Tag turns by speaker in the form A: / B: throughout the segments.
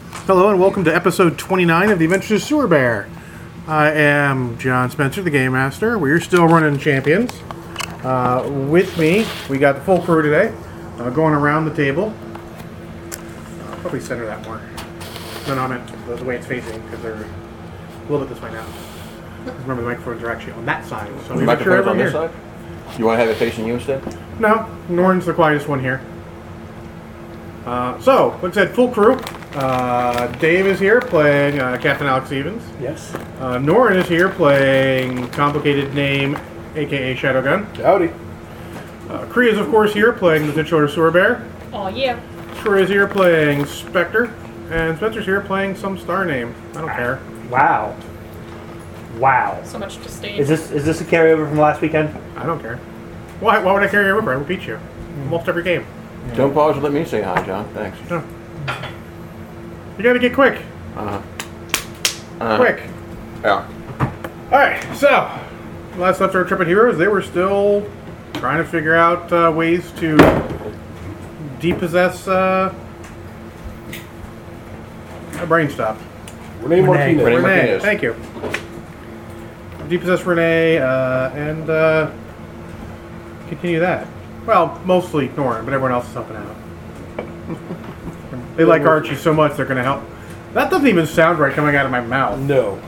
A: Hello and welcome to episode 29 of The Adventures of Sewer Bear. I am John Spencer, the Game Master. We're still running champions. Uh, with me, we got the full crew today, uh, going around the table. I'll probably center that more than on it, the, the way it's facing, because they're a little bit this way now. 'Cause Remember, the microphones are actually on that side, so we
B: The
A: make sure
B: microphone's on this
A: everyone
B: side? You want to have it facing you instead?
A: No, Norton's the quietest one here. Uh, so, like I said, full crew. Uh, Dave is here playing uh, Captain Alex Stevens.
C: Yes.
A: Uh, Norton is here playing Complicated Name, aka Shadowgun.
C: Howdy.
A: Uh, Kree is, of course, here playing the titular Sewer Bear.
D: Oh yeah.
A: Troy is here playing Spectre. And Spencer's here playing some star name. I don't care.
C: Wow. Wow.
D: So much disdain.
C: Is this is this a carryover from last weekend?
A: I don't care. Why, why would I carry you over? I will beat you. Almost every game.
B: Don't pause and let me say hi, John. Thanks.
A: No. You gotta get quick.
B: Uh-huh. Uh,
A: Quick.
B: Yeah.
A: Alright, so last left our trip at Heroes, they were still trying to figure out uh, ways to depossess uh, a brain stop.
C: Renee Martinez.
B: Renee
A: Renee,
B: Martinez.
A: thank you. Depossess Renee uh, and uh, continue that. Well, mostly Norrin, but everyone else is helping out. they like Archie so much they're going to help. That doesn't even sound right coming out of my mouth.
C: No.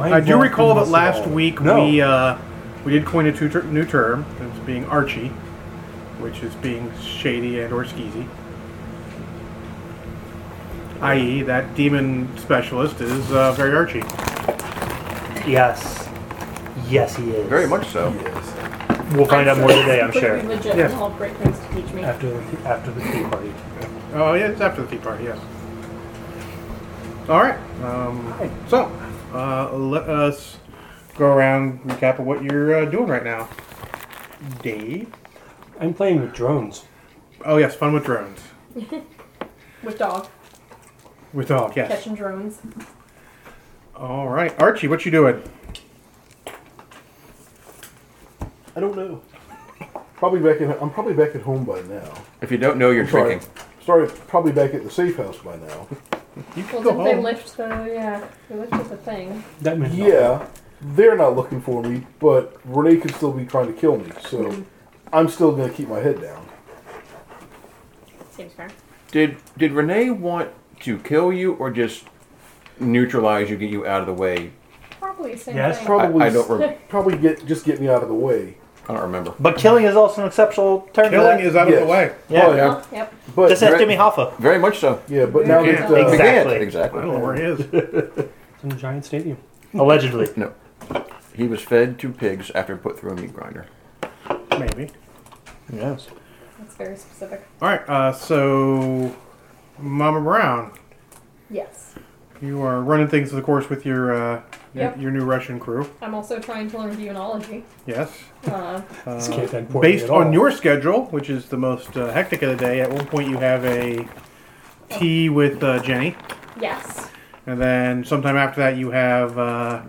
A: I do recall that last week we uh, we did coin a two ter- new term. It's being Archie, which is being shady and or skeezy. I.e., E, that demon specialist is uh, very Archie.
C: yes. Yes, he is.
B: Very much so.
C: We'll find out more
D: sure
C: today, I'm
D: it's
C: sure.
D: completely Legit
A: Yes.
D: and all great things to teach me.
C: After the tea- after the tea party.
A: Oh yeah, it's after the tea party. Yes. All right. Um, so uh, let us go around recap of what you're uh, doing right now, Dave.
C: I'm playing with drones.
A: Oh yes, fun with drones.
D: With dog
A: With dog, yes.
D: catching drones.
A: All right, Archie, what you doing?
E: I don't know. Probably back in. I'm probably back at home by now.
B: If you don't know, you're
E: Sorry,
B: tricking.
E: sorry. Probably back at the safe house by now.
A: You can
D: Well,
A: go
D: didn't they
A: home.
D: lift the yeah? They lifted the thing.
C: That means
E: Yeah, they're not looking for me, but Renee could still be trying to kill me.
B: Mm-hmm.
E: So I'm still gonna keep my head down.
D: Seems fair.
B: Did did Renee want to kill you or just neutralize you, get you out of the way?
D: Probably the same
C: Yeah, it's
D: thing.
B: I,
E: Probably.
B: I don't. Re-
E: Probably get just get me out of the way.
B: I don't remember.
C: But killing is also an exceptional term. to
A: Killing
C: that.
A: is out of
E: Yes.
A: the way.
C: Yeah.
E: Oh, yeah.
D: Oh, yep.
E: But
C: Just ask
B: Right.
C: Jimmy Hoffa.
B: Very much so.
E: yeah, but now
A: Yeah.
E: that uh,
C: Exactly.
B: Again,
A: I
B: exactly.
A: don't know where he is.
C: It's in a giant stadium. Allegedly.
A: Uh,
B: No. He was fed to pigs after put through a meat grinder.
A: Maybe.
C: yes.
D: That's very specific.
A: All right. Uh, so, Mama Brown,
D: Yes.
A: you are running things, of course, with your uh,
D: Yep.
A: your new Russian crew.
D: I'm also trying to learn demonology.
A: Yes.
D: Uh,
C: This can't end poorly
A: Based
C: at
A: on
C: all.
A: your schedule, which is the most uh, hectic of the day, at one point you have a tea with uh, Jenny,
D: yes.
A: and then sometime after that you have uh,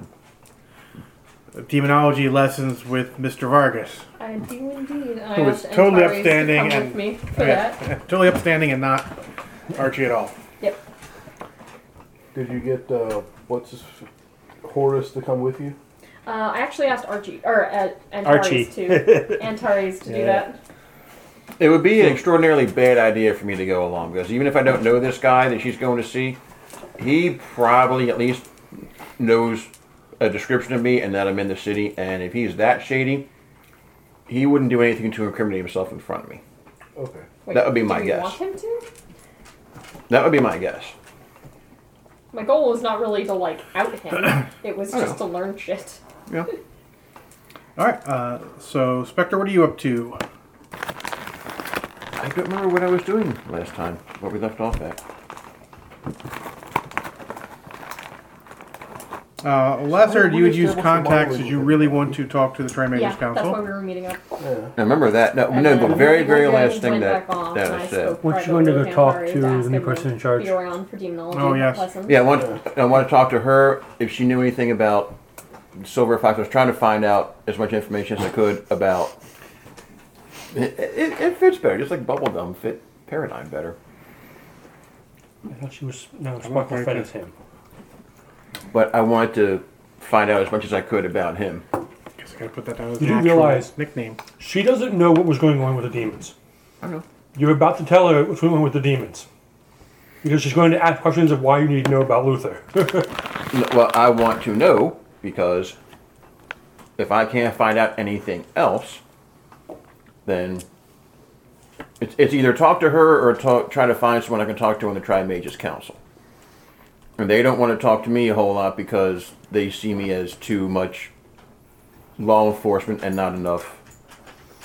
A: demonology lessons with Mr. Vargas.
D: I do indeed. I
A: It was
D: asked
A: totally
D: Antares to
A: upstanding
D: come
A: and-
D: with me for that.
A: Totally upstanding and not Archie at all.
D: Yep.
E: did you get uh, what's his, Horace to come with you?
D: Uh, I actually asked Archie or uh, Antares
C: Archie.
D: to Antares to do
C: Yeah.
D: that.
B: It would be an extraordinarily bad idea for me to go along because even if I don't know this guy that she's going to see, he probably at least knows a description of me and that I'm in the city. And if he's that shady, he wouldn't do anything to incriminate himself in front of me.
E: Okay.
D: Wait,
B: That would be
D: do
B: my
D: we
B: guess.
D: Want him to?
B: That would be my guess.
D: My goal was not really to like out him. It
A: Oh,
D: was
B: I
D: just to learn shit.
B: Yeah.
A: All right. Uh, so, Spectre, what are you up to?
B: I don't remember what I was doing last time, what we left off at.
A: Uh, last
E: Why-
A: heard
E: why
A: you would
E: is
A: use
E: there- what's the
A: contacts
E: model
A: as you
E: with
A: really
E: it?
A: want to talk to the Trimages
D: yeah, that's
A: Council.
D: why we were meeting up.
E: Yeah.
B: I remember that. No,
D: And
B: no
D: then
B: the very,
D: we
B: very
D: went
B: last thing
D: went
B: that,
D: back off
B: that
D: and I
B: I said.
D: spoke
C: Weren't you
D: privately
C: going to go
D: with
C: talk
D: Antares
C: to
D: ask
C: the new
D: him
C: person in
D: to
C: charge?
D: Be around for demonology
A: Oh, yes.
D: lessons.
B: Yeah, I want, I want to talk to her if she knew anything about Silver Fox. I was trying to find out as much information as I could about. It, it, it fits better, just like bubble gum fit paradigm better.
C: I thought she was no
A: not
C: Sparkle
A: very
C: Fed is him.
B: But I wanted to find out as much as I could about him.
A: Guess I gotta put that down as
C: You
A: an
C: do
A: actual
C: realize-
A: nickname.
C: She doesn't know what was going on with the demons.
B: I know.
C: You're about to tell her what's going on with the demons. Because she's going to ask questions of why you need to know about Luther.
B: N- Well, I want to know because if I can't find out anything else, then it's, it's either talk to her or talk, try to find someone I can talk to on the Tri Mages Council. And they don't want to talk to me a whole lot because they see me as too much law enforcement and not enough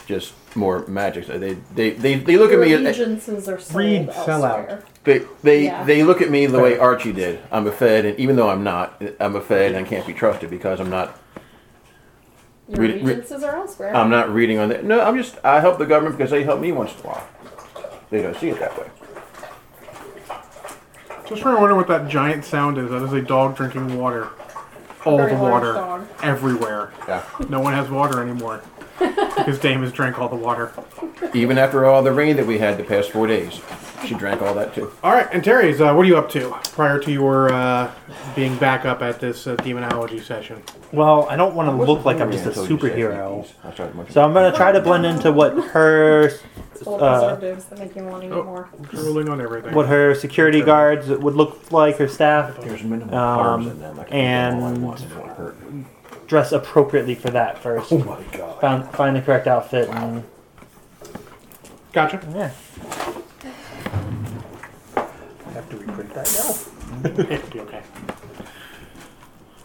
B: just more magic. So they, they, they, they look
D: Your
B: at me uh, as-
D: allegiances are sold
A: Read
D: elsewhere.
A: sellout.
B: they they
D: Yeah.
B: they look at me the way Archie did. I'm a Fed, and even though I'm not, I'm a Fed, and I can't be trusted because I'm not.
D: Your
B: Read- um, read-
D: allegiances are elsewhere.
B: I'm not reading on that. No, I'm just. I help the government because they help me once in a while. They don't see it that way.
A: Just trying to wonder what that giant sound is. That is a dog drinking water. All
D: Very
A: the
D: large
A: water
D: dog.
A: everywhere.
B: Yeah.
A: No one has water anymore because Dame has drank all the water.
B: even after all the rain that we had the past four days, she drank all that too.
A: All right, and Terry's, uh, what are you up to prior to your uh, being back up at this uh, demonology session?
F: Well, I don't want to look like I'm just a
B: Until you said
F: superhero.
B: these. I started munching.
F: So I'm gonna try to blend into what her
D: It's full of
F: uh,
D: preservatives that make you want to eat
A: Oh.
D: more.
A: Drooling on everything.
F: what her security guards would look like, her staff,
B: There's minimal
F: Um,
B: carbs in them. I can and all I
F: and-
B: want. It won't hurt.
F: dress appropriately for that first.
E: Oh my god.
F: Found, find the correct outfit and
A: Gotcha.
F: yeah.
C: Have to reprint that
A: okay.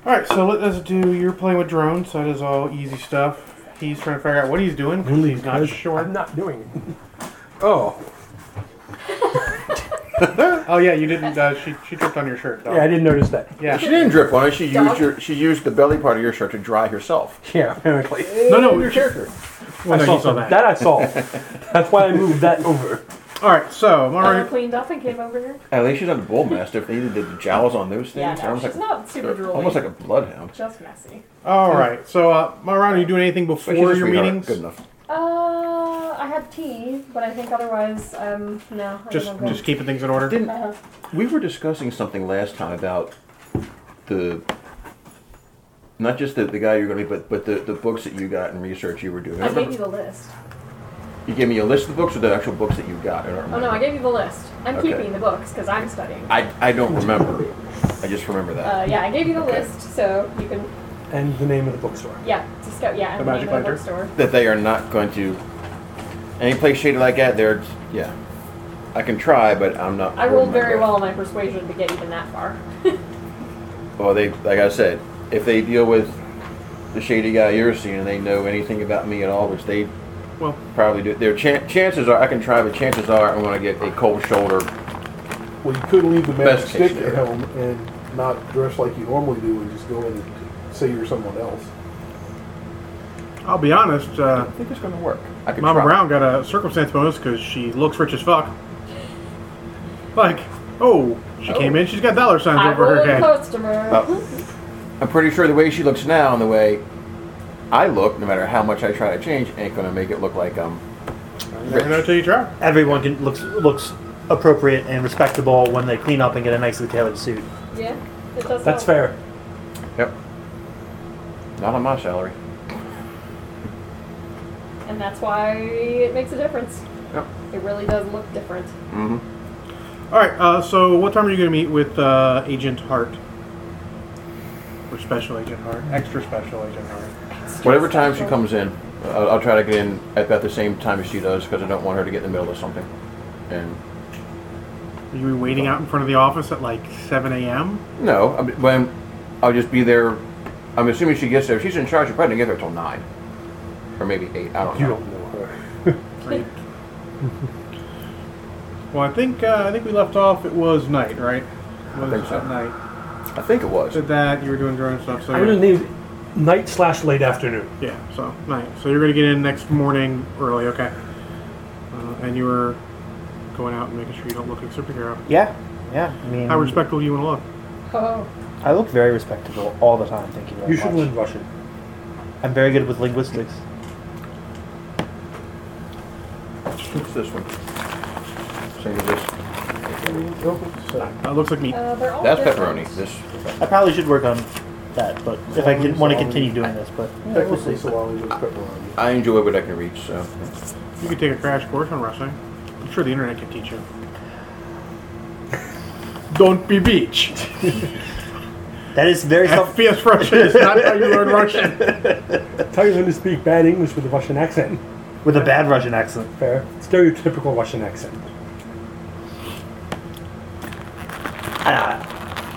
A: All right, so let us do. You're playing with drones, so that is all easy stuff. He's trying to figure out what he's doing. 'cause
C: Really
A: he's not
C: good. now.
A: sure.
C: I'm not doing it. Oh.
A: Oh yeah, you didn't. Uh, she she tripped on your shirt. Dog.
C: Yeah, I didn't notice that.
A: Yeah.
B: She didn't drip on it. She
D: Dog.
B: used your, she used the belly part of your shirt to dry herself.
C: Yeah, apparently.
A: No, no,
B: your character.
A: Well, no,
C: I saw
A: he saw
C: that.
A: that.
C: I saw. That's why I moved that over.
A: All right, so I'm
D: Ella
A: already.
D: cleaned up and came over here.
B: At least she's not a bull mastiff. They did the jowls on those
D: Yeah,
B: things.
D: no,
B: Sounds
D: she's
B: like-
D: not super
B: They're
D: drooly.
B: Almost like a bloodhound.
D: just messy.
A: All right, so uh, Myron, are you doing anything
B: But she's a
A: before your
B: sweetheart.
A: meetings?
B: Good enough.
D: Uh, I had tea, but I think otherwise, um, no. I
A: Just
D: don't know.
A: just keeping things in order.
B: Didn't
D: Uh-huh.
B: we were discussing something last time about the not just the, the guy you're going to be, but but the, the books that you got and research you were doing.
D: I gave
B: remember-
D: you the list.
B: you gave me a list of the books or the actual books that you got. I don't
D: Oh
B: remember.
D: no, I gave you the list. I'm
B: Okay.
D: keeping the books because I'm studying.
B: I, I don't remember. I just remember that.
D: Uh, yeah, I gave you the
B: Okay.
D: list, so you can,
C: And the name of the bookstore.
D: yeah, just go, yeah, and
A: The
D: the
A: Magic
D: name of the
A: Lantern?
D: bookstore.
B: that they are not going to any place shaded like that. They're yeah. I can try, but I'm not.
D: I
B: will
D: rolled very well on my persuasion to get even that far.
B: Well, they like I said, if they deal with the shady guy you're seeing and they know anything about me at all, which they
A: Well,
B: probably do, their chan chances are I can try, but chances are I'm going to get a cold shoulder.
E: Well, you could leave the magic
B: Best case
E: stick at
B: scenario.
E: home and not dress like you normally do and just go in and say you're someone else.
A: I'll be honest. Uh,
B: I think it's going to work. I can
A: Mama
B: try.
A: Brown got a circumstance bonus because she looks rich as fuck. Like, oh, she came in. She's got dollar signs
D: I
A: over
D: rolled
A: her
D: a
A: head.
D: customer.
B: Oh. I'm pretty sure the way she looks now and the way I look, no matter how much I try to change, ain't going to make it look like um, I'm
A: Never know
B: rich.
A: till you try.
F: Everyone can, looks looks appropriate and respectable when they clean up and get a nicely tailored suit.
D: Yeah, it does
C: That's
D: help.
C: fair.
B: Yep. Not on my salary.
D: And that's why it makes a difference.
B: Yep.
D: It really does look different.
B: hmm
A: All right. Uh, so, what time are you going to meet with uh, Agent Hart? Or Special Agent Hart? Extra Special Agent Hart.
B: Whatever time she comes in, I'll, I'll try to get in at about the same time as she does because I don't want her to get in the middle of something. And
A: Are you waiting out in front of the office at like 7 a.m.?
B: no, I mean, when I'll just be there. I'm assuming she gets there. If she's in charge, she'll probably get there till nine, or maybe eight. I don't
C: You
B: know.
C: don't know her.
A: Well, I think uh, I think we left off. It was night, right? It was
B: think so.
A: at night.
B: I think it was.
A: Did that? You were doing drone stuff. So
C: I'm gonna need night slash late afternoon.
A: Yeah, so night. So you're gonna get in next morning early, okay? Uh, and you were going out and making sure you don't look like a superhero.
F: Yeah, yeah. I mean,
B: Um,
A: How respectful do you want to look?
D: Oh,
F: I look very respectable all the time. Thank you very
C: You
F: much.
C: should learn Russian.
F: I'm very good with linguistics.
B: What's this one? Same as this.
E: meat? I don't think so.
A: Uh, looks like meat.
D: Uh, they're all
B: That's
D: different.
B: pepperoni. This
F: I probably should work on that, but if I can, want to continue doing this, but yeah, we'll
E: Technically,
F: see.
E: salami with pepperoni.
B: I enjoy what I can reach. So
A: You could take a crash course on wrestling. I'm sure the internet can teach you. Don't be beach.
F: That is very self.
A: FPS Russian is not how you learn Russian.
C: Tell you them to speak bad English with a Russian accent.
F: with a bad Russian accent.
C: Fair. Stereotypical Russian accent.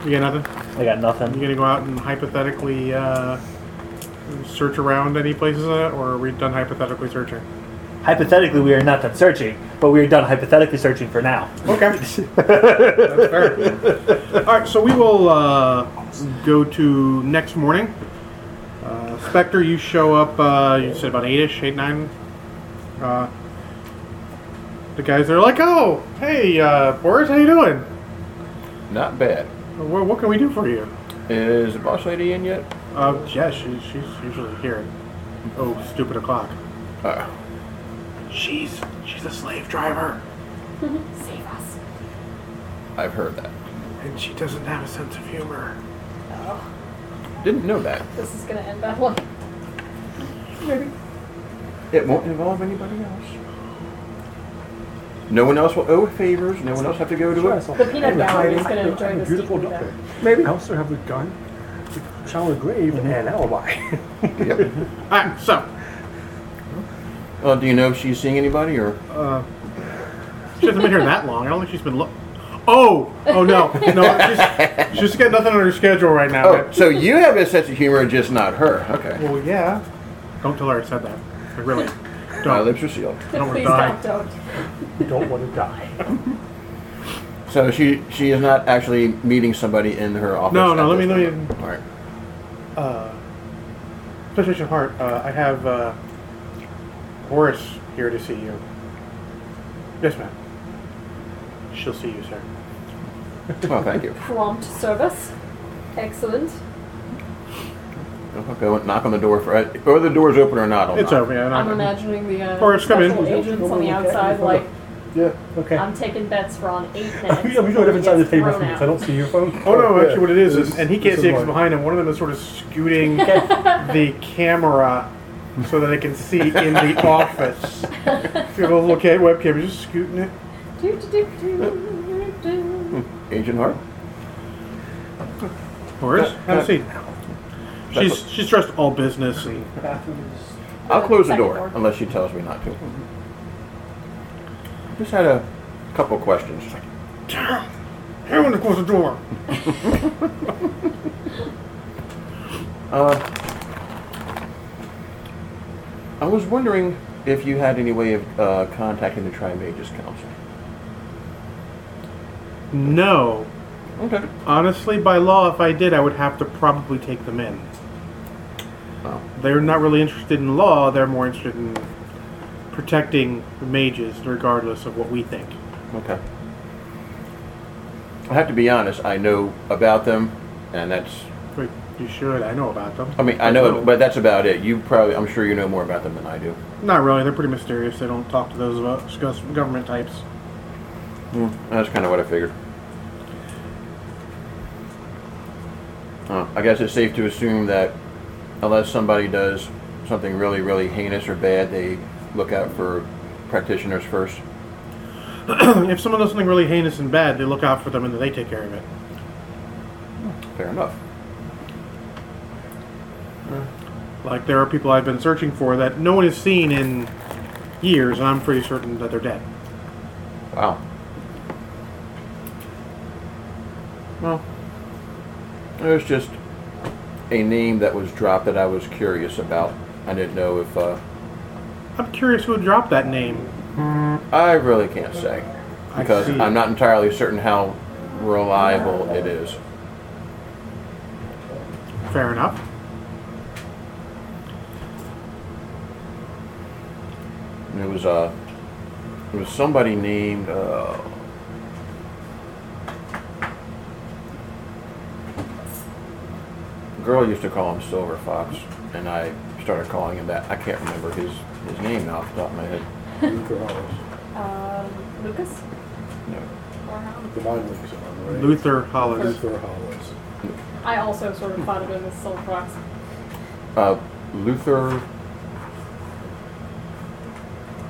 A: You got nothing?
F: I got
A: You
F: nothing.
A: gonna go out and hypothetically uh, search around any places uh, or are we done hypothetically searching?
F: Hypothetically, we are not done searching, but we are done hypothetically searching for now.
A: Okay. That's fair. All right, so we will uh, go to next morning. Uh, Spectre, you show up, uh, you said about 8ish, 8, 9. Uh, the guys are like, oh, hey, uh, Boris, how you doing?
B: not bad.
A: What, what can we do for you?
B: Is the boss lady in yet?
A: Uh, yeah, she, she's usually here. Oh, stupid o'clock.
B: Uh,
A: She's, she's a slave driver,
D: Save us.
B: I've heard that.
A: and she doesn't have a sense of humor.
D: Oh,
B: Didn't know that.
D: this is gonna end badly. Maybe.
B: It won't involve anybody else. No one else will owe favors. No one else have to go to
C: Sure,
B: it.
C: so-
D: The peanut
C: I'm
D: gallery is
C: retired.
D: gonna
C: I'm
D: enjoy
C: a
D: this
C: Beautiful
D: deep
C: doctor.
F: Maybe.
C: I also have a gun, a shallow grave, and an alibi.
B: Yep.
A: All right, so
B: Uh, do you know if she's seeing anybody or?
A: She hasn't been here that long. I don't think she's been. Lo- oh, oh no, no. She's, she's got nothing on her schedule right now.
B: Oh, so you have a sense of humor, just not her. Okay.
A: Well, yeah. Don't tell her I said that. Like, really.
B: My
A: Don't.
B: lips are sealed.
A: don't
D: Please
A: die.
D: don't, don't.
C: You don't want to die.
B: So she she is not actually meeting somebody in her office.
A: No, no,
B: at
A: let me-
B: this
A: let me-
B: moment. All right.
A: Uh, PlayStation Heart. Uh, I have uh, Horace here to see you. Yes, ma'am. She'll see you, sir.
B: Well, thank you.
D: Prompt service. Excellent.
B: I'll go and knock on the door for it. Whether the door's open or not, I'll
A: It's
B: knock.
A: over. Yeah,
D: I'm
A: not
D: imagining the uh,
A: Forrest, come in.
D: special agents on the outside, like
E: Yeah.
C: Okay.
D: I'm taking bets for on eight
C: I'm
D: minutes.
C: usually on a different side of the table
D: Thrown
C: from you,
D: out.
C: so I don't see your phone.
A: Oh no! Actually, what it is is,
E: This-
A: and he can't
E: this
A: see
E: is
A: because
E: mine.
A: behind him. One of them is sort of scooting the camera so that it can see in the office. If you have a little ca- webcam, you're just scooting it.
D: Do, do, do, do, do, do.
B: Agent Hart.
A: Horace,
B: Cut,
A: have a
B: cut.
A: seat. She's she's dressed all business and
B: I'll close the
D: Second
B: door,
D: door.
B: unless she tells me not to. Just had a couple questions.
A: everyone to close the door.
B: Uh, I was wondering if you had any way of uh, contacting the Tri Mages Council.
A: No,
B: Okay.
A: honestly, by law, if I did, I would have to probably take them in.
B: Oh.
A: They're not really interested in law. They're more interested in protecting the mages, regardless of what we think.
B: Okay. I have to be honest. I know about them, and that's.
A: Wait, you should. I know about them.
B: I mean, I know, but that's about it. You probably, I'm sure you know more about them than I do.
A: Not really. They're pretty mysterious. They don't talk to those of us us government types.
B: That's kind of what I figured. Uh, I guess it's safe to assume that unless somebody does something really, really heinous or bad, they look out for practitioners first.
A: if someone does something really heinous and bad, they look out for them and then they take care of it.
B: Fair enough.
A: Like there are people I've been searching for that no one has seen in years, and I'm pretty certain that they're dead.
B: Wow. Well, it was just a name that was dropped that I was curious about. I didn't know if. Uh,
A: I'm curious who dropped that name.
B: I really can't say
A: I
B: because
A: see.
B: I'm not entirely certain how reliable it is.
A: Fair enough.
B: And it was uh, it was somebody named uh, a girl used to call him Silver Fox, and I started calling him that. I can't remember his his name now off the top of my head.
E: Luke or Hollis.
D: Um, Uh, Lucas?
B: No.
D: or him.
E: The mind links are on the right.
A: Luther Hollis.
E: Luther Hollis.
D: I also sort of thought of him as Silverfox.
B: Uh, Luther.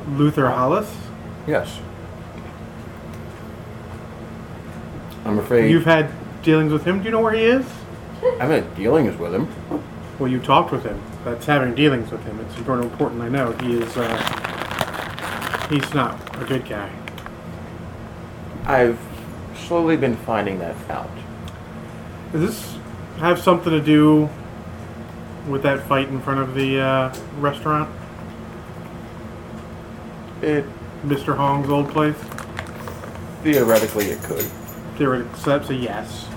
A: Luther Hollis.
B: Yes. I'm afraid
A: You've had dealings with him. Do you know where he is?
B: I've had dealings with him.
A: Well, you talked with him. That's having dealings with him. It's important. Important. I know he is. Uh, he's not a good guy.
B: I've slowly been finding that out.
A: Does this have something to do with that fight in front of the uh, restaurant,
B: It
A: Mr. Hong's old place?
B: theoretically it could.
A: Theoretically, so that's a yes.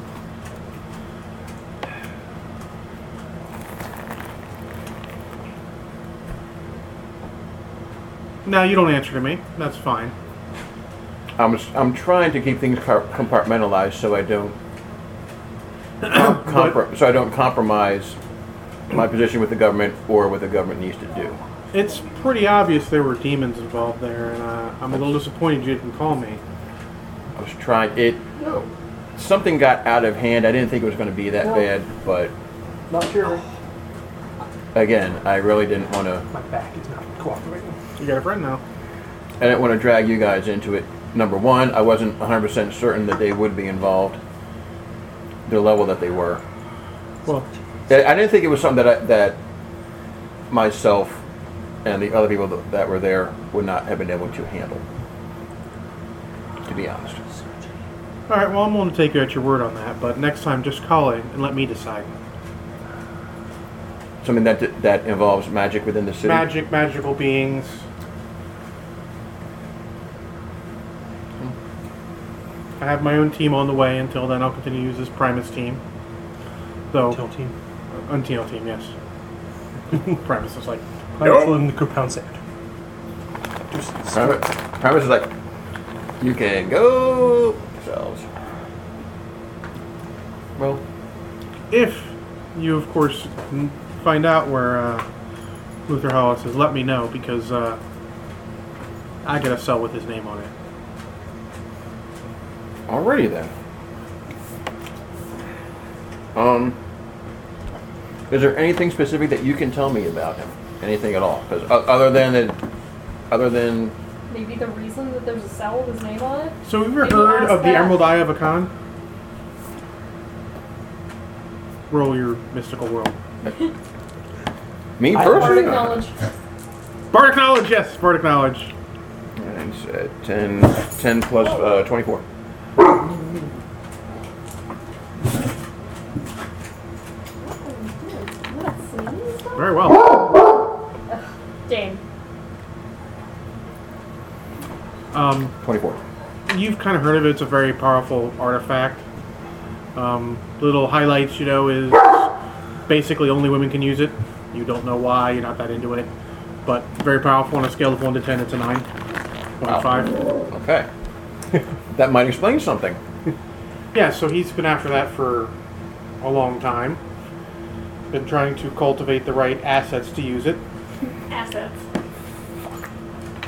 A: No, you don't answer to me. That's fine.
B: I'm s- I'm trying to keep things car- compartmentalized so I don't com- compro- so I don't compromise my position with the government or what the government needs to do.
A: It's pretty obvious there were demons involved there, and uh, I'm a little disappointed you didn't call me.
B: I was trying it.
E: No,
B: Something got out of hand. I didn't think it was going to be that
E: No.
B: bad, but
E: not Jerry.
B: again, I really didn't want to.
C: My back is not cooperating.
A: You got a friend now.
B: I didn't want to drag you guys into it. Number one, I wasn't 100% certain that they would be involved, the level that they were.
A: Well,
B: I I didn't think it was something that I, that myself and the other people that, that were there would not have been able to handle. To be honest,
A: all right. Well, I'm going to take you at your word on that, but next time just call in and let me decide.
B: something that that involves magic within the city.
A: Magic, magical beings. I have my own team on the way. Until then, I'll continue to use this Primus team. Though,
C: Tell team.
A: Until team, yes. Primus is like,
C: I'm filling the compound sand. Just
B: Primus, Primus is like, you can go yourselves. Well,
A: if you, of course, n- find out where uh, Luther Hollis is, let me know because uh, I got a cell with his name on it.
B: already then. Um, is there anything specific that you can tell me about him? Anything at all? Because other than that, other than
D: Maybe the reason that there's a cell with his name on it?
A: So, have you ever
D: Maybe
A: heard
D: ask
A: of the
D: that.
A: Emerald Eye of Akan? Roll your mystical world.
B: Me
F: I-
D: Bardic
B: personally?
D: knowledge.
A: Bardic knowledge, yes, bardic knowledge.
B: And it's, uh, 10, 10 plus uh, 24.
D: What
A: Very well.
D: a sneeze. Dame.
A: Um,
B: 24.
A: you've kind of heard of it. It's a very powerful artifact. Um, little highlights, you know, is basically only women can use it. You don't know why. You're not that into it, but very powerful on a scale of one to ten. It's a nine point
B: Wow.
A: five.
B: Okay. that might explain something.
A: Yeah, so he's been after that for a long time. Been trying to cultivate the right assets to use it.
D: Assets.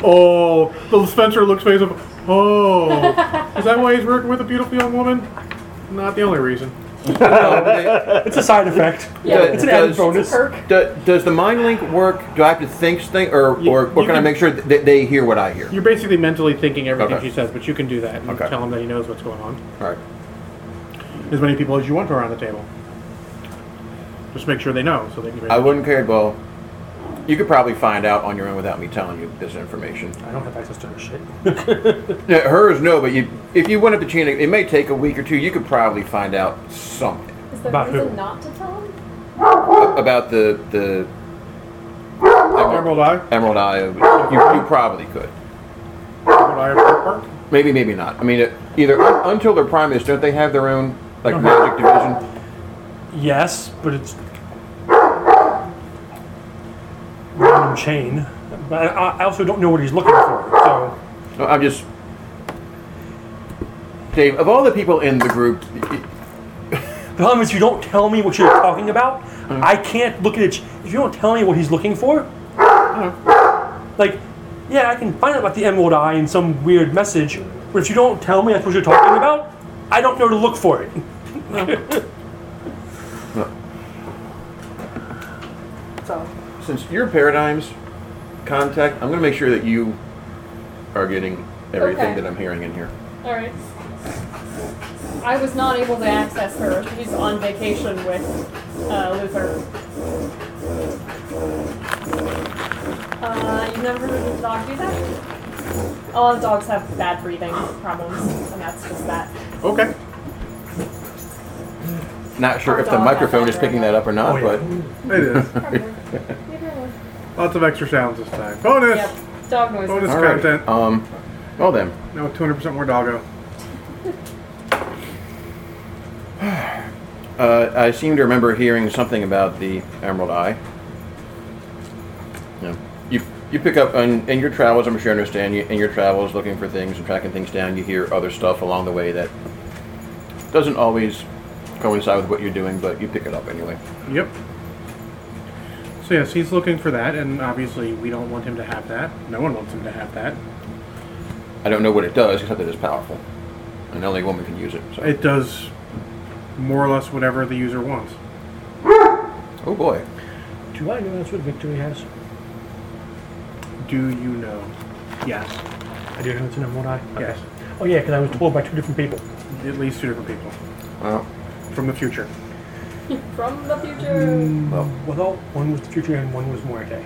A: Oh, little Spencer looks face up. Oh, is that why he's working with a beautiful young woman? Not the only reason.
B: Um, they-
C: It's a side effect.
D: Yeah.
C: It's an added
B: Does-
C: bonus.
D: Perk.
B: do, does the mind link work? Do I have to think, think or,
A: You-
B: or, or
A: you
B: can, I
A: can-
B: make sure that they hear what I hear?
A: You're basically mentally thinking everything
B: Okay.
A: she says, but you can do that and
B: Okay.
A: tell him that he knows what's going on.
B: All right.
A: As many people as you want around the table. Just make sure they know so they can.
B: I wouldn't care, well, you could probably find out on your own without me telling you this information.
C: I don't have access to her shit.
B: Yeah, Hers, no, but you, if you went up to Chena, it may take a week or two. You could probably find out something.
D: Is there
C: About
D: a
C: who?
D: reason not to tell him?
B: about the the
A: Emerald Eye.
B: Emerald Eye. You, you probably could.
A: Emerald Eye of Park Park.
B: Maybe, maybe not. I mean, it, either un, until they're Primus, don't they have their own like
C: Uh-huh.
B: magic division?
C: Yes, but it's random chain. But I, I also don't know what he's looking for. So
B: No, I'm just Dave. Of all the people in the group, y-
C: the problem is, you don't tell me what you're talking about. I can't look at it. If you don't tell me what he's looking for,
F: Mm-hmm.
C: like, yeah, I can find out about the Emerald Eye in some weird message, But if you don't tell me that's what you're talking about, I don't know to look for it.
D: So
B: Since your paradigms contact, I'm going to make sure that you are getting everything
D: Okay.
B: that I'm hearing in here.
D: all right. I was not able to access her. She's on vacation with uh, Luther. Uh, you never heard of a dog do that? All dogs have bad breathing problems, and that's just that.
A: Okay.
B: Not sure if the
D: Dog
B: microphone is
D: has
B: picking that up or not,
F: Oh, yeah.
A: It is. Lots of extra sounds this time. Bonus!
D: yep. Dog noises.
B: but
A: Bonus
B: all right.
A: content.
B: Um, well then,
A: No, 200% more doggo.
B: uh, I seem to remember hearing something about the Emerald Eye. You, know, you, you pick up on, in your travels. I'm sure you understand. You, in your travels, looking for things and tracking things down, you hear other stuff along the way that doesn't always coincide with what you're doing, but you pick it up anyway.
A: Yep. So yes, he's looking for that, and obviously we don't want him to have that. No one wants him to have that.
B: I don't know what it does, except that it's powerful, and only a woman can use it. So.
A: It does more or less whatever the user wants.
B: oh boy.
F: Do I know that's what victory has?
A: Do you know? Yes.
F: I do know it's an emerald eye.
A: Yes.
F: Oh yeah, because I was told by two different people.
A: At least two different people
B: Well,
A: from the future.
D: From the future.
A: Mm,
B: well.
F: Well, one was the future and one was Muerte.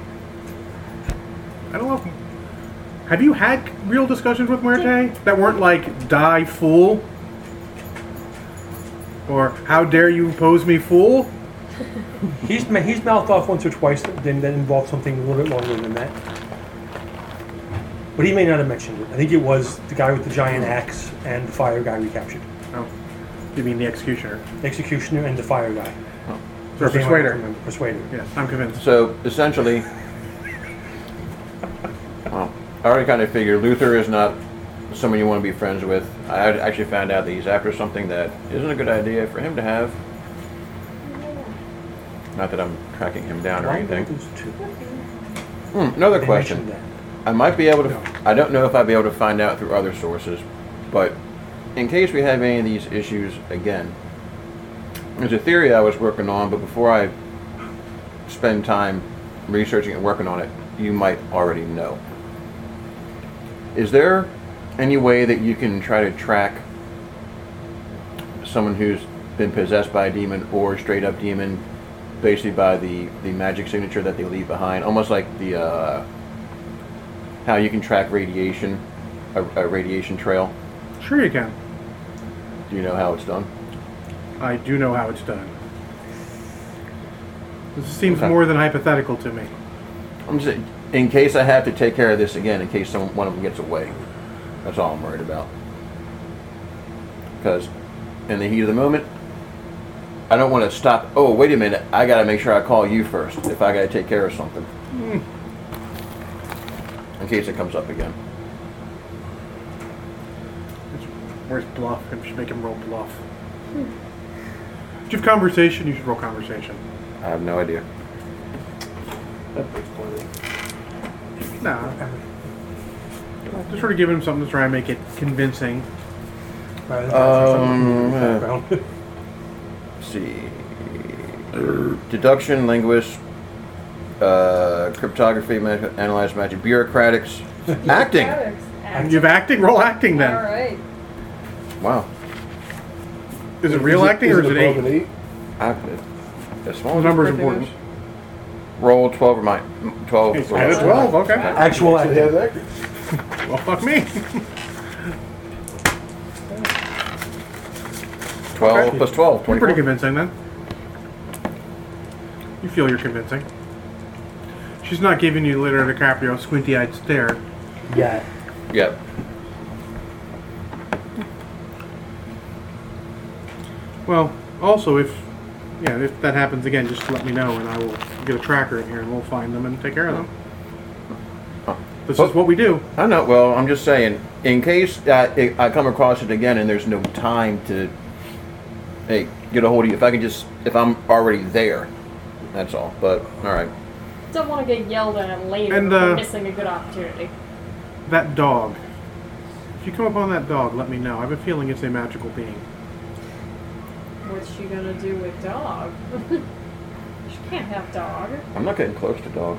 A: I don't know. If, have you had real discussions with Muerte that weren't like "die fool" or "how dare you pose me fool"?
C: He's ma- he's mouthed off once or twice that, then that involved something a little bit longer than that. But he may not have mentioned it. I think it was the guy with the giant axe and the fire guy we captured.
A: Oh, you mean the executioner
C: The executioner and the fire guy.
A: or
C: His name I don't
A: persuader?
C: remember. Persuader.
A: Yes, I'm convinced.
B: So essentially, well, I already kind of figured Luther is not someone you want to be friends with. I had actually found out that he's after something that isn't a good idea for him to have. Not that I'm tracking him down or
C: Why were
B: anything.
C: those two?
B: Hmm, another
C: They
B: question.
C: mentioned that.
B: I might be able to. I don't know if I'd be able to find out through other sources, but in case we have any of these issues again, there's a theory I was working on. But before I spend time researching and working on it, you might already know. Is there any way that you can try to track someone who's been possessed by a demon or straight up demon, basically by the the magic signature that they leave behind, almost like the. Uh, how you can track radiation, a, a radiation trail.
A: Sure, you can.
B: Do you know how it's done?
A: I do know how it's done. This seems
B: Okay.
A: more than hypothetical to me.
B: I'm just in case I have to take care of this again, in case some, one of them gets away. That's all I'm worried about. Because in the heat of the moment, I don't want to stop. Oh, wait a minute! I got to make sure I call you first if I got to take care of something. Hmm. In case it comes up again.
A: It's, where's bluff? I should make him roll bluff. Hmm. If you have conversation, you should roll conversation.
B: I have no idea.
A: Nah. Just sort of giving him something to try and make it convincing.
C: Right, that's
B: Um,
C: what I'm talking about.
B: Let's see. Deduction, linguist, uh, cryptography, ma- analyze magic, bureaucratics, acting.
D: Alex,
A: And
D: act-
A: you have acting? Roll acting
D: All
A: then.
D: right.
B: Wow.
A: Is it real acting or is it
E: above
A: eight?
E: an eight?
B: Act- As small
A: The
B: as
A: number's
B: everything
A: important.
B: is. Roll 12 or mine. 12.
A: It's
B: or
A: at a
B: less.
A: 12, okay.
C: Actual
E: So it
C: acting.
E: has acting.
A: Well, fuck me.
B: 12
A: Okay.
B: plus 12,
A: You're pretty
B: 24.
A: convincing then. You feel you're convincing. She's not giving you Leonardo DiCaprio squinty eyed stare.
F: Yeah.
B: Yep.
A: Well, also if yeah, if that happens again, just let me know and I will get a tracker in here and we'll find them and take care of them. This is what we do.
B: I know. Well, I'm just saying, in case I, I I come across it again and there's no time to, hey, get a hold of you. If I can just, if I'm already there, that's all. But, all right.
D: Don't want to get yelled at later
A: And,
D: for
A: uh,
D: missing a good opportunity.
A: That dog. you come upon that dog, let me know. I have a feeling it's a magical being.
D: What's she gonna do with dog? she can't have dog.
B: I'm not getting close to dog.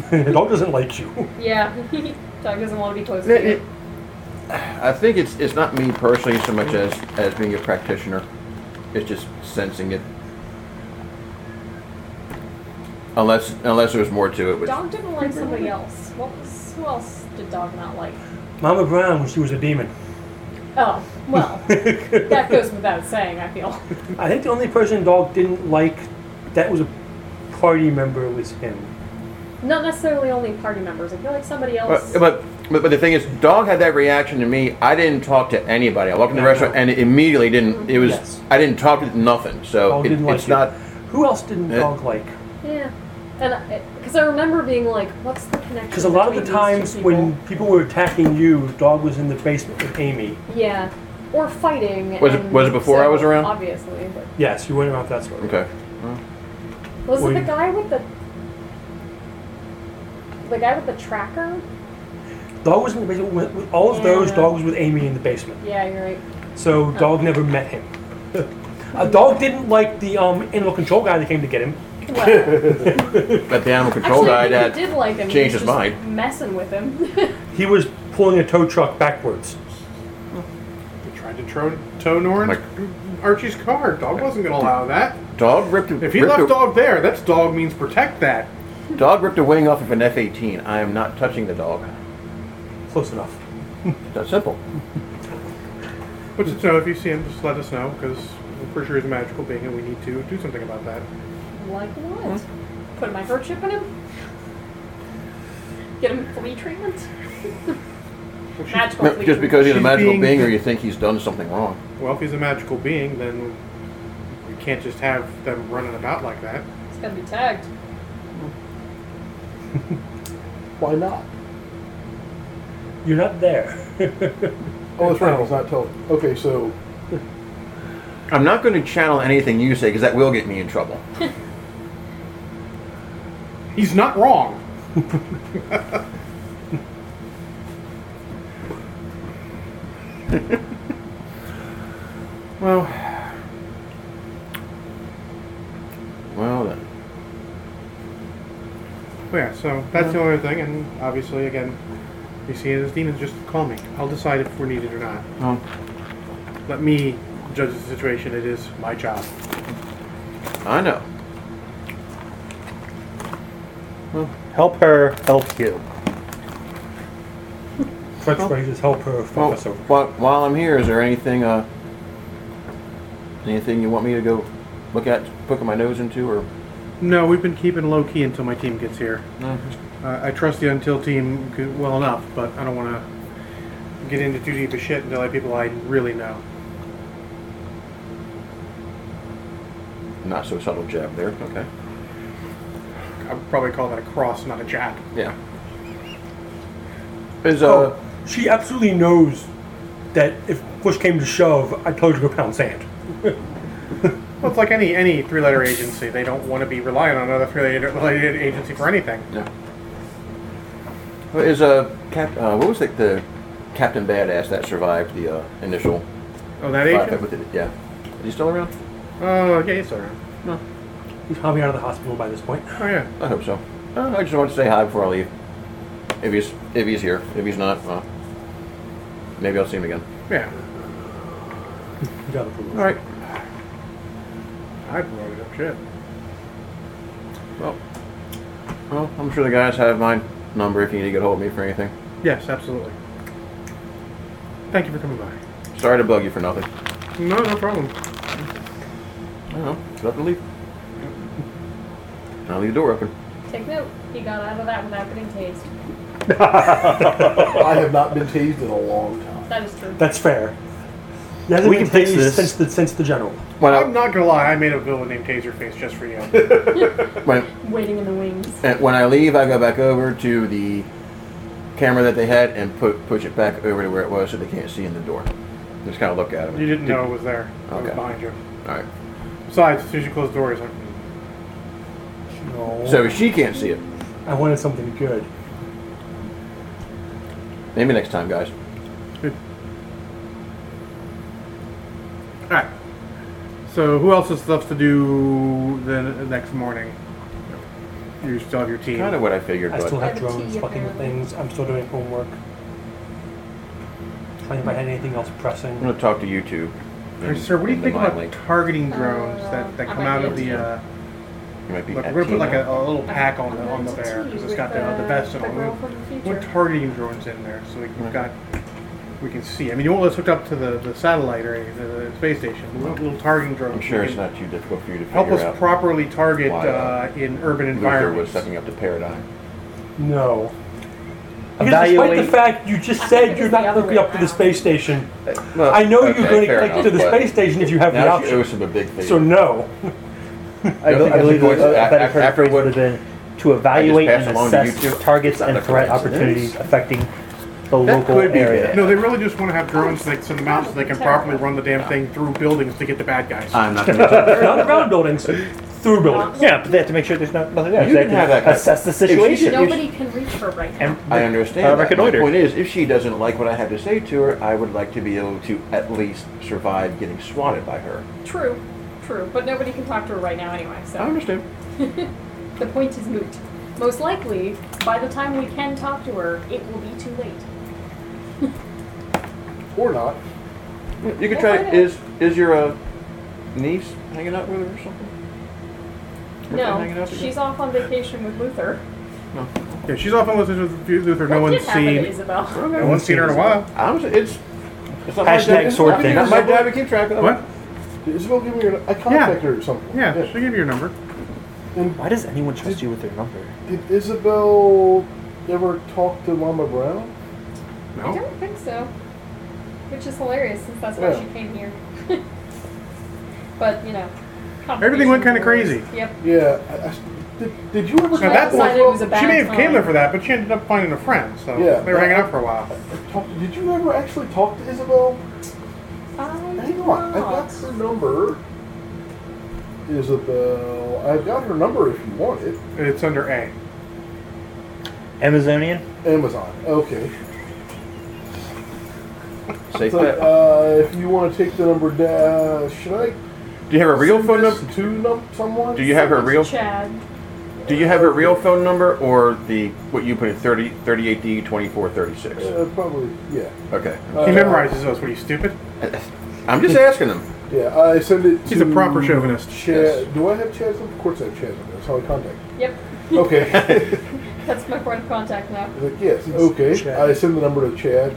C: the dog doesn't like you.
D: Yeah, dog doesn't want to be close to you.
B: I think it's it's not me personally so much as as being a practitioner. It's just sensing it. Unless unless there was more to it. Which,
D: Dog didn't like somebody else. What was? Who else did dog not like?
C: Mama Brown, when she was a demon.
D: Oh, well, that goes without saying. I feel.
C: I think the only person dog didn't like that was a party member was him.
D: Not necessarily only party members. I feel like somebody else.
B: but, but but but the thing is, dog had that reaction to me. I didn't talk to anybody. I walked in the
C: No,
B: restaurant
C: no.
B: and it immediately didn't. It was
C: Yes.
B: I didn't talk to it, nothing. So
C: Dog
B: Oh, it,
C: didn't like
B: it's
C: you.
B: not.
C: Who else didn't
B: Eh.
C: dog like?
D: yeah, and because I remember being like, "What's the connection?"
C: Because a lot of
D: between
C: the
D: these two
C: times when people were attacking you, dog was in the basement with Amy.
D: people?" Yeah, or fighting.
B: Was it-
D: and
B: was it before
D: so,
B: I was around?
D: Obviously, but
C: Yes, you went around that story.
B: Okay.
D: was
C: Were
D: it the
C: you-
D: guy with the the guy with the tracker?
C: Dog was in the basement with, with all of those.
D: Yeah.
C: Dog was with Amy in the basement.
D: Yeah, you're right.
C: So dog never met him. a dog didn't like the um, animal control guy that came to get him.
D: Well,
B: But the animal control
D: actually,
B: guy
D: I think
B: that
D: he did like him.
B: changed
D: he was
B: his
D: just
B: mind.
D: messing with him.
C: He was pulling a tow truck backwards.
A: They tried to tro- tow Norn
B: Like-
A: Archie's car. Dog wasn't going to allow that.
B: dog ripped. a-
A: If he
B: ripped
A: left
B: a,
A: dog there, that's dog means protect that.
B: dog ripped a wing off of an F-18. I am not touching the dog.
C: Close enough.
B: That's simple.
A: But just know if you see him, just let us know because we're pretty sure he's a magical being and we need to do something about that.
D: like what? Put a microchip in him. Get him flea treatment.
A: Well, she's-
D: Magical
B: No,
D: flea
B: just because he's a
A: She's
B: magical
A: being-
B: being, or you think he's done something wrong.
A: well, if he's a magical being, then we can't just have them running about like that.
D: It's gonna be tagged.
E: Why not?
C: You're not there.
E: Oh, that's right. He's not telling. Okay, so
B: I'm not going to channel anything you say because that will get me in trouble.
A: He's not wrong. well,
B: Well, then.
A: Oh, yeah, so that's the only thing, and obviously, again, you see it as demons, just call me. I'll decide if we're needed or not.
B: Well,
A: Let me judge the situation, it is my job.
B: I know.
F: Help her help you.
C: Crutch raises help her fuck
B: Well,
C: us over.
B: while, while I'm here, is there anything, uh, anything you want me to go look at, poke my nose into, or?
A: No, we've been keeping low key until my team gets here.
B: No.
A: Uh, I trust the Until team g- well enough, but I don't want to get into too deep of shit until I have people I really know.
B: Not so subtle jab there. Okay.
A: I would probably call that a cross, not a jab.
B: Yeah. Is uh,
C: Oh, she absolutely knows that if push came to shove, I told her to go pound sand.
A: Well, it's like any any three letter agency. They don't want to be reliant on another three letter agency for anything.
B: yeah. Well, Is uh, Cap, uh, what was it, the Captain Badass that survived the uh, initial
A: Oh, that
B: fight with
A: agent?
B: it? Yeah. Is he still around?
A: Oh, yeah, he's still around.
C: He's probably out of the hospital by this point.
A: Oh, yeah.
B: I hope so. Uh, I just want to say hi before I leave. If he's if he's here, if he's not, well, maybe I'll see him again.
A: Yeah.
C: He's out of the
B: All right.
A: I'd blow it up shit.
B: Well, well, I'm sure the guys have my number if you need to get hold of me for anything.
A: Yes, absolutely. Thank you for coming by.
B: Sorry to bug you for nothing.
A: No, no problem.
B: I don't know. Just have to leave. And I'll leave the door open.
D: Take note. He got out of that without getting tased.
E: I have not been tased in a long time.
D: That is true.
C: That's fair. He hasn't
F: We
C: been
F: can fix
C: tased
F: this.
C: Since the, since the general.
B: When
A: I'm
B: I,
A: not going to lie, I made a villain named Taserface just for you.
B: when,
D: Waiting in the wings.
B: and when I leave, I go back over to the camera that they had and put push it back over to where it was so they can't see in the door. Just kind of look at them.
A: You didn't know it was there. It was
B: Okay.
A: behind you.
B: All right.
A: Besides, as soon as you close the door, he's like,
C: No.
B: So she can't see it.
C: I wanted something good.
B: Maybe next time, guys.
A: So who else has stuff to do the next morning? You still have your team.
B: Kind of what I figured,
C: I still
B: but
C: have
D: I have a
C: drones
D: tea,
C: fucking with
D: apparently.
C: things. I'm still doing homework. Trying if I had anything else
B: I'm
C: pressing.
B: going to talk to you two.
A: Hey, sir, what do you
B: in the
A: think
B: mind
A: about
B: link.
A: targeting drones that, that
D: I
A: come
D: might
A: out
D: be
A: of the?
B: able to.
A: Uh,
B: You might be
A: look,
B: at
A: we're gonna put like
B: Tina.
A: a, a little pack on the on the bear because it's got the, the vest on.
D: girl
A: We're,
D: from the
A: we're
D: future.
A: targeting drones in there, so we, we've got we can see. I mean, you won't let us hooked up to the, the satellite or any, the, the space station. but We'll, we'll targeting drones.
B: I'm sure it's not too difficult for you to figure
A: Help us
B: out.
A: properly target
B: why, uh,
A: uh, in urban
B: Luther was
A: environments.
B: setting up the paradigm.
C: No. Because despite the
F: Evaluate-
C: fact you just
D: think
C: said
D: it's
C: you're
D: the
C: not
D: other
C: hooking
D: way
C: up to the
D: around.
C: space station.
B: Well,
C: I know
B: Oh, okay,
C: you're going to
B: fair
C: connect to
B: enough,
C: the
B: but
C: space station if you have the
B: Now she
C: option.
B: owes him a big favor.
C: So no.
F: I, be- I
B: that's
F: believe
B: a voice-
F: a, a better
B: a-
F: phrase
B: afterward-
F: would have been to evaluate
B: pass
F: and
B: along to you
F: assess
B: two.
F: targets
B: Not
F: and
B: a
F: threat
B: coincidence.
F: opportunities affecting the
B: That
F: local
B: could be
F: area.
B: bad.
A: No, they really just want to have drones like send them out so they can
D: Terrible.
A: properly run the damn thing through buildings to get the bad guys.
B: I'm not going to.
C: not around buildings, through buildings.
F: Yeah, but they have to make sure there's not, nothing there.
B: You
F: They have
B: can
F: to
B: have that kind of-
F: assess the
B: if she-
F: situation.
D: Nobody can reach her right now.
B: I understand.
F: Uh,
B: that. My
F: reconnoiter.
B: point is, if she doesn't like what I have to say to her, I would like to be able to at least survive getting swatted by her.
D: True, true, but nobody can talk to her right now anyway. So
B: I understand.
D: the point is moot. Most likely, by the time we can talk to her, it will be too late.
E: Or not.
B: You could
D: We'll
B: try.
D: find out.
B: Is is your uh, niece hanging out with her or something? Or hanging
D: No,
B: out together?
D: she's off on vacation with Luther.
A: Yeah, she's off on listening to Luther. No
D: what
A: one's
D: did happen to
A: seen.
D: Isabel?
A: No one's seen her in a while.
B: I'm, it's. It's not
F: Hashtag
B: my job.
F: sword
B: it's
F: thing.
B: Not my job to keep track of that.
A: What?
E: Did Isabel give me your. I contacted her at some point.
A: Yeah, she gave you your number.
F: Why does anyone trust you with their number?
E: Did Isabel ever talk to Mama Brown?
D: I
A: No.
D: don't think so. Which is hilarious since that's why
E: Yeah.
D: she came here. but you know,
A: Everything went kinda
D: complications.
A: crazy.
D: Yep.
E: Yeah. I, I s- did, did you ever
A: Now
D: I
A: that
E: talk
D: decided
A: point,
D: it was a bad
A: she may have came
D: time.
A: there for that, but she ended up finding a friend, so
E: Yeah.
A: they were hanging out for a while.
E: talk- Did you ever actually talk to Isabel?
D: I did
E: Hang on, I've got
D: not.
E: her number. Isabel, I've got her number if you want it.
A: It's under A.
F: Amazonian?
E: Amazon. Okay.
B: Safe
E: So,
B: bet.
E: uh, if you want to take the number down, should I
B: do you have her real
E: send
B: phone
E: this
B: number?
E: to num- someone?
B: Do you have her real?
D: Chad.
B: Do you have her real phone number or the what you put in 30, 38D twenty four thirty six?
E: Uh, probably, yeah.
B: Okay,
A: He
E: Uh,
A: memorizes those. What are you stupid?
B: I'm just asking them.
E: Yeah, I send it
A: He's
E: to
A: a proper chauvinist.
E: Chad.
B: Yes.
E: Do I have Chad's number? Of course I have Chad's number. That's how I contact him.
D: Yep.
A: Oh.
E: Okay.
D: That's my point of contact now.
E: He's like, yes, okay.
C: Chad.
E: I send the number to Chad.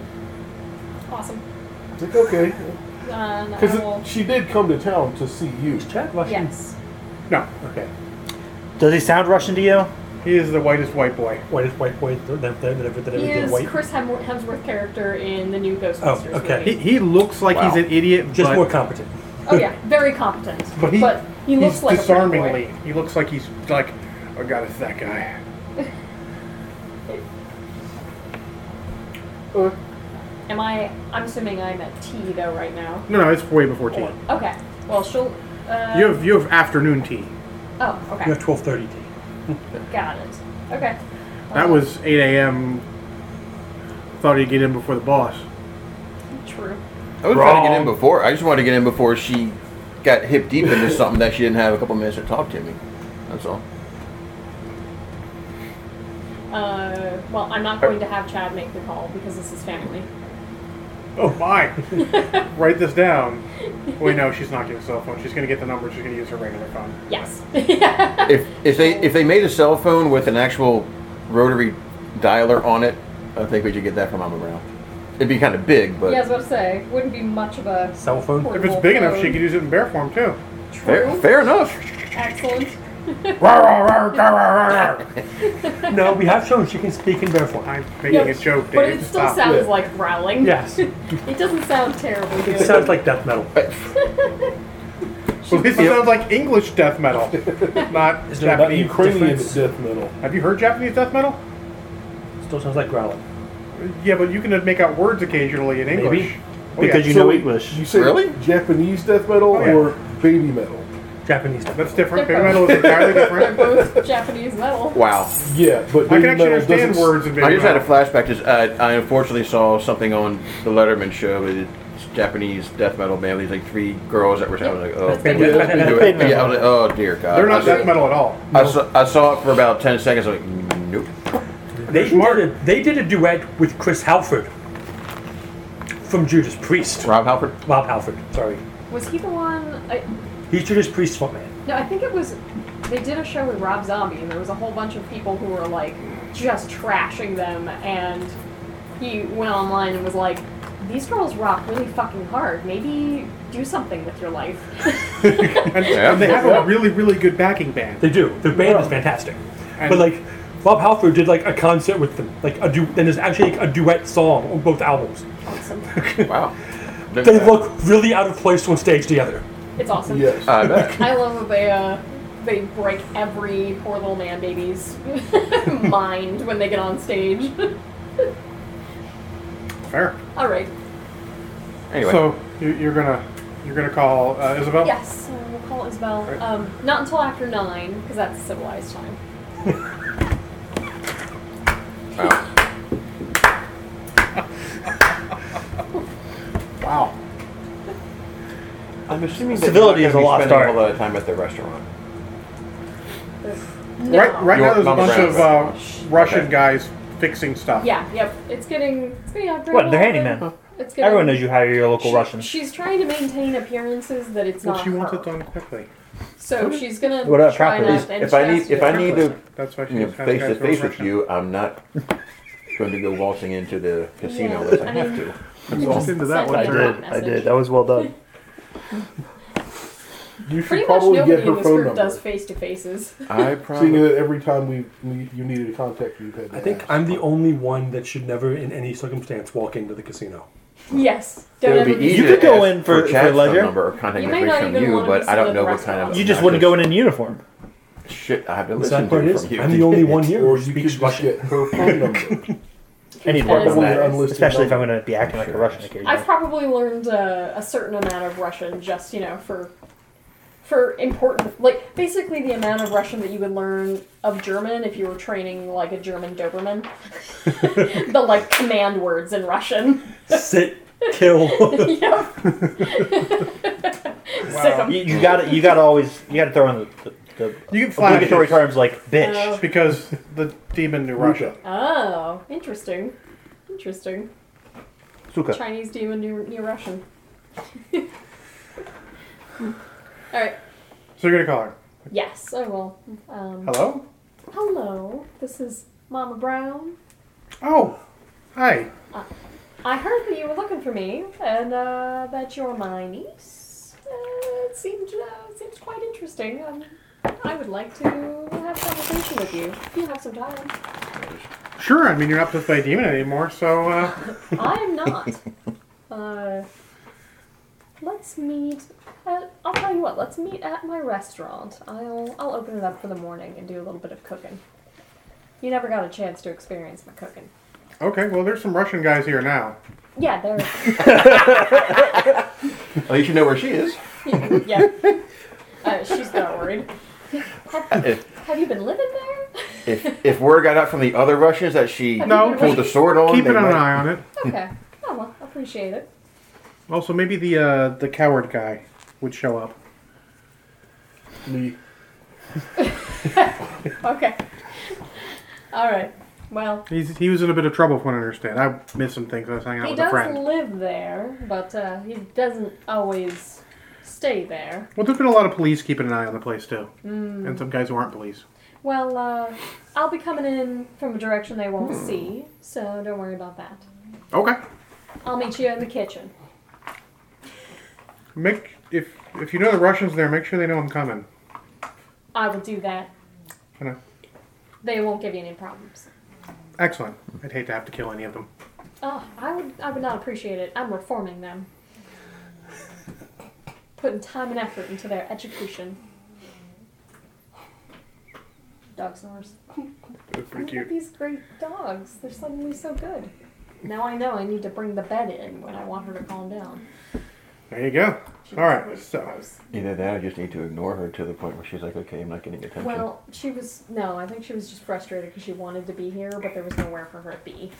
D: Awesome.
E: He's like, okay.
D: And I will.
E: Because she did come to town to see you.
C: Is Chad Russian?
D: Yes.
A: No.
C: Okay.
F: Does he sound Russian to you?
A: He is the whitest white boy.
C: White is white, white, that, that, that, that, that,
D: He
C: that-
D: is
C: white.
D: Chris Hem- Hemsworth character in the new Ghostbusters
C: Oh, okay.
A: He,
D: movie.
A: he looks like
B: Wow.
A: he's an idiot,
C: Just
A: but,
C: more competent.
D: Oh yeah, very competent.
A: but he,
D: he looks
A: he's
D: like
A: disarmingly.
D: a pretty
A: He looks like he's like, oh god, it's that guy.
E: Uh,
D: boy. Am I? I'm assuming I'm at T though right now.
A: No, no, it's way before tea.
D: Okay. Well, she'll. Uh,
A: You have you have afternoon tea.
D: Oh, okay.
C: You have 1230 D.
D: Got it. Okay.
A: That was 8 a.m. Thought he'd get in before the boss.
D: True.
B: I was trying to get in
A: Wrong.
B: before. I just wanted to get in before she got hip deep into something that she didn't have a couple minutes to talk to me. That's all.
D: Uh, well, I'm not going to have Chad make the call because this is family.
A: Oh my! Write this down. Wait, no, she's not getting a cell phone. She's gonna get the number. She's gonna use her regular phone.
D: Yes.
B: If if they if they made a cell phone with an actual rotary dialer on it, I think we should get that from Mama Brown. It'd be kind of big, but
D: yeah, I was about to say, wouldn't be much of a
C: Cell phone?
A: If it's big enough, she could use it in bear form too.
B: fair,
D: True.
B: fair enough.
D: Excellent.
C: No, we have shown she can speak in bear form.
A: I'm making
D: Yes,
A: a joke, Dave.
D: But it still
A: Stop.
D: sounds
E: Yeah.
D: like growling.
C: Yes.
D: It doesn't sound terribly good.
C: It sounds like death metal.
A: Well, this sounds like English death metal, not
C: Is there about
A: Japanese.
E: Ukrainian
C: difference.
E: death metal.
A: Have you heard Japanese death metal?
C: Still sounds like growling.
A: Yeah, but you can make out words occasionally in English. Oh,
F: Because
A: yeah.
F: you know English.
E: You say
B: Really?
E: Japanese death metal
A: Oh, yeah.
E: or baby metal?
C: Japanese death
A: that's
C: metal.
A: different.
D: They're
A: Baby metal is entirely
D: They're
A: different.
D: both Japanese metal.
B: Wow.
E: Yeah, but
A: I
E: baby
A: can actually
E: metal
A: understand
E: doesn't-
A: words in baby
B: I just had
A: metal.
B: a flashback. Just uh, I unfortunately saw something on the Letterman show. It Japanese death metal band. These like three girls that were. I was like, oh,
D: That's
B: please
C: good.
B: do
F: Fate
B: it.
F: metal.
B: Yeah, I was like, oh dear God.
A: They're
B: I
A: not
B: was
A: death
B: like-
A: metal at all.
B: I saw, I saw it for about ten seconds. I was like, nope.
C: They did, a, they did a duet with Chris Halford from Judas Priest.
B: Rob Halford.
C: Bob Halford, sorry.
D: Was he the one? I,
C: He's Judas Priest frontman.
D: no, I think it was. They did a show with Rob Zombie, and there was a whole bunch of people who were like just trashing them. And he went online and was like, "These girls rock really fucking hard. Maybe do something with your life."
A: And,
B: Yeah.
A: and they have a really, really good backing band.
C: They do. Their band is fantastic. but like, Bob Halford did like a concert with them, like a du- and there's actually like, a duet song on both albums.
D: awesome.
B: Wow.
C: They look really out of place on stage together.
D: It's awesome.
E: Yes.
B: Uh, I bet.
D: I love that they uh, they break every poor little man baby's mind when they get on stage.
A: Fair.
D: All right.
B: Anyway,
A: So you, you're gonna you're gonna call uh, Isabel.
D: Yes, uh, we'll call Isabel.
A: Right.
D: Um, not until after nine, because that's civilized time.
B: wow.
A: Wow.
B: I'm assuming that
F: Civility
B: you're
F: is
B: not
F: a
B: gonna be
F: lost
B: spending
F: art.
B: A lot of time at the restaurant.
D: No.
A: Right right
B: Your
A: now there's a
B: mama's
A: bunch
B: around,
A: of uh,
B: right?
A: Russian
B: Okay.
A: guys fixing stuff.
D: Yeah. Yep. It's getting. It's getting upgraded.
F: What? They're
D: a little bit.
F: handyman.
D: It's getting,
F: Everyone knows you hire your local
D: she-
F: Russians.
D: She's trying to maintain appearances that it's
A: Well,
D: not.
A: she wants
D: her.
A: it done quickly.
D: So she's gonna
F: What about
D: try
F: properties?
D: not. and
B: If
D: she
B: I
D: has
B: need,
D: to
B: if
D: do
B: I
D: it.
B: need to,
A: That's why she
B: you know,
A: has
B: face
A: guys
B: to
A: go
B: face with
A: Russian.
B: you, I'm not going to go waltzing into the casino
D: Yeah,
B: unless I
D: I
B: have
D: mean-
B: to.
D: You
A: walked
D: just
A: into that
D: sent
A: one
D: me
F: I
D: a
A: Sure.
F: did.
D: message.
F: I did. That was well done.
E: You
D: Pretty
E: should
D: much
E: probably get
D: nobody in
E: her
D: this
E: phone
D: group
E: number.
D: does face to faces.
B: I
E: Seeing
B: probably.
E: that every time we we- you needed a contact, you've had. to
C: I think
E: ask.
C: I'm the only one that should never, in any circumstance, walk into the casino.
D: Yes.
B: It
D: Don't
B: would
D: ever
B: be
D: do
B: easier
F: could
B: to
F: go
B: ask
F: in for- for
B: Chad's phone
F: leisure.
B: number or contact
D: You may not
B: information from
D: even
B: you,
D: wanna
B: but I
D: visit
B: don't
D: the
B: know what kind of
D: restaurant.
F: You just wouldn't go in in uniform.
B: Shit, I have to
C: The
B: listen
C: sad
B: to
C: part
B: it
C: is,
B: from you.
C: I'm the only one here
E: Or
C: who
E: you could
C: speaks
E: just
C: Russian.
E: get her phone number.
F: I need
D: That
F: to work
D: is
F: on that.
E: hilarious.
F: Especially if I'm going to be acting like a Russian occasionally.
D: I've probably learned uh, a certain amount of Russian just, you know, for for important like basically the amount of Russian that you would learn of German if you were training like a German Doberman. the like command words in Russian.
C: Sit, kill.
D: yep. Sick 'em.
F: You, you gotta, you gotta always, you gotta throw in the, the, the
A: You can flash
F: obligatory
A: it.
F: terms like bitch.
D: Oh.
A: because the demon knew Russia.
D: Oh, interesting. Interesting.
F: Suka.
D: Chinese demon near, near Russian. All right.
A: So you're gonna call her.
D: Yes, I will. Um,
A: Hello.
D: hello. This is Mama Brown.
A: Oh, hi.
D: I heard that you were looking for me, and uh, that you're my niece. Uh, it seemed uh, seems quite interesting. Um, I would like to have a conversation with you if you have some time.
A: Sure. I mean, you're not the play demon anymore, so uh,
D: I am not. Uh, let's meet. At, I'll tell you what. Let's meet at my restaurant. I'll I'll open it up for the morning and do a little bit of cooking. You never got a chance to experience my cooking.
A: okay. Well, there's some Russian guys here now.
D: Yeah, there.
B: At least you know where she is.
D: yeah. Uh, she's not worried. Have, have you been living there?
B: If if word got out from the other Russians that she
D: No.
B: pulled the sword on,
A: Keeping
B: they
A: an
B: might-
A: eye on it.
D: okay. Oh, well, I appreciate it.
A: Also, maybe the uh, the coward guy would show up.
E: Me.
D: Okay. All right. Well,
A: He's, he was in a bit of trouble, if I understand. I missed some things. I was hanging out
D: he
A: with a
D: does
A: friend.
D: live there, but uh, he doesn't always stay there.
A: well, there's been a lot of police keeping an eye on the place too,
D: Mm.
A: and some guys who aren't police.
D: Well, uh, I'll be coming in from a direction they won't see, so don't worry about that.
A: Okay.
D: I'll meet you in the kitchen.
A: Make if if you know the Russians there, make sure they know I'm coming.
D: I will do that.
A: You know.
D: They won't give you any problems.
A: Excellent. I'd hate to have to kill any of them.
D: Oh, I would I would not appreciate it. I'm reforming them. Putting time and effort into their education. Dog snores.
A: It was pretty
D: Look at
A: cute.
D: These great dogs. They're suddenly so good. Now I know I need to bring the bed in when I want her to calm down.
A: There you go.
D: She
A: All
D: was
A: right.
D: really
A: So
D: gross.
B: Either that, or just need to ignore her to the point where she's like, okay, I'm not getting attention.
D: Well, she was no. I think she was just frustrated because she wanted to be here, but there was nowhere for her to be.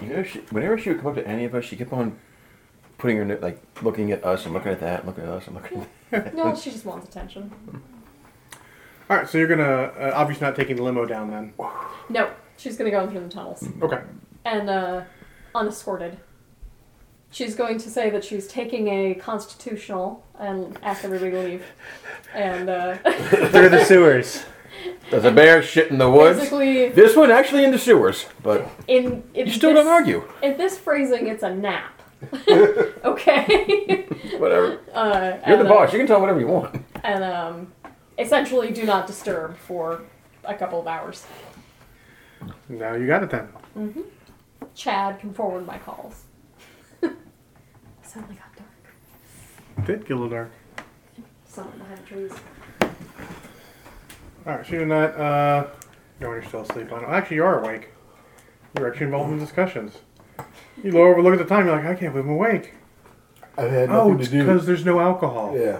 B: You know, she, whenever she would come up to any of us, she kept on putting her, no- like, looking at us and looking at that, looking at us and looking at
D: No, she just wants attention.
A: All right, so you're gonna uh, obviously not taking the limo down then.
D: No, she's gonna go in through the tunnels.
A: Okay.
D: and uh, unescorted. She's going to say that she's taking a constitutional and ask everybody to leave. And uh,
F: Through the sewers.
B: There's a bear shit in the woods.
D: basically,
B: This one actually in the sewers, but
D: in, in
B: you still
D: this,
B: don't argue.
D: In this phrasing, it's a nap. okay.
B: Whatever.
D: Uh,
B: You're
D: and,
B: the
D: uh,
B: boss. You can tell whatever you want.
D: and um, essentially, do not disturb for a couple of hours.
A: Now you got it then.
D: Chad can forward my calls. Suddenly got dark.
A: Did get a little dark.
D: Something behind the trees.
A: All right, so you're not. Uh, no, you're still asleep. I know. Actually, you are awake. You're actually involved in discussions. You look over, look at the time. You're like, I can't believe I'm awake.
E: I've had
A: Oh,
E: nothing
A: it's
E: to do.
A: because there's no alcohol.
E: Yeah.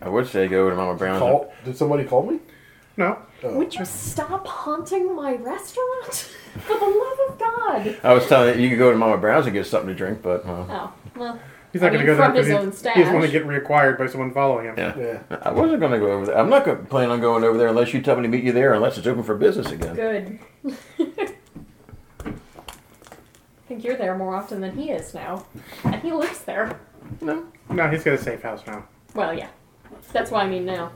B: I would say go to Mama Brown's.
E: Call, did somebody call me?
A: No.
D: Would you stop haunting my restaurant? For the love of God!
B: I was telling you, you could go to Mama Brown's and get something to drink, but well,
D: Oh, well,
A: He's not
D: I
A: going to
D: mean,
A: go there
D: from his
A: he,
D: own stash.
A: he doesn't want to get reacquired by someone following him.
B: yeah.
E: Yeah.
B: I wasn't going to go over there. I'm not gonna plan on going over there unless you tell me to meet you there, unless it's open for business again.
D: good. I think you're there more often than he is now. And he lives there.
B: No.
A: No, he's got a safe house now.
D: Well, yeah. That's what I mean now.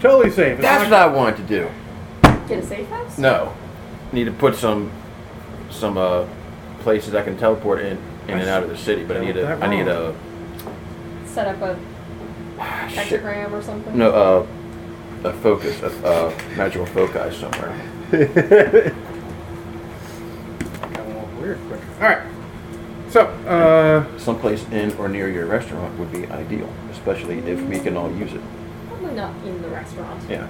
A: Totally safe. It's
B: That's what I wanted to do.
D: Get a safe house?
B: No. Need to put some some uh, places I can teleport in in and out of the city, but I need a I need a
D: Set up a
B: ah, shit.
D: pentagram or something?
B: no uh, a focus a, a magical foci somewhere.
A: Got a little weird quick. All right. So, uh,
B: Someplace in or near your restaurant would be ideal, especially if we can all use it.
D: Probably not in the restaurant.
B: Yeah.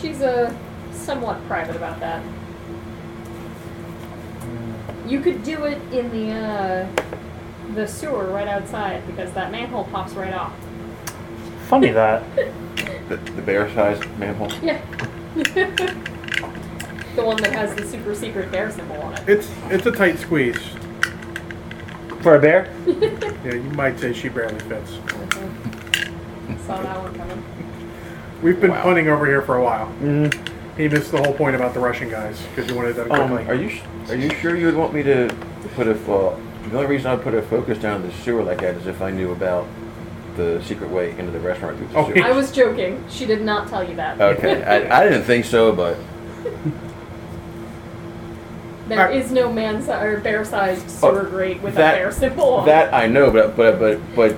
D: She's uh, somewhat private about that.
B: Mm.
D: You could do it in the uh, the sewer right outside because that manhole pops right off.
F: Funny that.
B: The, the bear-sized manhole.
D: Yeah. the one that has the super secret bear symbol on it.
A: it's it's a tight squeeze.
F: For a bear?
A: Yeah, you might say she barely fits.
D: Saw that one coming.
A: We've been
B: Wow. Mm-hmm.
A: punting over here for a while. He missed the whole point about the Russian guys because you wanted that
B: Um,
A: quickly.
B: are you s- are you sure you would want me to put a well, the only reason I would put a focus down the sewer like that is if I knew about the secret way into the restaurant through the
A: Oh,
B: sewer.
D: I was joking. She did not tell you that.
B: Okay, I, I didn't think so, but
D: There is no man si- or bear sized sewer
B: Uh, Oh,
D: grate with
B: that-
D: a bear symbol on it.
B: that I know. But but but but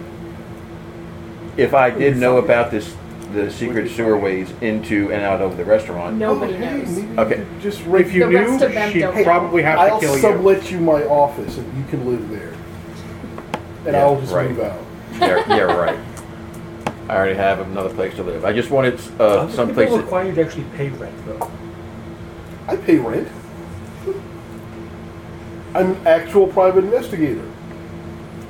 B: if I did know about this, the secret sewer ways into and out of the restaurant.
D: Nobody
E: Hey,
D: knows.
E: maybe
B: Okay.
E: Just
A: if you
D: The
A: knew,
D: rest of them
A: she'd
D: don't know.
A: probably have
E: I'll
A: to kill you.
E: sublet you. my office and you can live there. And
B: Yeah,
E: I'll just
B: right.
E: move out.
B: Yeah, yeah, right. I already have another place to live. I just wanted uh, some place.
C: People
B: that-
C: require you to actually pay rent, though.
E: I pay rent. I'm an actual private investigator.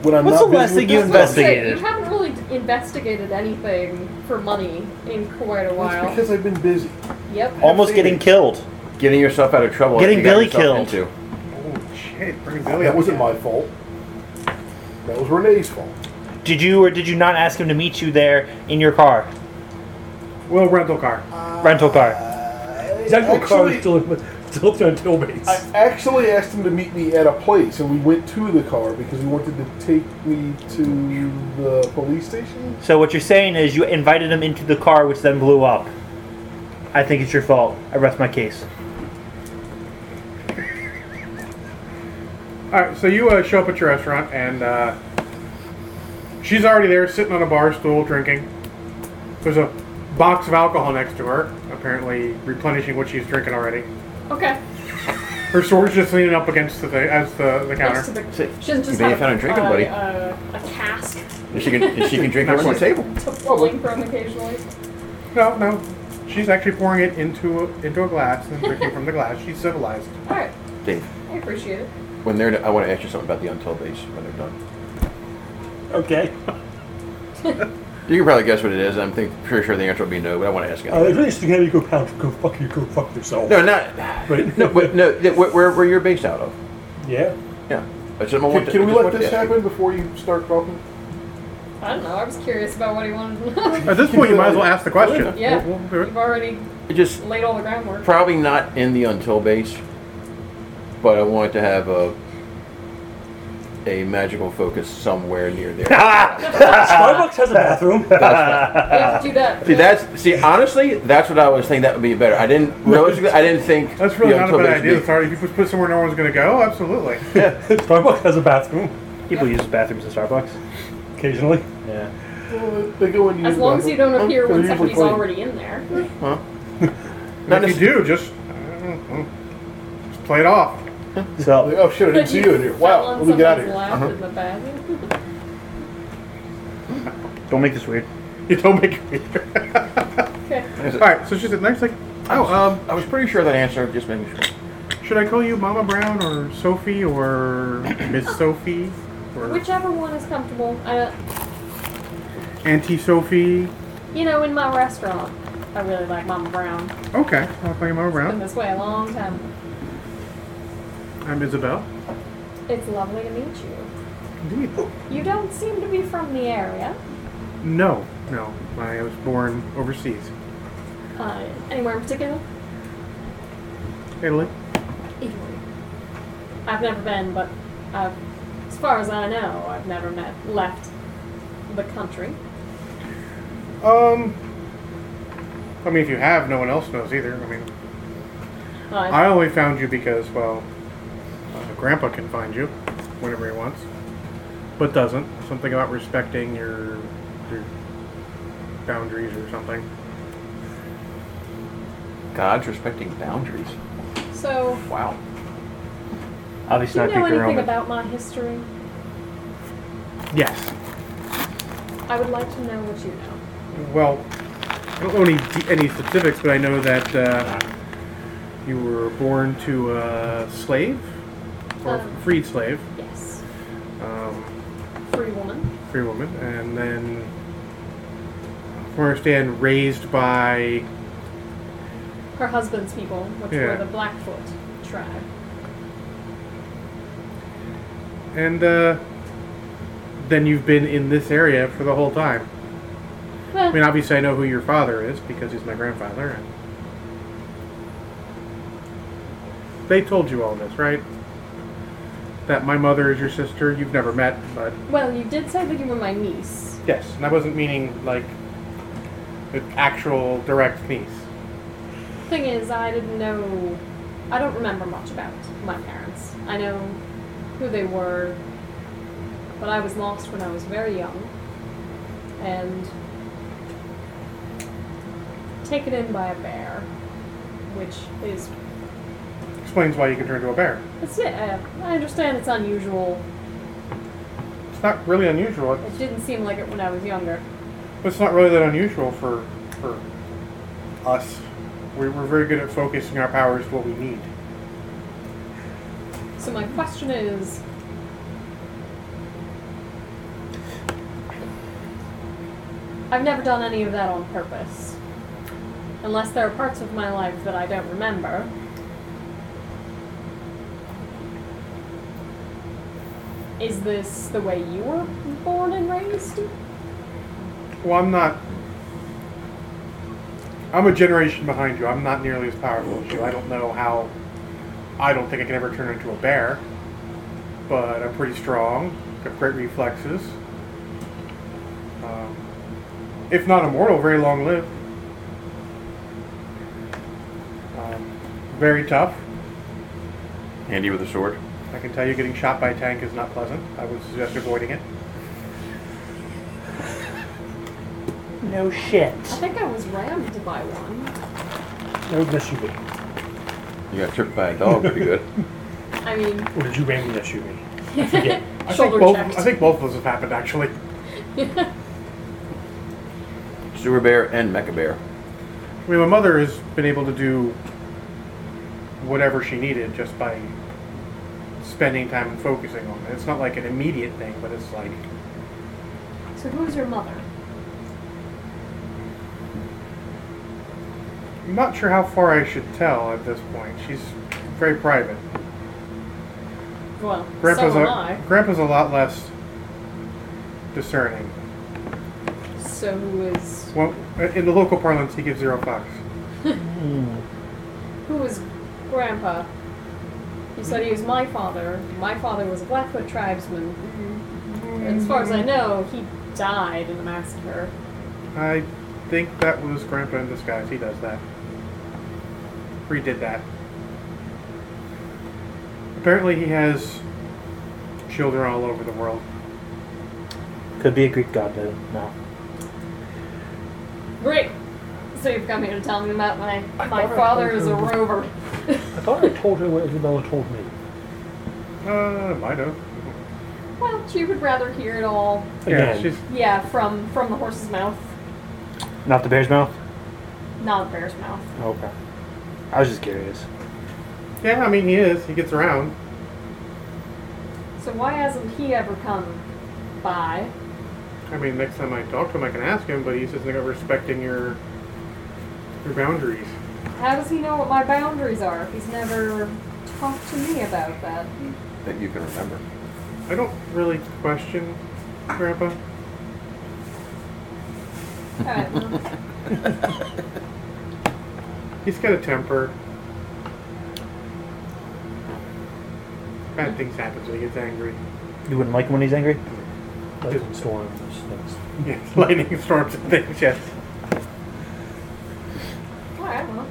E: When I'm
F: What's
E: not
F: the
E: busy
F: last
E: with
F: thing you
E: business,
D: Let's say
F: investigated?
D: You haven't really d- investigated anything for money in quite a
E: It's
D: while.
E: because I've been busy.
B: Oh,
D: Yep.
F: Almost getting killed.
B: Getting yourself out of trouble.
F: Getting
B: you got
F: Billy
B: yourself
F: killed.
B: into.
A: Oh shit! Bring Billy
E: That
A: up
E: wasn't
A: again.
E: my fault. That was Renee's fault.
F: Did you or did you not ask him to meet you there in your car?
A: Well, rental car.
F: Rental
B: Uh,
F: car.
C: His actual car is
E: Actually-
C: still, still up there on tailbaits.
E: I actually asked him to meet me at a place, and we went to the car because he wanted to take me to the police station.
F: So what you're saying is you invited him into the car which then blew up. I think it's your fault. I rest my case.
A: All right, so you uh, show up at your restaurant, and uh, she's already there, sitting on a bar stool, drinking. There's a box of alcohol next to her, apparently replenishing what she's drinking already.
D: Okay.
A: Her sword's just leaning up against the thing, as the, the
D: Next to
A: counter.
D: the,
B: See,
D: she doesn't just
B: you may
D: have
B: have found a drinking
D: uh,
B: buddy.
D: Uh, a cask to
B: And she can and she can drink over the table.
D: pulling from occasionally.
A: No, no, she's actually pouring it into a, into a glass and drinking from the glass. She's civilized.
D: All right,
B: Dave,
D: I appreciate it.
B: when they're, I want
C: Uh,
B: to ask you something about the until base when they're done.
F: Okay.
B: You can probably guess what it is. I'm think, pretty sure the answer will be no, but I want to ask
F: Oh,
C: Uh,
B: it.
C: it's really just to have you go pound, go fuck you, go fuck yourself.
B: No, not.
C: But
B: No, but no. th- wh- Where, where you're based out of?
C: yeah,
B: Yeah. That's something I
E: Can,
B: want to-
E: can we
B: just
E: let
B: want to
E: this
B: ask.
E: happen before you start talking?
D: I don't know. I was curious about what he wanted to know.
A: At this point, you might as well ask the question.
D: yeah,
A: We'll- we'll do it.
D: you've already
B: It Just
D: laid all the groundwork.
B: probably not in the until base, but I want to have a a magical focus somewhere near there.
C: Starbucks has a bathroom.
D: yeah, do that.
B: See that's see honestly that's what I was thinking that would be better. I didn't no, it's- I didn't think
A: That's really
B: the
A: not a
B: until
A: bad
B: base would be-
A: idea. Sorry, if you put- put somewhere no one's going to go, absolutely.
C: Starbucks has a bathroom
F: People use bathrooms in Starbucks.
C: occasionally.
F: Yeah.
E: Well, Uh, they go in
D: As long as you don't appear when
E: They're usually
D: somebody's already
E: clean.
D: in there.
A: And if you do, just, mm, mm, just play it off.
E: Like,
F: So
E: oh shit! I didn't see you in here. Wow, let me get out of here.
D: in the bathroom.
F: don't make this weird.
A: You don't make it.
D: Okay.
A: All right, so she said, next thing. Oh, um,
B: I was pretty sure that answer. Just making sure.
A: should I call you Mama Brown or Sophie or Miss Sophie or
D: Whichever one is comfortable. Uh,
A: Auntie Sophie?
D: you know, in my restaurant, I really like Mama Brown.
A: Okay, I'll call you Mama
D: Been
A: Brown.
D: this way a long time.
A: I'm Isabel.
D: It's lovely to meet you.
A: Indeed.
D: You don't seem to be from the area.
A: No, no, I was born overseas.
D: Uh, anywhere in particular?
A: Italy.
D: Italy. I've never been, but I've, as far as I know, I've never met, left the country.
A: Um, I mean, if you have, no one else knows either. I mean,
D: Uh,
A: I only found you because, well, uh, Grandpa can find you whenever he wants, but doesn't. Something about respecting your your boundaries or something.
B: God's respecting boundaries.
D: so,
B: Wow.
D: do
F: Obviously
D: you
F: not
D: know
F: Greek or
D: anything
F: Roman.
D: about my history?
A: Yes.
D: I would like to know what you know.
A: Well, I don't know any de- any specifics, but I know that uh, you were born to a slave or
D: Um.
A: freed slave,
D: Yes.
A: um,
D: Free woman.
A: free woman, and then, uh, from what I understand, raised by
D: Her husband's people, which
A: Yeah.
D: were the Blackfoot tribe.
A: And uh, then you've been in this area for the whole time. I mean, obviously, I know who your father is because he's my grandfather. And they told you all this, right? That my mother is your sister. You've never met, but
D: Well, you did say that you were my niece.
A: yes, and I wasn't meaning like the actual direct niece.
D: Thing is, I didn't know. I don't remember much about my parents. I know who they were, but I was lost when I was very young and taken in by a bear, which is.
A: Explains why you can turn into a bear.
D: It's, yeah, I understand it's unusual.
A: It's not really unusual.
D: It
A: It's,
D: didn't seem like it when I was younger.
A: it's not really that unusual for for us. We're, we're very good at focusing our powers to what we need.
D: So my question is, I've never done any of that on purpose. Unless there are parts of my life that I don't remember. Is this the way you were born and raised?
A: Well, I'm not. I'm a generation behind you. I'm not nearly as powerful as you. I don't know how. I don't think I can ever turn into a bear. But I'm pretty strong. Got great reflexes. Um, if not immortal, very long lived. Um, very tough.
B: Handy with a sword.
A: I can tell you getting shot by a tank is not pleasant. I would suggest avoiding it.
F: No shit.
D: I think I was rammed by one.
C: I would miss you. Lee.
B: You got tripped by a dog pretty good.
D: I mean,
C: Or did you randomly miss you? Lee? I forget.
A: I think,
D: shoulder
A: both,
D: checked.
A: I think both of those have happened, actually.
B: Sewer bear and mecha bear.
A: I mean, my mother has been able to do whatever she needed just by spending time and focusing on it. It's not like an immediate thing, but it's like
D: so who's your mother?
A: I'm not sure how far I should tell at this point. She's very private.
D: Well,
A: Grandpa's
D: so am
A: a, Grandpa's a lot less discerning.
D: I. So who is
A: Well, in the local parlance, he gives zero fucks.
D: who is Grandpa? You said he was my father. My father was a Blackfoot tribesman. As far
C: Mm-hmm.
D: as I know, he died in the massacre.
A: I think that was Grandpa in disguise. He does that. Redid that. Apparently, he has children all over the world.
F: Could be a Greek god, though. No.
D: Great. So you've come here to tell me about my
C: I
D: my
C: thought I
D: father
C: told
D: is a
C: you.
D: rover.
C: I thought I told her what Isabella told me.
A: Uh, might have.
D: Well, she would rather hear it all.
A: Yeah,
F: Again.
A: she's
D: Yeah, from from the horse's mouth,
F: Not the bear's mouth?
D: not the bear's mouth.
F: Okay. I was just curious.
A: Yeah, I mean, he is. He gets around.
D: So why hasn't he ever come by?
A: I mean, next time I talk to him, I can ask him, but he's just like respecting your your boundaries.
D: How does he know what my boundaries are if he's never talked to me about that?
B: that you can remember.
A: I don't really question Grandpa.
D: Alright, well,
A: He's got a temper. Bad things happen when he gets angry.
F: You wouldn't like him when he's angry?
C: Lightning storms, things.
A: Yes, lightning storms and things. Yes.
D: alright, well.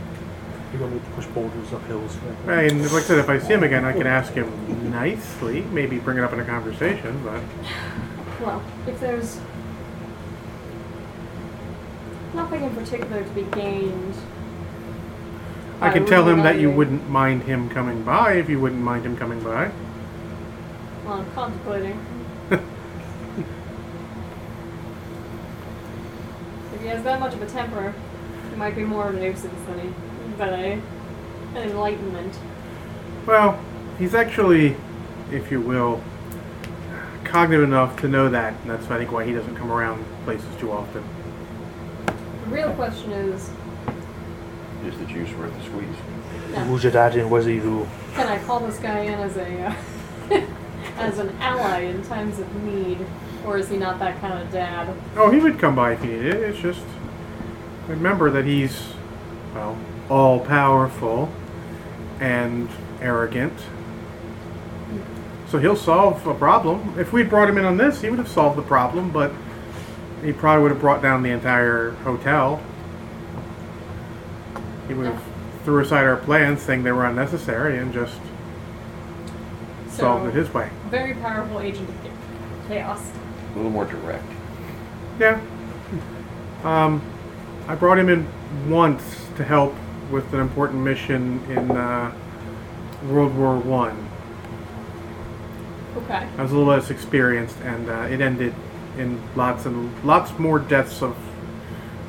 C: You don't need to push boulders up hills.
A: And like I said, if I see him again, I can ask him nicely. Maybe bring it up in a conversation. But
D: Well, if there's nothing in particular to be gained,
A: I can tell him that you
D: really-
A: wouldn't mind him coming by if you wouldn't mind him coming by.
D: well, I'm contemplating. if he has that much of a temper, he might be more of a nuisance than he, than a, an enlightenment.
A: Well, he's actually, if you will, cognitive enough to know that, and that's I think why he doesn't come around places too often.
D: The real question is,
B: Is the juice worth the squeeze?
D: now,
F: Wujadatin waziru.
D: can I call this guy in as a uh, as an ally in times of need, or is he not that kind of dad?
A: Oh, he would come by if he needed it. It's just remember that he's well all powerful and arrogant. So he'll solve a problem. If we'd brought him in on this, he would have solved the problem, but he probably would have brought down the entire hotel. He would have threw aside our plans, saying they were unnecessary, and just
D: So,
A: solved it his way.
D: very powerful agent of chaos.
B: A little more direct.
A: Yeah. Um, I brought him in once to help with an important mission in uh, World War One.
D: Okay.
A: I. was a little less experienced, and uh, it ended in lots and lots more deaths of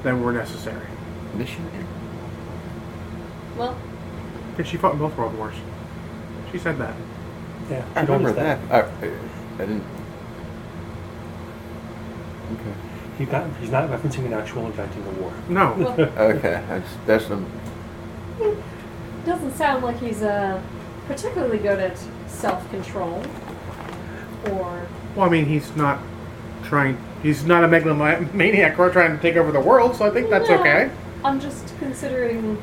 A: than were necessary.
B: Mission.
D: Well,
A: Yeah, she fought in both World Wars. She said that.
C: Yeah,
B: I
C: you don't
B: remember
C: miss
B: that. I, I didn't.
C: He's not, he's not referencing an actual event in the war.
A: No,
D: well,
B: Okay, that's that's the
D: doesn't sound like he's uh, particularly good at self-control or
A: well, I mean, he's not trying. He's not a megalomaniac or trying to take over the world, so I think that's
D: No.
A: okay.
D: I'm just considering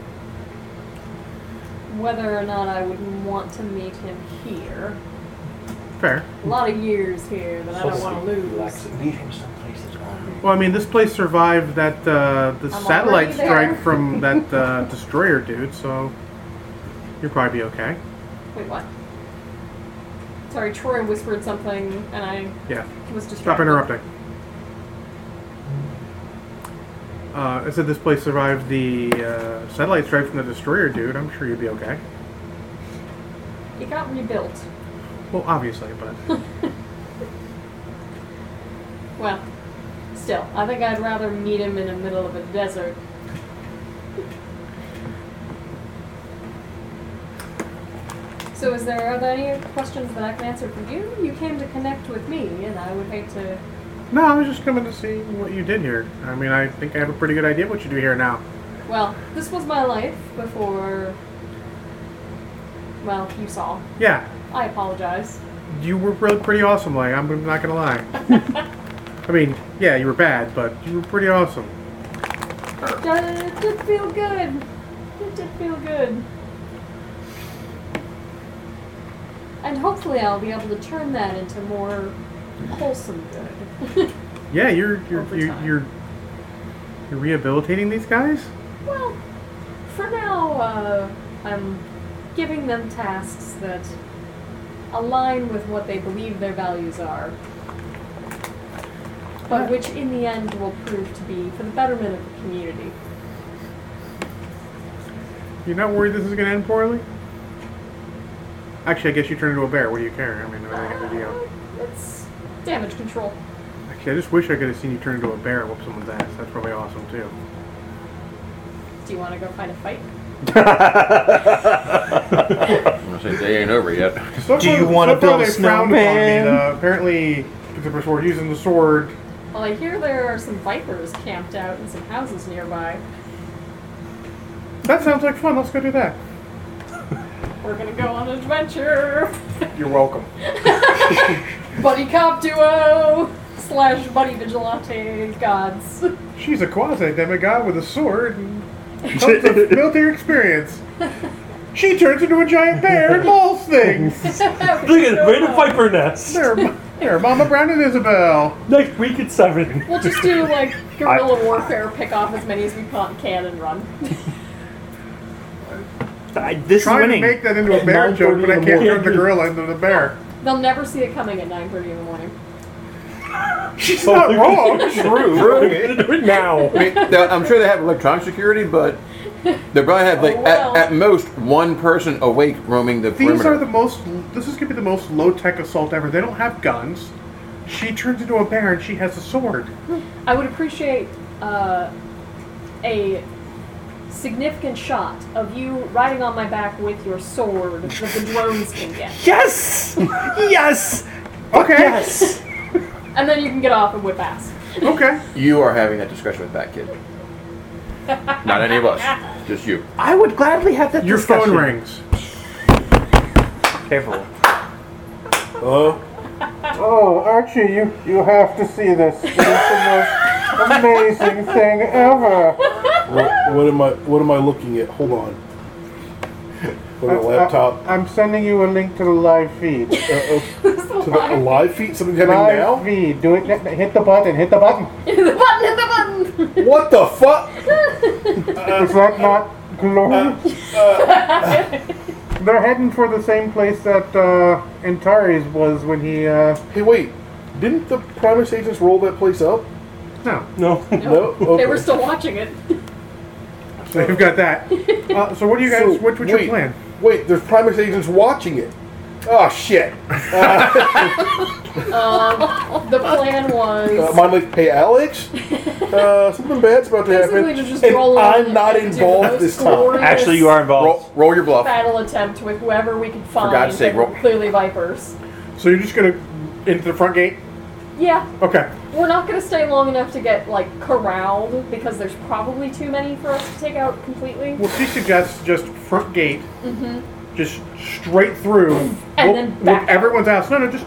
D: whether or not I would want to meet him here.
A: Fair.
D: A lot of years here that I don't want to lose.
C: Meet him someplace that's on
A: Well, I mean, this place survived that uh, the
D: already
A: satellite
D: there.
A: strike from that uh, destroyer dude, so you'll probably be okay.
D: Wait, what? Sorry, Troy whispered something, and I
A: Yeah.
D: was distracted.
A: Stop interrupting. Uh, I said this place survived the uh, satellite strike from the destroyer dude. I'm sure you'll be okay.
D: It got rebuilt.
A: Well, obviously, but
D: Well, still, I think I'd rather meet him in the middle of a desert. So, is there are there any questions that I can answer for you? You came to connect with me, and I would hate to.
A: no, I was just coming to see what you did here. I mean, I think I have a pretty good idea what you do here now.
D: Well, this was my life before. Well, you saw.
A: Yeah,
D: I apologize.
A: you were really pretty awesome. Like I'm not gonna lie. I mean, yeah, you were bad, but you were pretty awesome.
D: It did feel good. It did feel good. And hopefully, I'll be able to turn that into more wholesome good.
A: Yeah, you're you're
D: Over
A: you're,
D: time.
A: you're you're rehabilitating these guys.
D: Well, for now, uh, I'm giving them tasks that align with what they believe their values are, but which in the end will prove to be for the betterment of the community.
A: You're not worried this is gonna end poorly. Actually, I guess you turned into a bear. What do you care? I mean, I don't have a deal.
D: It's damage control.
A: Actually, I just wish I could have seen you turn into a bear and whoop someone's ass. That's probably awesome too.
D: Do you want to go find a fight?
B: I'm gonna say they ain't over yet.
A: So
F: Do you
A: far-
F: wanna
A: so far
F: build a
A: they frowned
F: snowman?
A: upon me, uh, apparently, because we're- we're using the sword.
D: Well, I hear there are some vipers camped out in some houses nearby.
A: That sounds like fun. Let's go do that.
D: We're gonna go on an adventure!
A: You're welcome.
D: buddy cop duo! Slash buddy vigilante gods.
A: She's a quasi demigod with a sword and tons of military experience. She turns into a giant bear and mauls things.
C: Look at Rated Viper Nest.
A: There, there, Mama Brown and Isabel.
C: Next week at 7.
D: We'll just do like guerrilla warfare, pick off as many as we ca- can and run.
F: I, this is
A: Trying
F: winning.
A: to make that into a
E: At
A: bear
E: 9:30
A: joke, but I
E: in the
A: can't turn
E: morning.
A: the gorilla into the bear.
D: They'll never see it coming at 9.30 in the morning.
A: She's
C: Oh,
A: not wrong.
B: True.
C: Do it now.
B: I mean, now, I'm sure they have electronic security, but they probably have like
D: Oh, well.
B: at, at most one person awake roaming the
A: These
B: perimeter.
A: are the most. This is gonna be the most low tech assault ever. They don't have guns. She turns into a bear and she has a sword.
D: I would appreciate uh, a significant shot of you riding on my back with your sword that the drones can get.
F: Yes! yes!
A: Okay.
F: Yes!
D: And then you can get off and whip ass.
A: Okay.
B: you are having that discussion with that kid. Not any of us, just you.
F: I would gladly have that
A: Your
F: discussion.
A: phone rings.
F: Careful.
E: Oh.
A: Oh, Archie, you, you have to see this. It's the most amazing thing ever.
E: What, what am I? What am I looking at? Hold on. Put a laptop.
A: I, am sending you a link to the live feed.
E: Uh-oh. To the a live feed. Something's happening
A: live
E: now.
A: feed. Do it. Hit the button. Hit the button.
D: the button, hit the button!
E: What the fuck?
A: Is that not glorious? They're heading for the same place that uh, Antares was when he. Uh,
E: Hey, wait. Didn't the Primus agents roll that place up?
A: no.
C: No.
E: No.
D: They were
E: Okay.
D: still watching it.
A: So you've got that. Uh, so what do you guys?
E: So,
A: what, what's your
E: wait.
A: plan?
E: Wait, there's Primus agents watching it. Oh shit!
D: Um, the plan
E: Uh,
D: was
E: mind like, hey Alex, uh, something bad's about to
D: basically
E: happen,
D: to just
E: and
D: roll in
E: I'm
D: and
E: not
D: do the most
E: involved this time.
D: glorious
F: Actually, you are involved.
B: Roll, roll your bluff.
D: Battle attempt with whoever we could find.
B: God's sake,
D: that were
B: roll-
D: Clearly vipers.
A: So you're just gonna into the front gate?
D: Yeah,
A: Okay.
D: we're not gonna stay long enough to get like corralled because there's probably too many for us to take out completely.
A: Well, she suggests just front gate, just straight through,
D: Mm-hmm. And
A: whoop,
D: then
A: whoop
D: back.
A: everyone's ass. No, no, just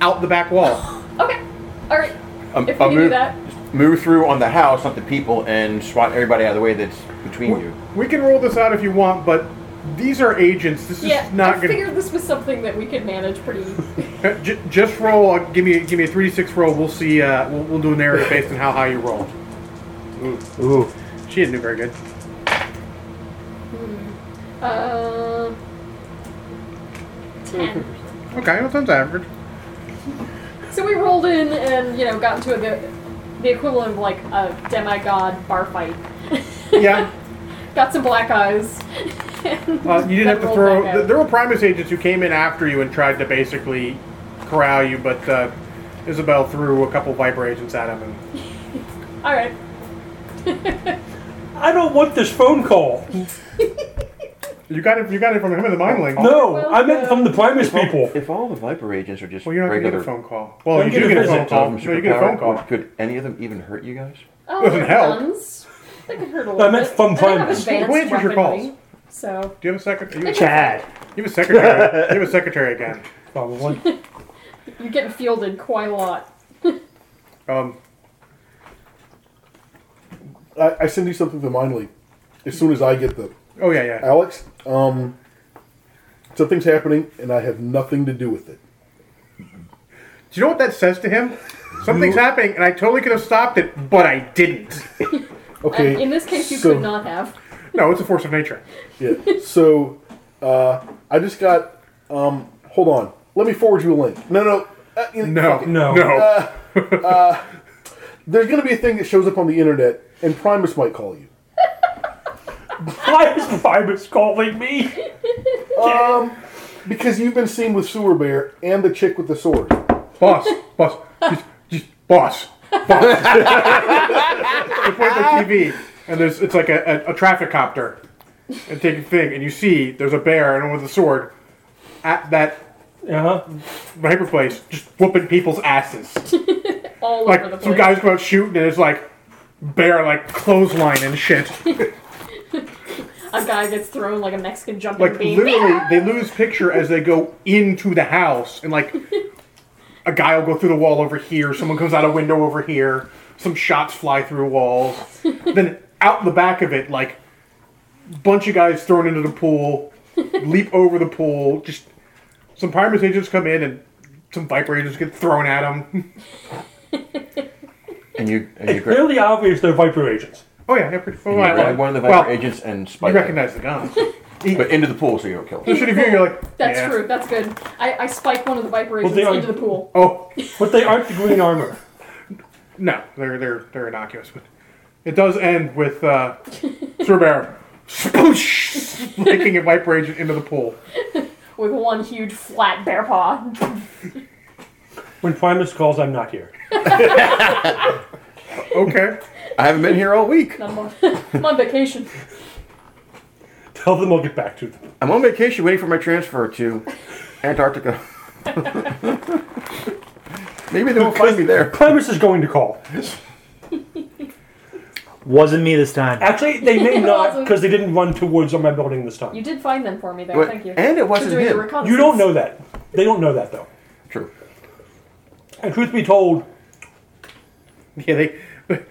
A: out the back wall.
D: Okay, all right.
B: Um,
D: If
B: uh,
D: we do
B: move,
D: that-
B: move through on the house, not the people, and swat everybody out of the way that's between
A: we,
B: you.
A: we can roll this out if you want, but these are agents. This
D: Yeah,
A: is not
D: I
A: gonna.
D: figured this was something that we could manage pretty.
A: Uh, j- just roll. Uh, give me give me a three d six roll. We'll see. Uh, we'll, we'll do a narrative based on how high you roll.
F: Ooh.
A: She didn't do very good.
D: Hmm. uh, ten.
A: Okay, well, sounds average.
D: So we rolled in and you know got into a, the, the equivalent of like a demigod bar fight.
A: Yeah.
D: got some black eyes.
A: Uh, you did
D: Then
A: have to
D: rolled
A: throw.
D: back
A: th-
D: out.
A: There were Primus agents who came in after you and tried to basically corral you, but uh, Isabel threw a couple Viper agents at him. And
D: All right.
C: I don't want this phone call.
A: you got it. You got it from him in the mind link.
C: No, I meant from the Primus people.
B: If all the Viper agents are just
A: Well, you're not gonna get a
B: regular,
A: phone call. Well,
C: Don't
A: you
C: get
A: do
C: a
A: get a
C: visit.
A: phone call.
B: Tell them
A: No, you get a phone
B: superpower,
A: call.
B: would- Could any of them even hurt you guys?
D: Oh,
A: Doesn't
D: there's
A: help.
D: guns. That could hurt a
C: No, I
D: little
C: meant
D: bit.
C: fun
D: I don't have
C: primers.
D: advanced
A: Wait for your
D: weaponry,
A: calls.
D: So
A: Do you have a secretary? You,
F: Chad.
A: you have a secretary. you have a secretary again.
C: Probably.
D: you're getting fielded quite a lot.
A: Um,
E: I, I send you something to Mind Leap as soon as I get the
A: oh yeah, yeah.
E: Alex. Um, something's happening, and I have nothing to do with it.
A: Do you know what that says to him? Something's happening, and I totally could have stopped it, but I didn't.
E: Okay.
D: And in this case, you
E: so-
D: could not have.
A: No, it's a force of nature.
E: Yeah. So uh, I just got. Um, hold on. Let me forward you a link. No, no. Uh, you-
A: No,
E: fuck it.
C: No.
A: no.
E: There's going to be a thing that shows up on the internet, and Primus might call you.
C: Why is Primus calling me?
E: Because you've been seen with Sewer Bear and the chick with the sword.
A: boss, boss, just, just boss, boss. they point at the TV, and there's it's like a, a, a traffic copter, and take a thing, and you see there's a bear and with a sword at that
C: Uh-huh.
A: hyper place, just whooping people's asses.
D: All over the
A: Like
D: place.
A: some guys go out shooting, and it's like bear like clothesline and shit.
D: a guy gets thrown like a Mexican jumping
A: Like
D: bean.
A: literally, they lose picture as they go into the house, and like a guy will go through the wall over here, someone comes out a window over here, some shots fly through walls, then out the back of it, like bunch of guys thrown into the pool, leap over the pool, just some Primus agents come in and some Viper agents get thrown at them.
B: And you, and you
C: It's
B: grab,
C: clearly obvious they're Viper agents.
A: oh yeah, yeah, pretty well,
B: you
A: I-
B: grab one of the Viper
A: well,
B: agents and
A: You
B: spike them.
A: recognize the guns.
B: But into the pool so you don't kill them.
A: Especially if you're you're like,
D: That's
A: yeah.
D: true. That's good. I, I spike one of the viper agents
C: they are-
D: into the pool.
A: Oh,
C: But they aren't the green armor.
A: No, they're they're they're innocuous, but it does end with uh, Sir Bear sploosh, flicking a viper agent into the pool.
D: with one huge flat bear paw.
C: When Primus calls, I'm not here.
A: Okay,
B: I haven't been here all week.
D: I'm on, I'm on vacation.
C: Tell them I'll get back to them.
B: I'm on vacation waiting for my transfer to Antarctica. Maybe they won't find me there.
C: Primus is going to call.
F: Wasn't me this time.
C: Actually, they may not
D: Awesome.
C: because they didn't run towards on my building this time.
D: You
C: You,
D: did find them for me though.
B: What-
D: Thank you.
B: and it
D: For
B: wasn't
D: doing
B: him.
D: the reconnaissance.
C: don't know that. They don't know that though.
B: True.
C: And truth be told,
A: yeah, they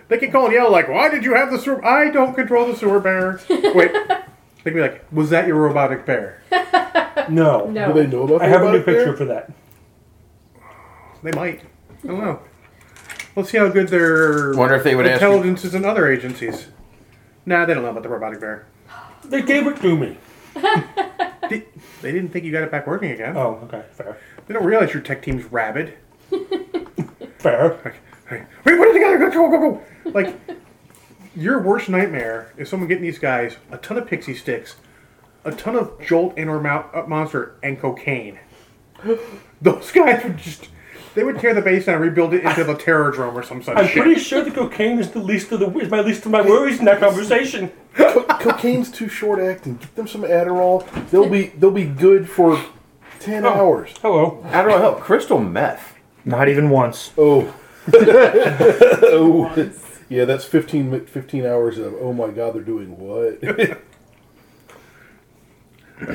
A: they can call and yell like, "Why did you have the sewer? I don't control the sewer bear." Wait, they can be like, "Was that your robotic bear?"
C: no.
D: No.
E: Do they know about
C: I have a
E: robotic
C: new picture
E: bear?
C: for that.
A: They might. I don't know. Let's see how good their
B: Wonder if they would ask you-
A: intelligence is in other agencies. Nah, they don't know about the robotic bear.
C: They gave it to me.
A: They, they didn't think you got it back working again.
C: Oh, okay, fair,
A: They don't realize your tech team's rabid.
C: fair.
A: Wait, put it together. Go, go, go, go. Like, your worst nightmare is someone getting these guys a ton of pixie sticks, a ton of Jolt and or Mou- uh, Monster, and cocaine. Those guys would just. They would tear the base down and rebuild it into the terror drum or some such
C: I'm
A: shit.
C: pretty sure the cocaine is the least of the is my least of my worries in that conversation.
E: Co- cocaine's too short acting. Get them some Adderall. They'll be they'll be good for
A: Oh.
E: ten hours.
C: Hello.
B: Adderall help. Crystal meth.
F: Not even once.
E: Oh. oh. Yeah, that's 15, mi- 15 hours of oh my god, they're doing what?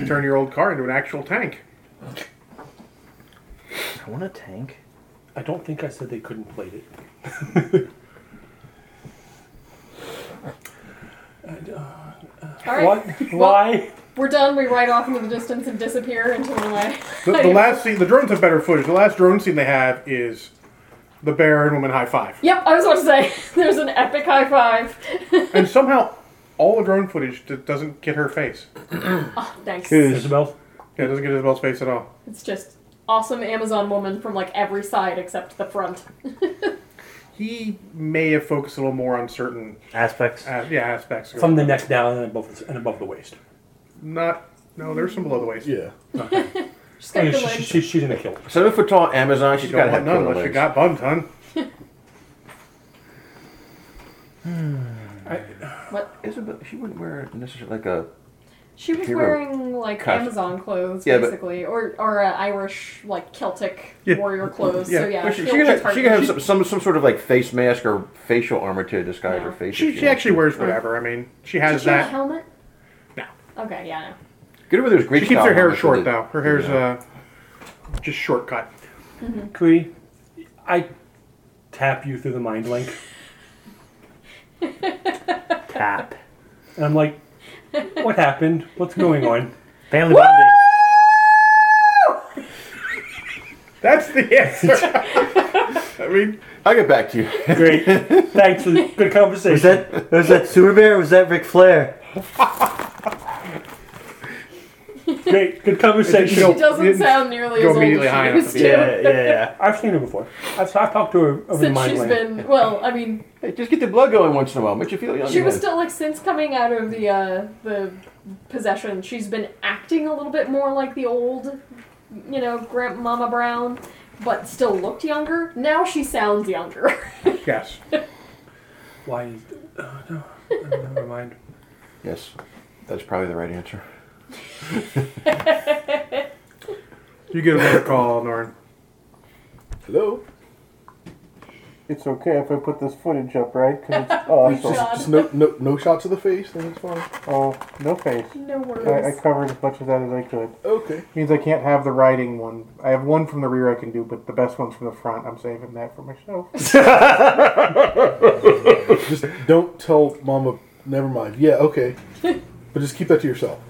A: Turn your old car into an actual tank.
F: I want a tank.
C: I don't think I said they couldn't plate it.
D: All right.
C: What? Why?
D: We're done. We ride off into the distance and disappear into the night.
A: The, the last scene, the drones have better footage. The last drone scene they have is the bear and woman high five.
D: Yep, I was about to say. There's an epic high five.
A: And somehow, all the drone footage d- doesn't get her face.
D: Oh, Thanks.
C: Isabel.
A: Yeah, it doesn't get Isabel's face at all.
D: It's just awesome Amazon woman from like every side except the front.
A: he may have focused a little more on certain
F: Aspects.
A: uh, yeah aspects.
C: From the neck down and above and above the waist.
A: not no, there's some below the waist.
E: yeah.
D: She's
C: I
D: got
C: mean,
D: good
C: Oh, she, she,
D: legs.
C: she, she's in a kilt.
B: Seven foot tall Amazon. She's
A: You
B: got
A: don't
B: to
A: want
B: have
A: none
B: killer
A: unless you
B: legs.
A: got buns, hun.
C: I,
D: What?
B: Isabel, she wouldn't wear necessarily like a
D: She was
B: Hero.
D: wearing like
B: Costume.
D: Amazon clothes,
B: Yeah, but-
D: basically, or or uh, Irish like Celtic
A: Yeah.
D: warrior clothes. So yeah,
B: Well, she, she,
D: she'll-
B: could
D: she's
B: have,
D: hard-
B: she could have some, some some sort of like face mask or facial armor to disguise her
D: No.
B: face. if
A: She, she
B: wants
A: actually
B: to.
A: wears whatever. I mean, she
D: Does
A: has
D: she have a
A: that.
D: helmet?
A: No.
D: Okay, yeah,
B: Good with those Greek.
A: She keeps
B: style
A: her hair
B: helmets
A: short
B: with the-
A: though. Her hair's
B: yeah.
A: uh, just shortcut.
C: Kree, I tap you through the mind link,
F: Tap.
C: and I'm like, "What happened? What's going on?"
F: Family bonding.
A: That's the answer. I mean,
B: I'll get back to you.
C: Great, thanks for the good conversation.
F: Was that was that Sewer Bear? Or was that Ric Flair?
C: Great, good conversation.
A: Go-
D: no. She doesn't
A: didn't
D: sound nearly
A: go
D: as old
A: immediately high enough
D: as
A: to
D: she
A: be-
D: used to.
F: Yeah, yeah, yeah.
C: I've seen her before. I've, I've talked to her over the
D: Since
C: mind
D: she's
C: link.
D: been well, I mean,
B: Hey, just get the blood going once in a while. Makes you feel young.
D: she was
B: again.
D: still like since coming out of the uh, the possession, she's been acting a little bit more like the old, you know, grandmama Brown, but still looked younger. Now she sounds younger.
A: yes.
C: Why? Is, uh, no, uh, never mind.
B: Yes, that's probably the right answer.
A: You get another call, Norn.
E: Hello?
G: It's okay if I put this footage up, right? 'Cause it's awesome.
D: God.
E: Just no, no, no shot to the face, then it's fine.
G: Oh, no face.
D: no
G: I, I
D: worries.
G: covered as much of that as I could.
E: Okay.
G: Means I can't have the writing one. I have one from the rear I can do, but the best one's from the front. I'm saving that for myself.
E: Just don't tell Mama. Never mind. Yeah, okay. But just keep that to yourself.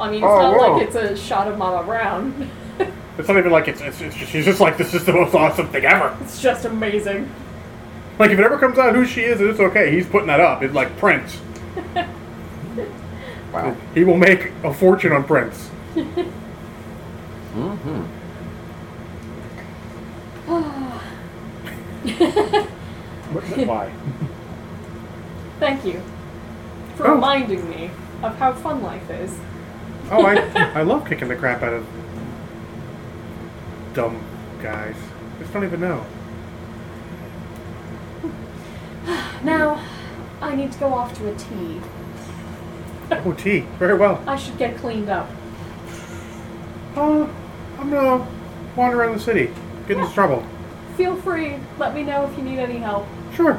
D: I mean, it's
G: Oh,
D: not
G: wow.
D: like it's a shot of Mama Brown.
A: It's not even like it's. it's, it's just, she's just like this is the most awesome thing ever.
D: It's just amazing.
A: Like if it ever comes out who she is, it's okay. He's putting that up. It's like Prince.
B: Wow.
A: He will make a fortune on Prince.
C: Why?
D: Thank you for
A: Oh.
D: reminding me of how fun life is.
A: Oh, I I love kicking the crap out of dumb guys. I just don't even know.
D: Now, I need to go off to a tea.
A: Oh, tea. Very well.
D: I should get cleaned up.
A: Uh, I'm gonna wander around the city, get into trouble.
D: Feel free. Let me know if you need any help.
A: Sure.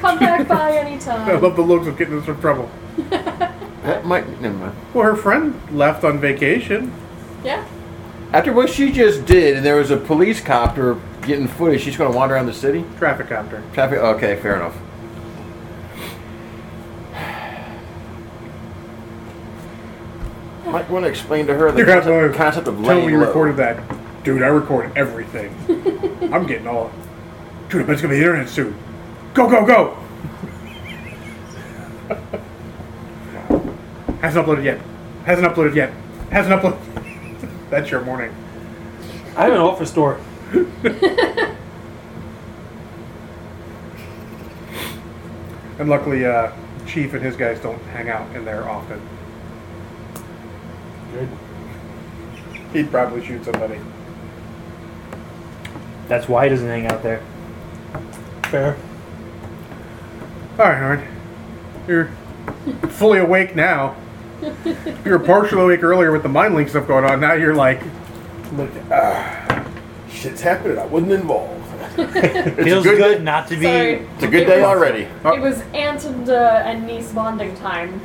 D: Come back by
A: I
D: anytime.
A: love the looks of getting into trouble.
B: That might never mind.
A: Well, her friend left on vacation.
D: Yeah.
B: After what she just did, and there was a police copter getting footage, she's going to wander around the city.
A: Traffic copter.
B: Traffic. Okay, fair enough. Might want to explain to her the
A: You're gonna have
B: concept,
A: to
B: concept of
A: Tell
B: laying
A: me you
B: low.
A: recorded that, dude. I record everything. I'm getting all. Dude, I bet it's gonna be the internet soon. Go, go, go. Hasn't uploaded yet. Hasn't uploaded yet. Hasn't uploaded. That's your morning.
C: I have an office door.
A: And luckily, uh, Chief and his guys don't hang out in there often.
C: Good.
A: He'd probably shoot somebody.
F: That's why he doesn't hang out there.
C: Fair.
A: All right, Howard. You're fully awake now. You were partially awake earlier with the mind link stuff going on. Now you're like,
E: Look, ah, shit's happening. I wasn't involved.
F: Feels
B: good
F: good, not to be.
D: Sorry.
B: It's a good day
D: was-
B: already.
D: It was aunt and, uh, and niece bonding time.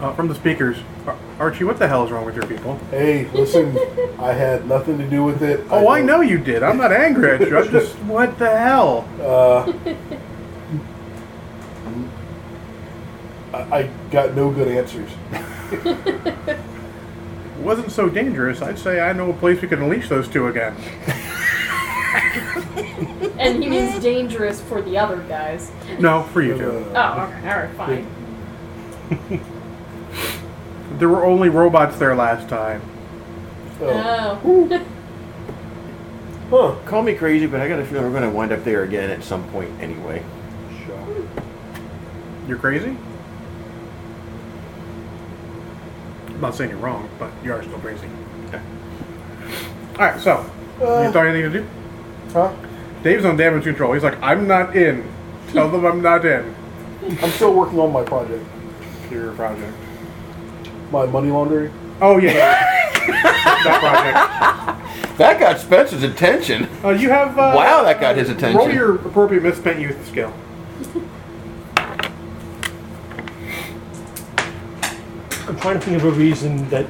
A: Uh, from the speakers, Ar- Archie, what the hell is wrong with your people?
E: Hey, listen, I had nothing to do with it.
A: Oh, I
E: don't-
A: know you did. I'm not angry at you. I'm just, what the hell?
E: Uh, I, I got no good answers.
A: It wasn't so dangerous. I'd say I know a place we can unleash those two again.
D: And he means dangerous for the other guys.
A: No, for you two.
E: Uh,
D: Oh, okay. Alright, fine.
A: There were only robots there last time.
E: Oh.
D: Oh.
E: Huh.
B: Call me crazy, but I got a feeling we're going to wind up there again at some point anyway.
E: Sure.
A: You're crazy? I'm not saying you're wrong, but you are still crazy. Alright, so, you
D: Uh.
A: thought anything to do?
E: Huh?
A: Dave's on damage control. He's like, I'm not in. Tell them I'm not in.
E: I'm still working on my project.
A: You're your project?
E: My money laundering.
A: Oh yeah, yeah. that
B: That got Spencer's attention.
A: project. Uh, you have uh,
B: Wow, that got his
A: Roll
B: attention.
A: your appropriate misspent youth skill.
C: I'm trying to think of a reason that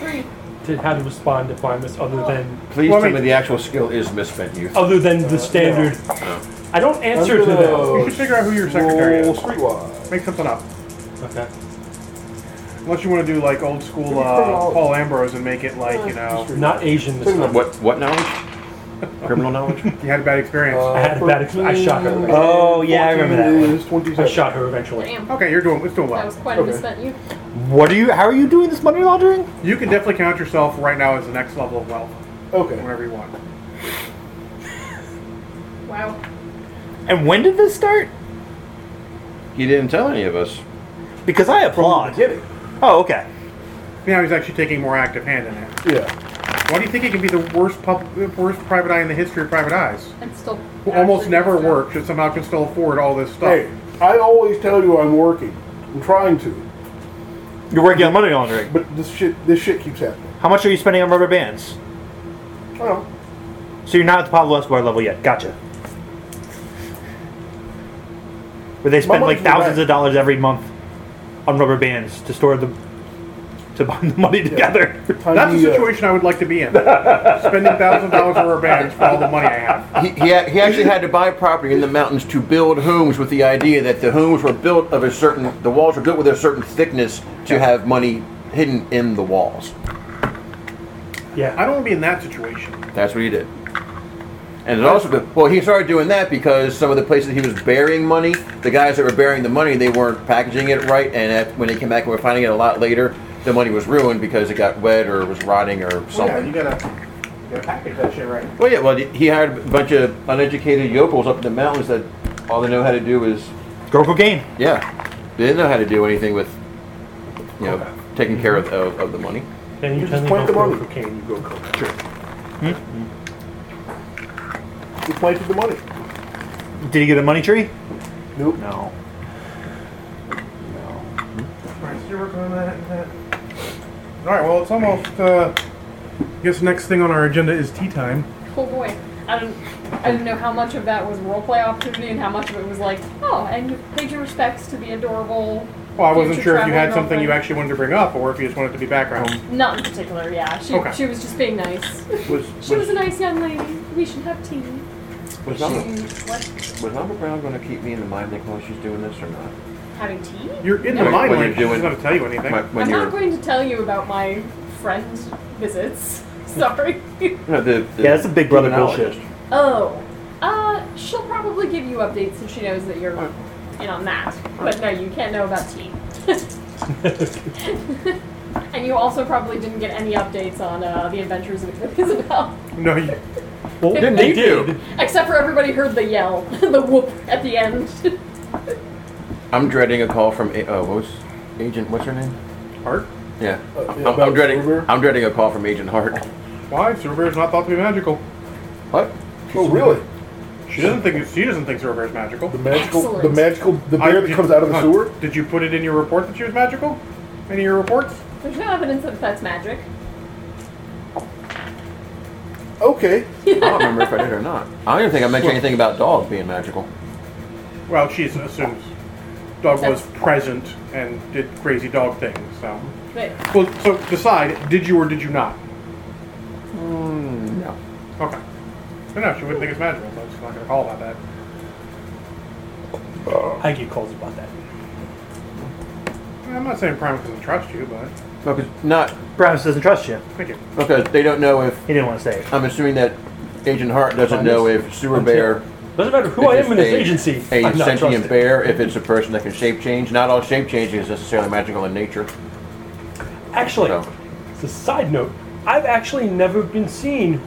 D: Three.
C: to how to respond to Primus other than
B: Please
A: Well, I
B: tell me
A: mean- Oh.
B: the actual skill is misspent youth.
C: other than the standard. I don't answer to
A: You
E: gonna-
C: them.
A: should figure out who your secretary
E: Roll
A: is.
E: streetwise.
A: Make something up.
C: Okay.
A: Unless you want to do like old school uh, Paul Ambrose and make it like you know
C: Not Asian this time.
B: What what knowledge? Criminal knowledge?
A: you had a bad experience.
E: Uh,
C: I had a bad ex- I shot her.
E: 13,
F: Oh, yeah, I remember that
E: 14
F: one.
E: is 27.
C: I shot her eventually.
D: Damn.
A: okay, you're doing it's doing
D: That was
A: well.
D: quite a
E: Okay.
D: misspent you.
F: What are you? How are you doing this money laundering?
A: You can definitely count yourself right now as the next level of wealth
E: Okay.
A: whenever you want.
D: Wow.
F: And when did this start?
B: He didn't tell any of us.
F: Because I
E: From the
F: applaud.
E: beginning.
F: Oh, okay.
A: Now he's actually taking more active hand in it.
E: Yeah.
A: Why do you think he can be the worst pub, worst private eye in the history of private eyes?
D: I'm still.
A: Who almost
D: actually
A: never
D: messed up.
A: works and somehow can still afford all this stuff.
E: uh, Hey, I always tell you I'm working. I'm trying to,
F: You're working on money laundering.
E: but this shit, this shit keeps happening.
F: How much are you spending on rubber bands?
E: Well,
F: So you're not at the Pablo Escobar level yet. Gotcha. Where they spend
E: money's
F: like thousands
E: right.
F: of dollars every month on rubber bands to store the to bond the money together.
E: time
A: That's a
E: he, uh,
A: situation I would like to be in. Spending thousand dollars on rubber bands for all the money I have.
B: He, he, ac- he actually had to buy property in the mountains to build homes with the idea that the homes were built of a certain, the walls were built with a certain thickness to have money hidden in the walls.
A: I
C: Yeah.
A: don't want to be in that situation.
B: That's what he did. And it also, been- well, he started doing that because some of the places he was burying money, the guys that were burying the money, they weren't packaging it right, and at, when they came back and were finding it a lot later, the money was ruined because it got wet or was rotting or
A: Yeah,
B: something.
A: you gotta, you gotta package that shit right.
B: Well, yeah, well, he hired a bunch of uneducated yokels up in the mountains that all they know how to do is
F: Go cocaine.
B: Yeah, they didn't know how to do anything with, you know, taking care of, of, of the money.
C: Then you
E: You
C: tell
E: just
C: me
E: point
C: about
E: the money.
C: cocaine, you go cocaine.
F: Hmm?
E: He planted the money. Oh,
F: Did he get a money tree?
E: Nope.
F: No. No.
A: Alright, so you're working on that. and that. Alright, well, it's almost. Uh, I guess next thing on our agenda is tea time.
D: Cool Oh, boy. I don't. I didn't know how much of that was role play opportunity and how much of it was like, oh, and you paid your respects to the adorable.
A: Well, I wasn't
D: Future
A: sure if you had
D: traveling
A: something you
D: girlfriend.
A: actually wanted to bring up or if you just wanted it to be background.
E: Um,
D: Not in particular, yeah. She,
A: Okay.
D: she was just being nice.
B: Was
D: She was
B: was
D: a nice young lady. We should have tea.
B: was Alma,
D: She what?
B: was Alma Brown going to keep me in the mind, Nick, while she's doing this or not?
D: Having tea?
A: You're in the
D: Like
A: mind
B: what
A: link,
B: you're
A: she's
B: doing.
A: not to tell you anything.
B: When, when
D: I'm
B: you
D: not
B: were
D: going to tell you about my friend visits. Sorry.
B: no, the, the
F: Yeah, that's a big brother
B: criminologist.
F: bullshit.
D: oh. Uh, she'll probably give you updates since she knows that you're in on that. But no, you can't know about tea. and you also probably didn't get any updates on uh, the adventures of Isabel.
A: No, you,
C: Well,
D: Didn't
C: Oh, they
D: he
C: did.
D: Except for everybody heard the yell, the whoop at the end.
B: I'm dreading a call from A- oh, what was Agent? What's her name?
A: Hart?
B: Yeah,
E: Uh, yeah,
B: I'm, I'm
E: about
B: dreading.
E: Silver?
B: I'm dreading a call from Agent Hart.
A: Why? Silverbear's not thought to be magical.
B: What?
E: Oh, really?
A: She doesn't think she doesn't think Silverbear's magical.
E: The magical, the
D: Excellent.
E: magical, the bear that
A: did-
E: comes out of the
A: huh,
E: sewer.
A: Did you put it in your report that she was magical? Any of your reports?
D: There's no evidence that that's magic.
E: Okay.
B: I don't remember if I did or not. I don't even think I mentioned anything about dogs being magical.
A: Well, she assumes dog was
D: That's-
A: present and did crazy dog things. So,
D: But
A: well, so decide: did you or did you not?
B: No.
A: Okay. No, no, she wouldn't think it's magical, so she's not gonna call about that.
C: I get calls about that.
A: I'm not saying Primus doesn't trust you, but
B: Because not
F: Perhaps doesn't trust you.
A: thank you.
B: because they don't know if
F: He didn't want to say it.
B: I'm assuming that Agent Hart doesn't know if Sewer Bear
C: Doesn't matter who I
B: is
C: am in this
B: a-
C: agency.
B: a
C: I'm not
B: sentient
C: trusted.
B: bear, if it's a person that can shape change. Not all shape changing is necessarily magical in nature.
C: Actually,
B: No.
C: it's a side note. I've actually never been seen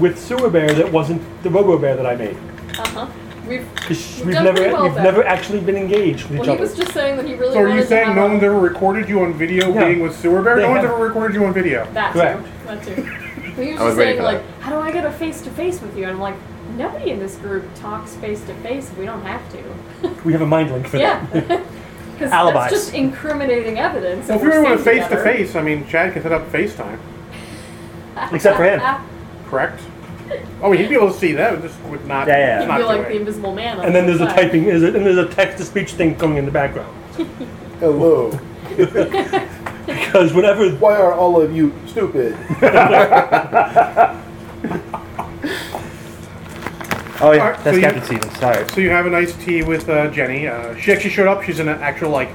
C: with sewer bear that wasn't the Robo Bear that I made.
D: uh huh. We've
C: 'Cause
D: You've
C: we've
D: done
C: never
D: pretty well
C: we've
D: there.
C: never actually been engaged with each
D: Well, he
C: other.
D: was just saying that he really
A: So are
D: wanted
A: you
D: to
A: saying
D: have
A: no
D: a-
A: one's ever recorded you on video
C: Yeah.
A: being with Sewer Bear?
C: They
A: No one's
C: have-
A: ever recorded you on video.
D: that
C: Correct.
D: too. That too. But he was
B: I was
D: just
B: ready
D: saying
B: for
D: like, how do I get a face to face with you? And I'm like, nobody in this group talks face to face. We don't have to.
C: we have a mind link for
D: yeah.
C: that.
D: Because
F: Alibis.
D: that's just incriminating evidence.
A: Well, if
D: we're
A: we were
D: sitting
A: face to
D: together.
A: face, I mean, Chad can set up FaceTime,
F: Except for him.
D: Ah,
A: correct? I mean, he'd be able to see that, it just would not.
F: Yeah, yeah.
A: it's
D: You'd
A: not
D: be like the
A: doing it.
D: invisible man. on
C: And then
D: the
C: there's a
D: side.
C: typing, is it, and there's a text to speech thing going in the background.
E: Hello.
C: Because whenever
E: Why are all of you stupid?
F: Oh yeah,
A: Alright, so
F: that's
A: you-
F: Captain Stevens. Sorry.
A: So you have a nice tea with uh, Jenny. Uh, she actually showed up. She's in an actual like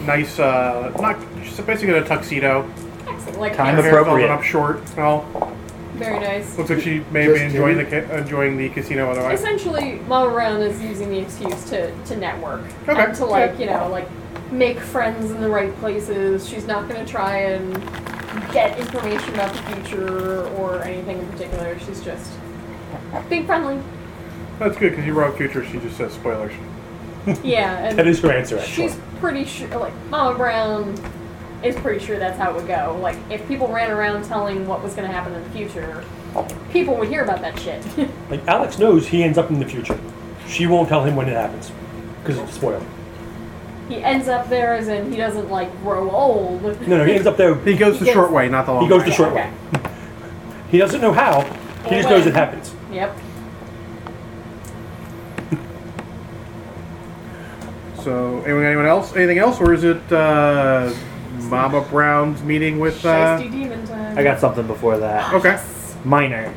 A: nice, uh, not she's basically in a tuxedo.
D: Excellent, Like
F: Time
A: Her
D: yes,
A: hair's all done
F: Appropriate.
A: up short. Well,
D: very nice.
A: looks like she may be
E: Just
A: enjoying the
E: Jenny?
A: ca- enjoying the casino otherwise.
D: Essentially, Mama Brown is using the excuse to, to network.
A: Okay.
D: And to like, you know, like make friends in the right places. She's not going to try and get information about the future or anything in particular. She's just being friendly.
A: That's good because you wrote future. She just says spoilers.
D: Yeah. And
C: that is her answer, actually.
D: she's pretty sure, like, Mama Brown is pretty sure that's how it would go. Like, if people ran around telling what was going to happen in the future, people would hear about that shit.
C: Like Alex knows he ends up in the future. She won't tell him when it happens because it's spoiled.
D: he ends up there as in he doesn't, like, grow old.
C: No, no, he ends up there.
A: He goes the
D: Yes.
A: short way, not the long.
C: He goes
A: way.
C: the short way. He doesn't know how. He just knows it happens.
D: Yep.
A: So, anyone, anyone else? Anything else, or is it uh, Mama Brown's meeting with? Uh,
D: Shiesty demon time.
F: I got something before that.
A: okay.
F: Minor.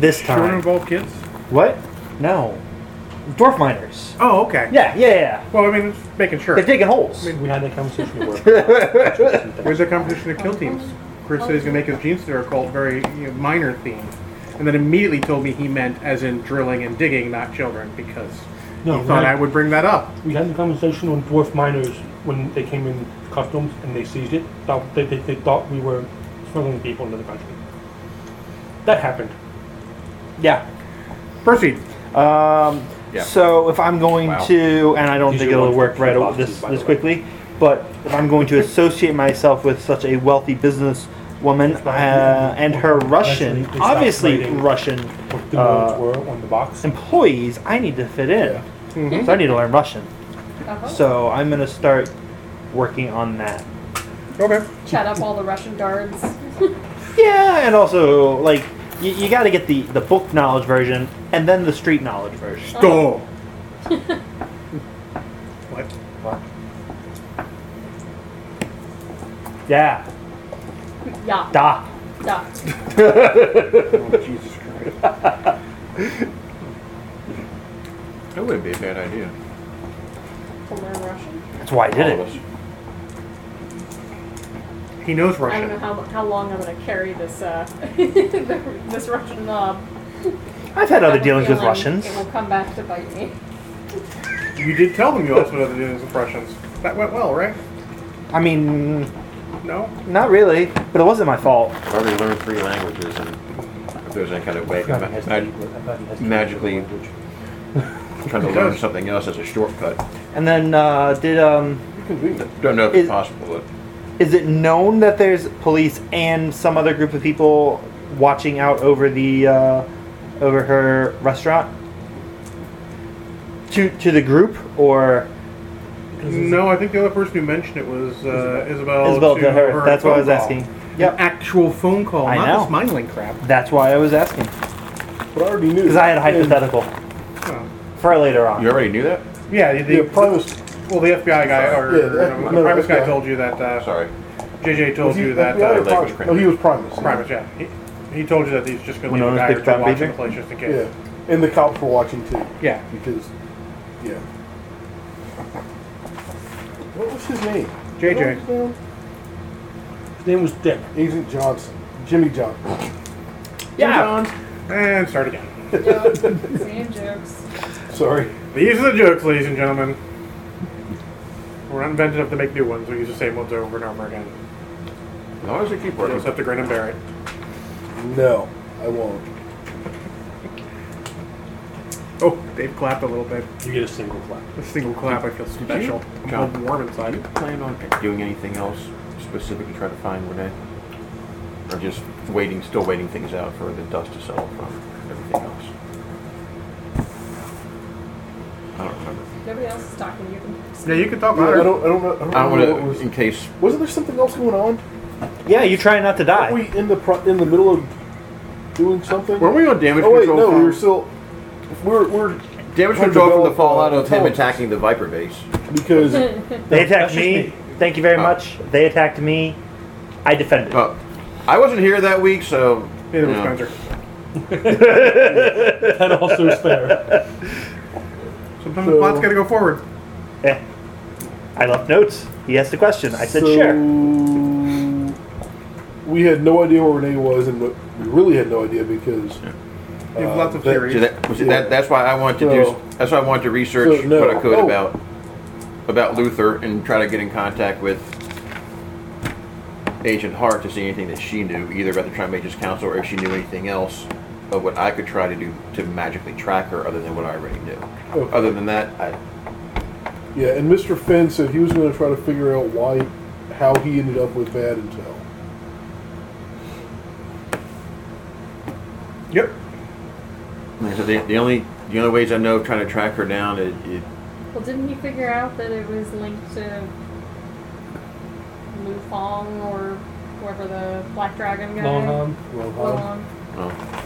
F: This
A: Children
F: time.
A: involve kids.
F: What? No. Dwarf miners.
A: Oh, okay.
F: Yeah, yeah, yeah.
A: Well, I mean, just making sure.
F: They're digging holes.
C: We had that conversation at work.
A: Where's their competition of kill teams? Chris said he's gonna make his Gene Steer cult very you know, minor themed, and then immediately told me he meant as in drilling and digging, not children, because
C: No,
A: he
C: we
A: thought I
C: had,
A: would bring that up.
C: we had the conversation on dwarf miners when they came in customs and they seized it. Thought- They, they, they thought we were smuggling people into the country. That happened.
F: Yeah.
A: Proceed.
F: Um,
B: Yeah.
F: So if I'm going
B: Wow.
F: to, and I don't
B: These
F: think
B: are
F: it'll
B: ones
F: work
B: that
F: right
B: keep
F: o-
B: us,
F: this
B: by
F: this
B: the way.
F: quickly, but if I'm going to associate myself with such a wealthy business woman uh, and her
C: Actually,
F: Russian,
C: they stopped
F: obviously
C: writing.
F: Russian
C: What the
F: uh,
C: words were on the box.
F: employees, I need to fit in. So I need to learn Russian.
D: Uh-huh.
F: So I'm gonna start working on that.
A: Okay.
D: Chat up all the Russian guards.
F: Yeah, and also like you, you got to get the the book knowledge version and then the street knowledge version.
A: Go. what?
F: Yeah,
D: Yeah.
F: doc.
D: Yeah.
A: Oh, Jesus Christ.
B: That wouldn't be a bad idea.
D: To learn Russian.
F: That's why I did
B: All of
F: it.
B: us.
A: He knows
D: I don't know
A: Russian.
D: how, how long I'm gonna carry this uh, this Russian knob.
F: I've had
D: I
F: other
D: have a
F: dealings with
D: feeling
F: Russians.
D: It will come back to bite me.
A: You did tell them you also know the dealings with Russians. That went well, right?
F: I mean,
A: No.
F: not really, but it wasn't my fault.
B: I've already learned three languages, and if there's any kind of way, I can ma- mag- magically trying to learn something else as a shortcut.
F: And then uh, did um,
B: Don't know if it's
F: Is-
B: possible.
F: is it known that there's police and some other group of people watching out over the uh, over her restaurant? To to the group or
A: No, I think the other person who mentioned it was uh, Isabel.
F: Isabel
A: to
F: to her?
A: her
F: That's what I
A: phone
F: was
A: call.
F: asking.
A: An
F: Yep,
A: actual phone call,
F: I
A: not
F: know.
A: this mindling crap.
F: that's why I was asking
E: But I already knew.
F: because I had a hypothetical
A: Oh.
F: for later
B: You
F: on.
B: already knew that?
A: Yeah, the,
E: Yeah, promise.
A: Well, the FBI guy, or
E: Yeah, the
A: no,
E: FBI
A: the Primus guy
E: guy.
A: told you that. Uh,
B: Sorry.
A: JJ told
E: Was he
A: you that.
E: FBI or
A: Uh,
B: uh, leg was
E: Primus?
B: cramped.
E: no, he was Primus.
A: Primus, yeah. He, he told you that he's just going to leave a
F: Winona's
A: guy
F: big
A: or two
F: fat
A: watching
F: beaver?
A: the place just in case.
E: Yeah, and the cops were watching too
A: Yeah.
E: because, yeah. What was his name?
A: JJ.
E: What was his name?
C: His name was Dick.
E: Agent Johnson, Jimmy Johnson.
F: Yeah,
A: And start again.
D: Same jokes.
E: Sorry.
A: These are the jokes, ladies and gentlemen. We're not invented enough to make new ones. We use the same ones over and over again.
B: As long as you keep
A: We
B: working.
A: just have to grin and bear it.
E: No, I won't.
A: Oh, Dave clapped a little bit.
C: You get a single clap.
A: A single clap, I feel special. I'm all
B: John.
A: warm
B: Are you
A: inside.
B: planning on doing anything else specific to try to find Renee? Or just waiting, still waiting things out for the dust to settle from everything else? I don't remember.
D: There nobody else is talking, you can.
H: Yeah, you can talk
E: Yeah, I
H: louder.
E: don't. I don't know. I don't
B: I
E: remember what
B: want
E: was.
B: to, in case.
E: Wasn't there something else going on?
F: Yeah, you try not to die.
E: Were we in the pro- in the middle of doing something?
B: Were we on damage
E: Oh wait,
B: control?
E: no.
B: from-
E: We were still. We're we're
B: damage
E: trying to
B: control from the
E: develop,
B: fallout
E: uh,
B: of him
E: intelligence.
B: attacking the Viper base.
E: because
F: They
C: that's
F: attacked
C: just
F: me.
C: me.
F: Thank you very much. They attacked me. I defended.
B: But
E: Oh.
B: I wasn't here that week, so.
A: Neither
B: you
A: was
B: know.
A: Spencer.
C: That also is fair.
A: Sometimes the plot's
E: So-
A: got to go forward.
F: Eh. I left notes. He asked a question. I said,
E: so,
F: sure.
E: We had no idea where Renee was, and we really had no idea because
A: You have lots of
E: that-
A: theories.
B: See, that, see, that, that's why I want to
E: So-
B: do. That's why I want to research
E: so, no.
B: what I could
E: Oh.
B: about about Luther and try to get in contact with Agent Hart to see anything that she knew, either about the Trimage's Council or if she knew anything else of what I could try to do to magically track her, other than what I already knew.
E: Okay.
B: Other than that, I,
E: yeah, and Mr. Finn said he was going to try to figure out why, how he ended up with bad intel.
C: Yep.
B: like I said, the, the only the only ways I know of trying to track her down is it,
D: Well, didn't he figure out that it was linked to Lu Fong or whoever the Black Dragon guy?
C: Long arm.
D: Long.
B: well,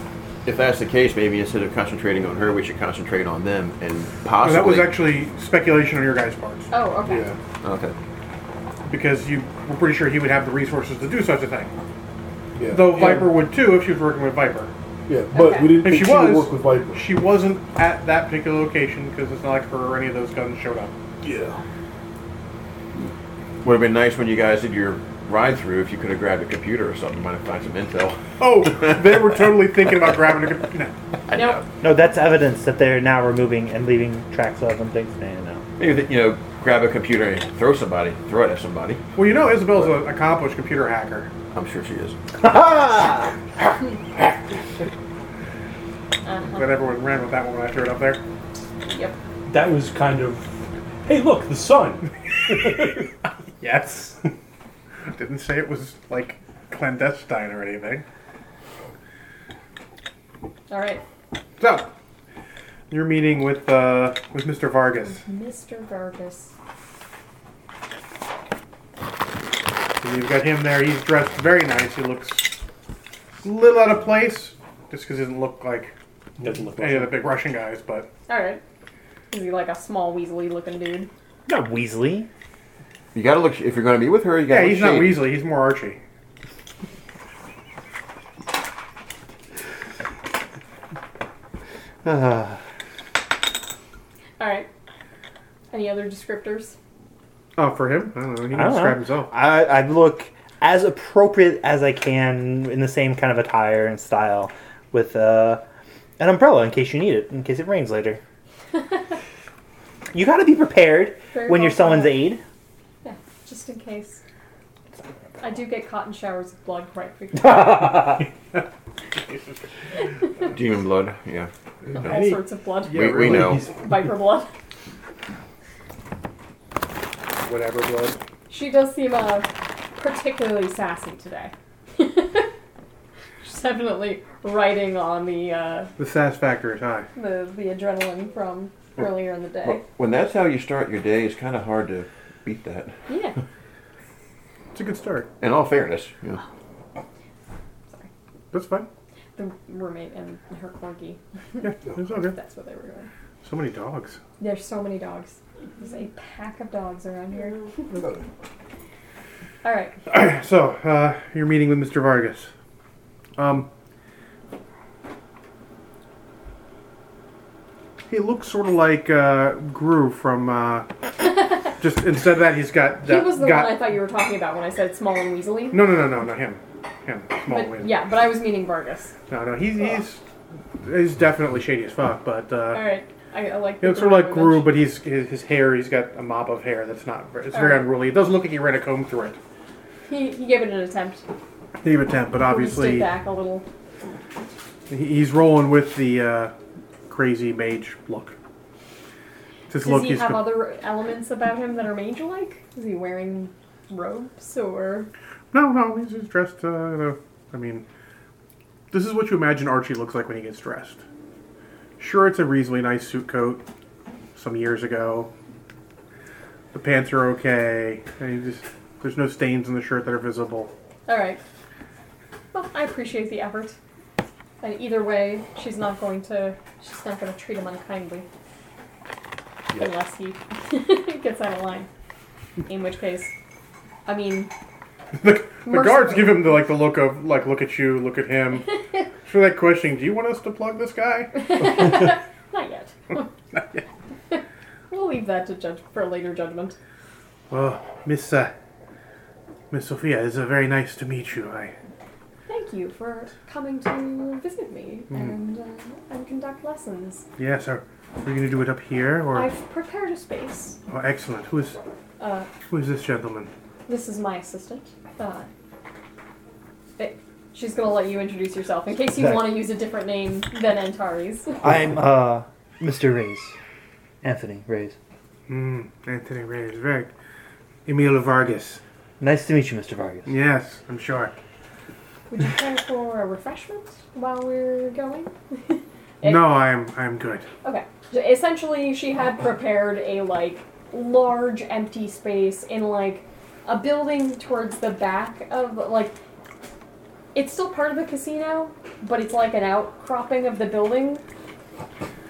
B: if that's the case, maybe instead of concentrating on her, we should concentrate on them and
A: No,
B: possibly.
A: that was actually speculation on your guys' part
D: Oh, okay.
E: Yeah,
B: okay.
A: because you were pretty sure he would have the resources to do such a thing.
E: yeah,
A: Though
E: And-
A: Viper would too if she was working with Viper.
E: Yeah, but
D: Okay.
E: we didn't
A: If she
E: think she would
A: was-
E: work with Viper.
A: She wasn't at that particular location because it's not like her or any of those guns showed up.
E: Yeah.
B: Would have been nice when you guys did your ride through if you could have grabbed a computer or something, might have found some intel.
A: Oh, they were totally thinking about grabbing a. No.
B: I
D: Nope.
B: know.
F: No, that's evidence that they're now removing and leaving tracks of and things. No, no.
B: Maybe that, you know, grab a computer and throw somebody, throw it at somebody.
A: Well, you know, Isabel's an accomplished computer hacker.
B: I'm sure she is.
D: Uh-huh.
A: That everyone ran with that one when I threw it up there.
D: Yep.
C: That was kind of. Hey, look, the sun.
A: Yes. Didn't say it was like clandestine or anything.
D: All right.
A: So, your meeting with uh, with Mr. Vargas.
D: Mr. Vargas.
A: So you've got him there. He's dressed very nice. He looks a little out of place, just because he doesn't look like
C: Doesn't look
B: uh,
A: any of the
C: like
A: big Russian guys. But
D: All right. Is he like a small, weaselly looking dude?
F: Not Weasley.
B: You gotta look, if you're gonna be with her, you gotta
A: yeah,
B: look
A: he's not
B: shady.
A: Weasley. He's more Archie.
D: All right. Any other descriptors?
A: Oh, for him, I don't know. He
F: I
A: can
F: don't
A: describe
F: know.
A: himself.
F: I, I look as appropriate as I can in the same kind of attire and style with uh, an umbrella in case you need it, in case it rains later. you gotta be prepared
D: Very
F: when
D: well
F: you're someone's
D: thought out.
F: aide.
D: Yeah, just in case. I do get caught in showers of blood quite frequently.
B: Demon blood, yeah.
D: All sorts of blood.
B: we, we know.
D: Viper blood.
A: Whatever blood.
D: She does seem uh, particularly sassy today. She's definitely riding on the uh,
A: The sass factor is high.
D: the, the adrenaline from earlier in the day.
B: Well, When that's how you start your day, it's kind of hard to beat that.
D: Yeah.
A: It's a good start.
B: In all fairness, you know.
D: Sorry.
A: That's fine.
D: The roommate and her corgi.
A: Yeah, it's all good.
D: That's what they were doing.
A: So many dogs.
D: There's so many dogs. There's a pack of dogs around here. All right.
A: So, uh, you're meeting with Mr. Vargas. Um, he looks sort of like uh, Gru from. Uh, just instead of that, he's got.
D: He
A: that-
D: was the
A: got,
D: one I thought you were talking about when I said small and weaselly.
A: No, no, no, no, not him. Him, small
D: But,
A: wind.
D: yeah, but I was meaning Vargas.
A: No, no, he's he's he's definitely shady as fuck. But uh,
D: All right. I, I like.
A: he
D: the
A: looks sort of like
D: very
A: Gru,
D: much.
A: but he's his, his hair. He's got a mop of hair that's not. ver- It's very
D: Alright.
A: unruly. It doesn't look like he ran a comb through it.
D: He, he gave it an attempt.
A: He would attempt, but
D: He
A: obviously.
D: stood back a little.
A: He- He's rolling with the uh, crazy mage look. It's his
D: Does
A: look
D: he
A: he's
D: have
A: go-
D: other elements about him that are mage-like? Is he wearing robes or?
A: No, no, he's just dressed. Uh, in a- I mean, this is what you imagine Archie looks like when he gets dressed. Sure, it's a reasonably nice suit coat some years ago, The pants are okay. And you just, there's no stains in the shirt that are visible.
D: All right. Well, I appreciate the effort. And either way, she's not going to she's not going to treat him unkindly. Unless he gets out of line. In which case, I mean,
A: the, the guards
D: Merciful.
A: give him the like the look of like look at you, look at him. For that question, do you want us to plug this guy?
D: not yet. we'll leave that to judge for later judgment.
A: Well, Miss uh, Miss Sophia, it's uh, very nice to meet you. I
D: Thank you for coming to visit me and uh, and conduct lessons.
A: yes, are we going to do it up here or?
D: I've prepared a space.
A: Oh, excellent. Who is
D: Uh,
A: who is this gentleman?
D: This is my assistant. Uh, it- she's gonna let you introduce yourself in case you
F: Okay.
D: want to use a different name than Antari's.
F: I'm uh, Mr. Rays, Anthony Rays.
A: Hmm, Anthony Reyes, very Emilio Vargas.
F: Nice to meet you, Mr. Vargas.
A: Yes, I'm sure.
D: Would you care for a refreshment while we're going?
A: No, I'm I'm good.
D: Okay. Essentially, she had prepared a like large empty space in like a building towards the back of like it's still part of the casino, but it's like an outcropping of the building.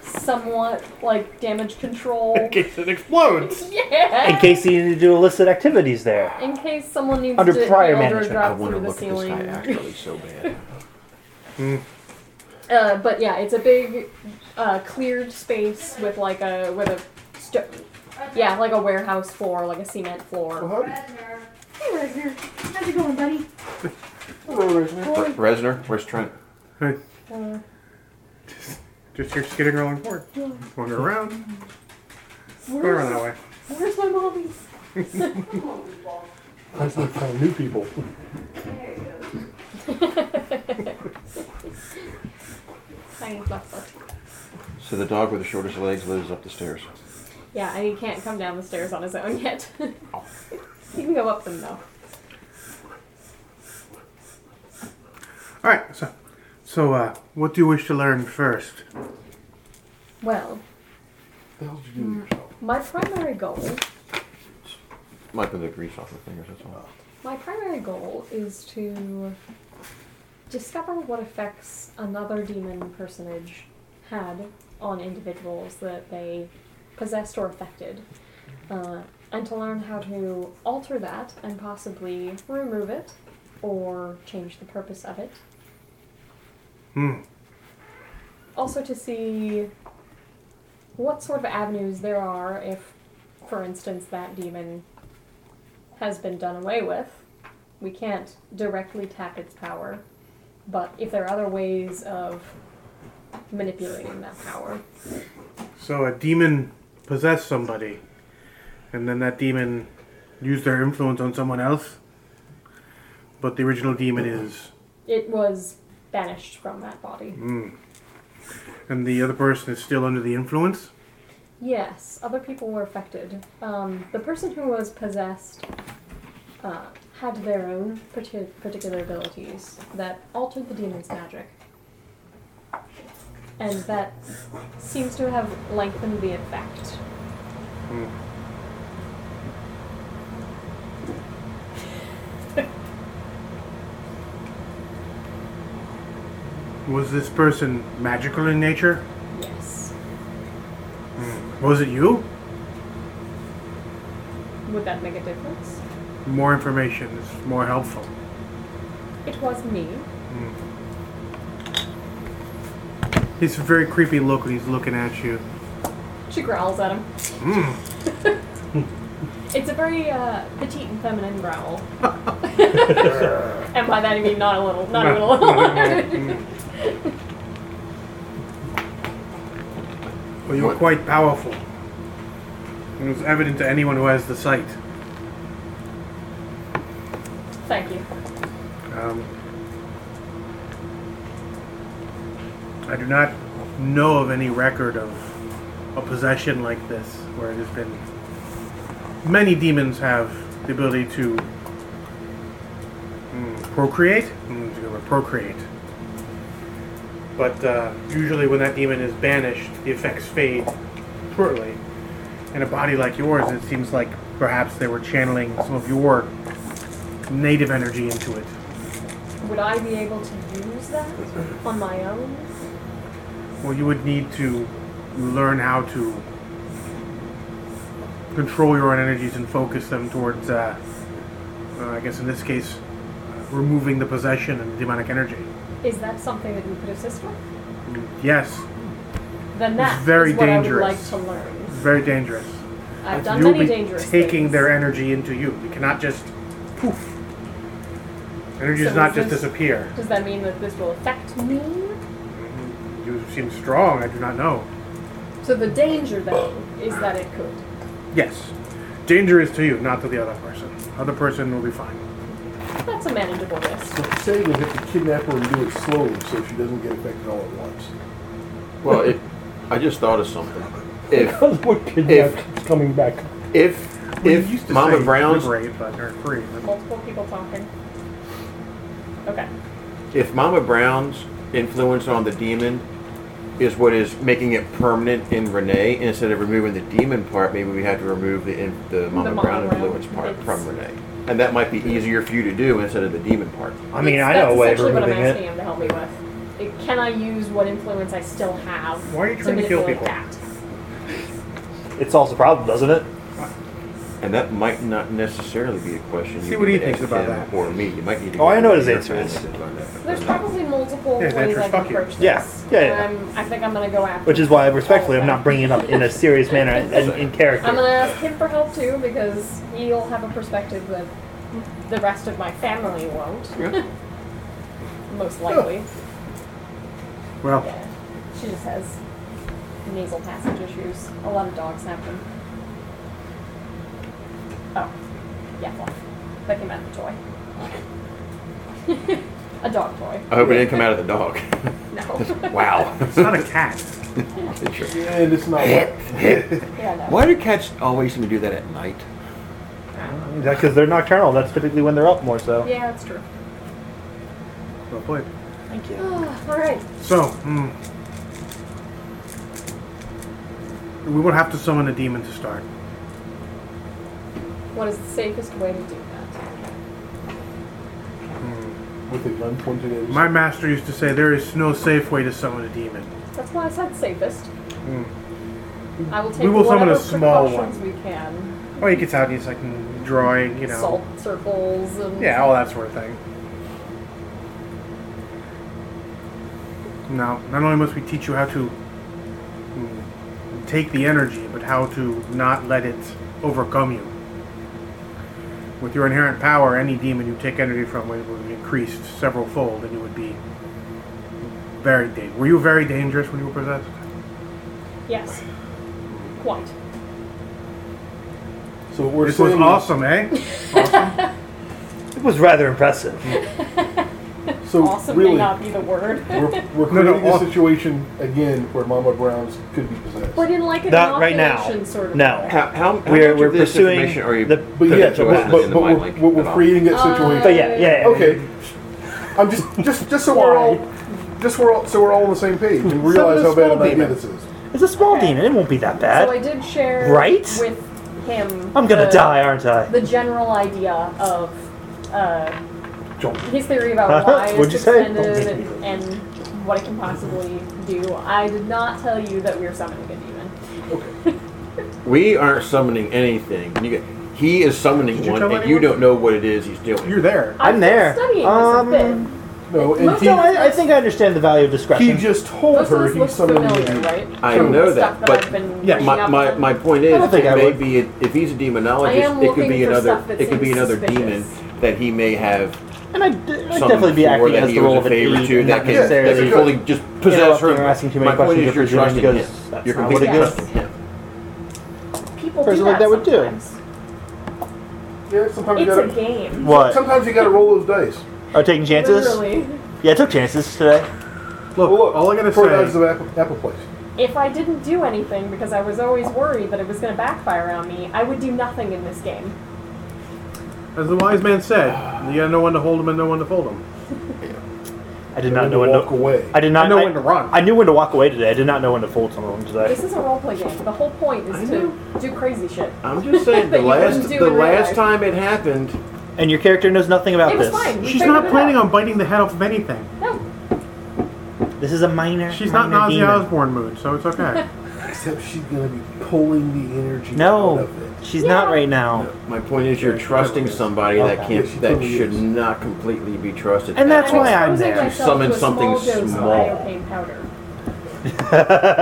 D: Somewhat like damage control.
A: case it explodes.
D: Yeah.
F: In case you need to do illicit activities there.
D: In case someone needs
F: Under
D: to
F: prior
D: nail
F: management.
D: drop
B: I want to
D: through the
B: look at this
D: ceiling.
B: guy actually so bad.
D: Uh, but yeah, it's a big uh, cleared space with like a with a sto- yeah, like a warehouse floor, like a cement floor.
E: Well, howdy.
I: Redner.
D: Hey, Resner, how's it going, buddy?
E: Hello, Reginald.
B: Re- Resner, where's Trent?
D: Uh,
A: Just here skidding rolling forward. Wander around. Go around that way.
D: where's my mommy?
E: I just found new people.
D: Tiny fluffer.
B: So the dog with the shortest legs lives up the stairs.
D: Yeah, and he can't come down the stairs on his own yet. he can go up them though.
A: All right. So, so uh, what do you wish to learn first?
D: Well,
E: What the hell did you
D: Hmm.
E: do to yourself?
D: my primary goal
B: Might be the grease off the fingers. That's all.
D: My primary goal is to discover what effects another demon personage had on individuals that they possessed or affected, uh, and to learn how to alter that and possibly remove it or change the purpose of it.
A: Hmm.
D: Also, to see what sort of avenues there are if, for instance, that demon has been done away with. We can't directly tap its power, but if there are other ways of manipulating that power.
A: So a demon possessed somebody, and then that demon used their influence on someone else. But the original demon is,
D: It was banished from that body.
A: and the other person is still under the influence.
D: Yes, other people were affected. Um, the person who was possessed uh, had their own parti- particular abilities that altered the demon's magic. And that seems to have lengthened the effect.
A: Was this person magical in nature?
D: Yes.
A: Was it you?
D: Would that make a difference?
A: More information is more helpful.
D: It was me.
A: He's a very creepy look when he's looking at you.
D: She growls at him. it's a very uh, petite and feminine growl. and by that I mean not a little, not Mm. even a little.
A: Well, you're quite powerful. It was evident to anyone who has the sight.
D: Thank you.
A: Um, I do not know of any record of a possession like this where it has been. Many demons have the ability to mm, procreate. Mm, to go with procreate. But uh, usually, when that demon is banished, the effects fade shortly. In a body like yours, it seems like Perhaps they were channeling some of your native energy into it.
D: Would I be able to use that on my own?
A: Well, you would need to learn how to control your own energies and focus them towards, uh, uh, I guess in this case, uh, removing the possession and demonic energy.
D: Is that something that you could assist with?
A: Yes,
D: Then that is
A: very
D: what I would like
A: dangerous.
D: to learn.
A: very dangerous.
D: I've done
A: You'll
D: many
A: be
D: dangerous
A: taking
D: things.
A: their energy into you. You cannot just poof. Energy does
D: So
A: not
D: is
A: just
D: this-
A: disappear.
D: Does that mean that this will affect me?
A: You seem strong. I do not know.
D: So the danger then is that it could.
A: Yes, danger is to you, not to the other person. Other person will be fine.
D: That's a manageable risk.
E: But Say we have to kidnap her and do it slowly so she doesn't get affected all at once.
B: Well, if, I just thought of something. If
C: What kidnapped is coming back?
B: if
A: We
B: if Mama
A: say
B: Brown's
A: liberate, but or free. but-
D: Multiple people talking. Okay.
B: if Mama Brown's influence on the demon is what is making it permanent in Renee, instead of removing the demon part, maybe we had to remove the in, the Mama
D: Mama
B: Brown
D: Brown.
B: influence part
D: It's-
B: from Renee, and that might be easier for you to do instead of the demon part.
F: I mean,
D: It's-
F: I know a way of
D: That's essentially what I'm
F: removing
D: asking
F: it.
D: him to help me with. It- Can I use what influence I still have
A: Why are you
D: to
A: trying to kill
D: manipulate
A: people?
D: that?
F: It solves the problem, doesn't it?
B: And that might not necessarily be a question.
A: See
B: you
A: what he
B: could
A: thinks
B: ask
A: about
B: him
A: that.
B: Or me, you might need to.
F: Oh,
B: go
F: I know
B: to
F: his
B: your
F: answer is.
B: friends and learn that.
D: There's probably multiple
A: Yeah,
D: ways
A: that's
D: I can
A: fuck you.
D: approach
F: Yeah,
D: this.
F: yeah, yeah.
D: And I'm, I think I'm gonna go after.
F: Which is why, respectfully, I'm
D: all
F: not
D: of
F: bringing it up in a serious manner and and in
D: that. I'm gonna
F: character.
D: ask him for help too because he'll have a perspective that the rest of my family won't. Most likely.
A: Well,
D: Yeah. She just has nasal passage issues. A lot of dogs have them. Oh. Yeah, well. That came out of a toy. a dog toy.
B: I hope it didn't come out of the dog.
D: No.
B: wow.
A: it's not a cat.
B: Sure.
E: And it's not like
D: yeah, no.
B: Why do cats always seem to do that at night?
F: Because they're nocturnal. That's typically when they're up more so.
D: Yeah, that's true.
A: Well played.
F: Thank you.
D: Alright.
A: So, hmm. We would have to summon a demon to start.
D: What is the safest way to do that?
E: with a gun pointed at us.
A: My master used to say there is no safe way to summon a demon.
D: That's why I said safest. I will take
A: We will summon
D: whatever
A: a small
D: precautions we can.
A: Oh, he gets out and he's like mm, drawing, you know.
D: Salt circles and
A: Yeah, all that sort of thing. Now, not only must we teach you how to mm, take the energy, but how to not let it overcome you. With your inherent power, any demon you take energy from would would be increased several fold, and you would be very dangerous. Were you very dangerous when you were possessed?
D: Yes. Quite.
E: So we're
A: this was
E: saying
A: awesome, eh?
F: It was rather impressive.
E: So
D: awesome
E: really,
D: may not be the word.
E: we're, we're
A: No, no,
E: creating
A: aw-
E: a situation again where Mama Brown's could be possessed.
D: But in like an
F: Not right
D: inoculation
F: now.
D: sort of
F: No.
D: way.
B: How, how, how
F: We're-
B: much
F: we're
B: of this
F: pursuing
B: information are you
F: the-
E: But
B: putting
E: yeah,
B: to
E: but,
B: us
E: but,
B: in the
E: but
B: mind
E: we're,
B: link
E: we're,
B: at
E: we're
B: all?
E: creating that
D: Uh,
E: situation.
F: But yeah, yeah. yeah.
E: Okay. I'm just just just so we're all just we're all so we're all on the same page and realize how bad an
F: small
E: idea
F: demon.
E: this is.
F: It's a small demon. It won't be that
D: So I
F: bad.
D: did share
F: Right?
D: with him.
F: I'm gonna
D: the-
F: die, aren't I?
D: The general idea of uh,
E: Jump.
D: his theory about
F: Huh?
D: why
F: What'd
D: it's
F: you say?
D: extended
F: Don't
D: and, and what it can possibly do. I did not tell you that we were summoning a demon.
B: We aren't summoning anything. You get, he is summoning
A: Did you
B: one,
A: tell
B: and you
A: anyone?
B: don't know what it is he's doing.
A: You're there.
F: I'm
D: I've been
F: there.
D: Studying
F: Um,
D: this a bit.
E: No, and
D: Most
E: he,
F: No, I, I think I understand the value of
E: he
F: discretion.
E: just told
D: Most of
E: her
D: this
E: he
D: looks
E: summoned
D: familiar,
E: the demon.
D: right?
B: I
D: From
B: know
D: the
B: that,
D: stuff
B: but
D: I've been
A: yeah,
D: reading
B: my,
D: up
B: my,
D: on.
B: my point
F: I don't
B: is,
F: think I
B: it may
F: would.
B: be if he's a demonologist,
D: am
B: it could
D: looking
B: be
D: for
B: another
D: stuff that
B: it could be
D: seems
B: another
D: suspicious.
B: demon that he may have
F: And I'd, I'd
B: something
F: definitely be
B: for
F: acting
B: that
F: as
B: he
F: the
B: was
F: role
B: a
F: of a
B: favorite
F: demon,
B: to
F: not
B: that can, that
F: necessarily
B: can fully just possess
F: interrupting
B: her.
F: or asking too many
B: my point
F: questions
B: is,
F: or
B: you're trusting
F: presuming because
B: him.
F: that's
B: You're
F: not what
B: completely
D: it is.
B: trusting him.
D: People do
F: person
D: that
F: like that would do.
D: sometimes.
E: Yeah, sometimes you
D: It's a
E: gotta
D: game.
F: What?
E: sometimes you gotta roll those dice.
F: Are taking chances?
D: Literally.
F: Yeah, I took chances today.
A: Look,
E: Well, look,
A: all I gotta
E: four
A: say.
E: dice of apple, apple place.
D: If I didn't do anything because I was always worried that it was going to backfire on me, I would do nothing in this game.
A: As the wise man said, you got no one to hold him and no one to fold him.
F: I did not
E: and
F: know when
E: walk
F: to.
E: away.
F: I did not
A: I know
F: I,
A: when to run.
F: I knew when to walk away today. I did not know when to fold someone today.
D: This is a roleplay game. The whole point is to do crazy shit.
B: I'm just saying
D: That
B: the
D: you
B: last
D: wouldn't do
B: the
D: in real
B: last
D: life.
B: time it happened,
F: And your character knows nothing about
D: It was
F: this.
D: fine. We
A: She's
D: figured
A: not
D: it
A: planning
D: out.
A: on biting the head off of anything.
D: No,
F: This is a minor.
A: She's not
F: minor
A: Nazi
F: demon.
A: Osborne mood, so it's okay.
E: Except she's gonna be pulling the energy out of
F: No,
E: it.
F: she's
D: Yeah.
F: not right now.
B: my point is you're trusting somebody that
F: Okay.
B: can't
E: Yeah, she
B: that
E: totally
B: should
E: is.
B: not completely be trusted.
F: And
B: at
F: that's
B: all.
F: why I'm
D: exposing
F: there. To
D: myself
B: summon
D: to a
B: something
D: small dose of
B: small.
D: iocane powder.
C: I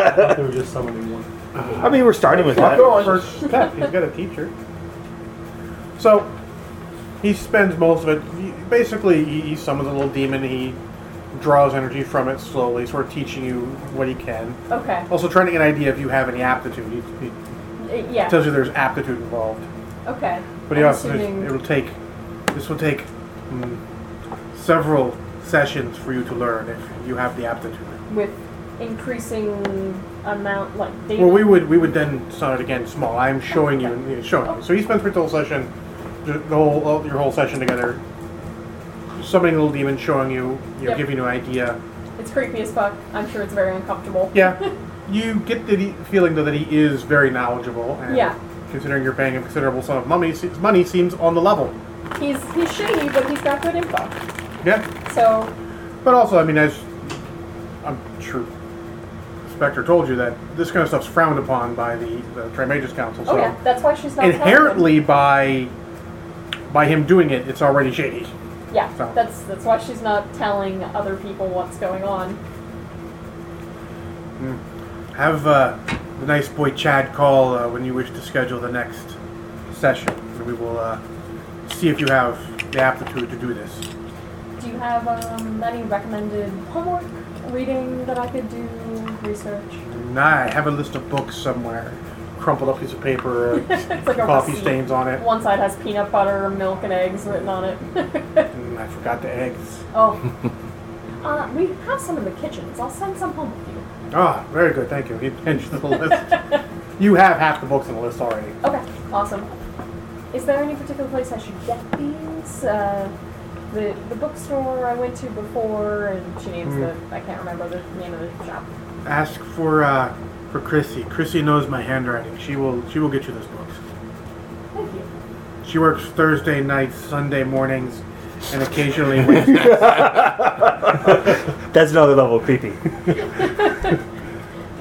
C: thought they were just summoning one.
F: I mean, we're starting with
A: Not
F: that.
A: the first step. He's got a teacher. So he spends most of it. he- basically, he, he summons a little demon. He draws energy from it slowly, sort of teaching you what he can.
D: Okay.
A: Also, trying to get an idea if you have any aptitude. He, he
D: Uh, Yeah.
A: tells you there's aptitude involved,
D: Okay.
A: but he
D: I'm
A: also
D: assuming-
A: it'll take this will take mm, several sessions for you to learn if you have the aptitude.
D: with increasing amount like data.
A: Well, we would we would then start it again small. I'm showing you, yeah, showing you. So he spends the whole session, the the whole all- your whole session together. Summoning little demon, showing you, you know,
D: Yep.
A: giving you an idea.
D: it's creepy as fuck. I'm sure it's very uncomfortable.
A: Yeah, you get the feeling though that he is very knowledgeable, and
D: Yeah.
A: considering you're paying a considerable sum of money, se- money seems on the level.
D: He's he's shady, but he's got good info.
A: Yeah,
D: So
A: but also, I mean, as I'm sure Spectre told you that this kind of stuff's frowned upon by the, the Trimagus Council. So
D: oh yeah, that's why she's not telling him.
A: inherently by by him doing it, it's already shady.
D: Yeah,
A: so.
D: that's that's why she's not telling other people what's going on.
A: Have uh, the nice boy Chad call uh, when you wish to schedule the next session, and we will uh, see if you have the aptitude to do this.
D: Do you have um, any recommended homework, reading that I could do, research?
A: And I have a list of books somewhere, crumpled up piece of paper, uh,
D: It's like a
A: coffee
D: receipt.
A: stains on it.
D: One side has peanut butter, milk, and eggs written on it.
A: Mm, I forgot the eggs.
D: oh, uh, we have some in the kitchens. I'll send some home with you.
A: Ah, very good, thank you. He pinched the list. You have half the books on the list already.
D: Okay, awesome. Is there any particular place I should get these? Uh, the the bookstore I went to before, and she
A: Hmm.
D: names the I can't remember the name of the shop.
A: Ask for uh, for Chrissy. Chrissy knows my handwriting. She will she will get you those books.
D: Thank you.
A: She works Thursday nights, Sunday mornings, and occasionally Wednesday.
F: That's another level of creepy.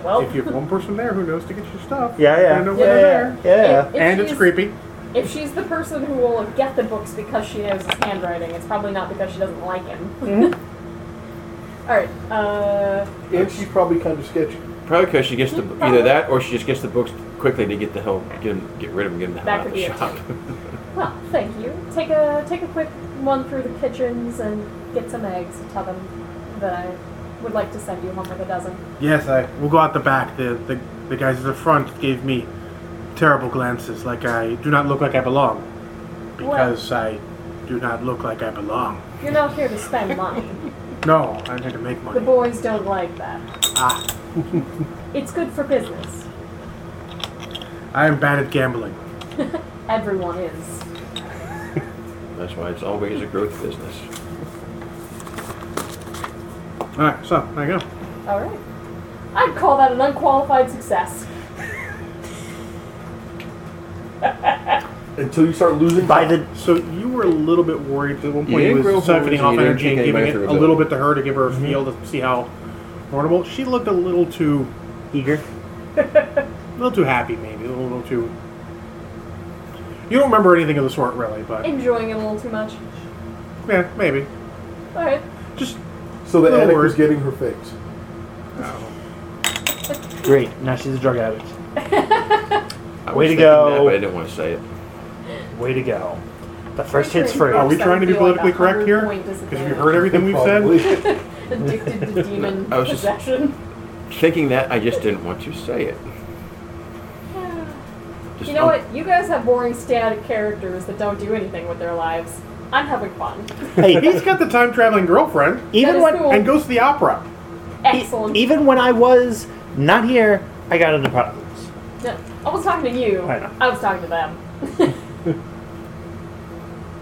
D: Well,
A: if you have one person there who knows to get your stuff,
F: Yeah,
A: you're
F: yeah.
A: gonna know
F: yeah,
A: when they're there.
F: yeah, yeah.
D: If- if
A: and it's
D: she's-
A: creepy.
D: if she's the person who will get the books because she knows his handwriting, it's probably not because she doesn't like him. All right. Uh,
E: And she's probably kind of sketchy.
B: Probably because she gets the either that or she just gets the books quickly to get the hell get 'em- get rid of them, get them the hell
D: That
B: out of
D: could
B: the
D: be it,
B: shop.
D: well, thank you. Take a take a quick run through the kitchens and get some eggs. Tell them that I would like to send you home with a dozen.
A: Yes, I. We'll go out the back. The the, the guys at the front gave me terrible glances, like I do not look like I belong, because I do not look like I belong.
D: You're not here to spend money.
A: No, I'm here to make
D: The
A: money.
D: boys don't like that.
A: Ah,
D: It's good for business.
A: I am bad at gambling.
D: Everyone is.
B: That's why it's always a growth business.
A: All right, so there you go.
D: All right. I'd call that an unqualified success.
E: Until you start losing
F: By the
A: So you were a little bit worried at one
B: You
A: point. He
B: didn't grow
A: was siphoning
B: forwards,
A: off
B: you didn't
A: energy and
B: take
A: giving
B: anybody
A: it
B: through
A: a
B: the
A: little bit to her to give her a
F: Mm-hmm.
A: feel to see how vulnerable. She looked a little too,
F: eager.
A: a little too happy, maybe a little too. You don't remember anything of the sort, really, but
D: Enjoying it a little too much.
A: yeah, maybe.
D: All right.
A: Just
E: So the
A: No
E: addict
A: worries.
E: was getting her fix.
F: Great. Now she's a drug addict.
B: I
F: Way
B: was
F: to
B: thinking that,
F: go.
B: but I didn't want to say it.
F: Way to go. The first
D: Pretty
F: hit's
D: sure
F: free.
A: are we
D: That
A: trying to be
D: would
A: politically
D: be like a
A: correct here?
D: 100 point
A: Because have you
D: disadvantage.
A: heard everything we've said?
E: said.
D: Addicted to demon
B: I was just-
D: possession.
B: Thinking that, I just didn't want to say it. Just
D: You know
B: un-
D: what? You guys have boring static characters that don't do anything with their lives. I'm having fun.
A: He's
F: Hey,
A: got the time traveling girlfriend
D: That
F: even
D: is
F: when
D: cool.
A: and goes to the opera.
F: e-
D: Excellent.
F: even when I was not here, I got into problems.
D: No, I was talking to you.
F: I know.
D: was talking to them.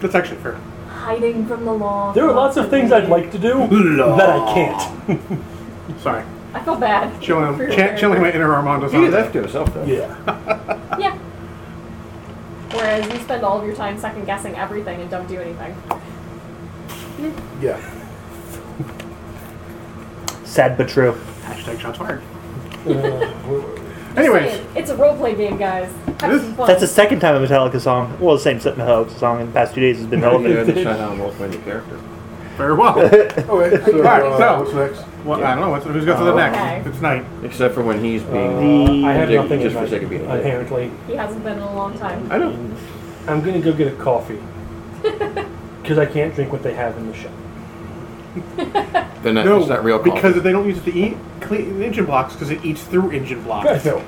A: That's actually fair.
D: hiding from the law.
C: There are lots of things I'd like to do that I can't.
A: Sorry.
D: I feel bad.
A: Chilling,
D: for your
A: ch- chilling my inner Armando's
B: He
A: on
B: oh, left to himself though.
C: Yeah.
D: parents. Yeah. Whereas you spend all of your time second guessing everything and don't do anything.
E: Yeah.
F: Sad but true.
A: Hashtag shots fired.
D: Just
A: Anyways,
D: saying, it's a roleplay game, guys. Have some fun.
F: That's the second time a Metallica song. Well, the same set Metallica song in the past two days has been
B: I don't
F: relevant.
B: know the sign on Wolfman the character.
A: very well.
E: Okay. So,
A: Alright,
E: uh,
A: so-
E: what's next?
A: well I don't know. What's, who's got to the next?
D: Okay.
A: It's night.
B: Except for when he's being.
C: Uh, I have
B: Just-
C: nothing
B: just
C: in
B: for
C: mind,
B: sake of being late.
C: Apparently,
D: He hasn't been in a long time.
B: I know.
C: I'm gonna go get a coffee because I can't drink what they have in the shop.
B: Then that,
A: No,
B: it's not real coffee.
A: because they don't use it to eat clean engine blocks because it eats through engine blocks.
C: Good.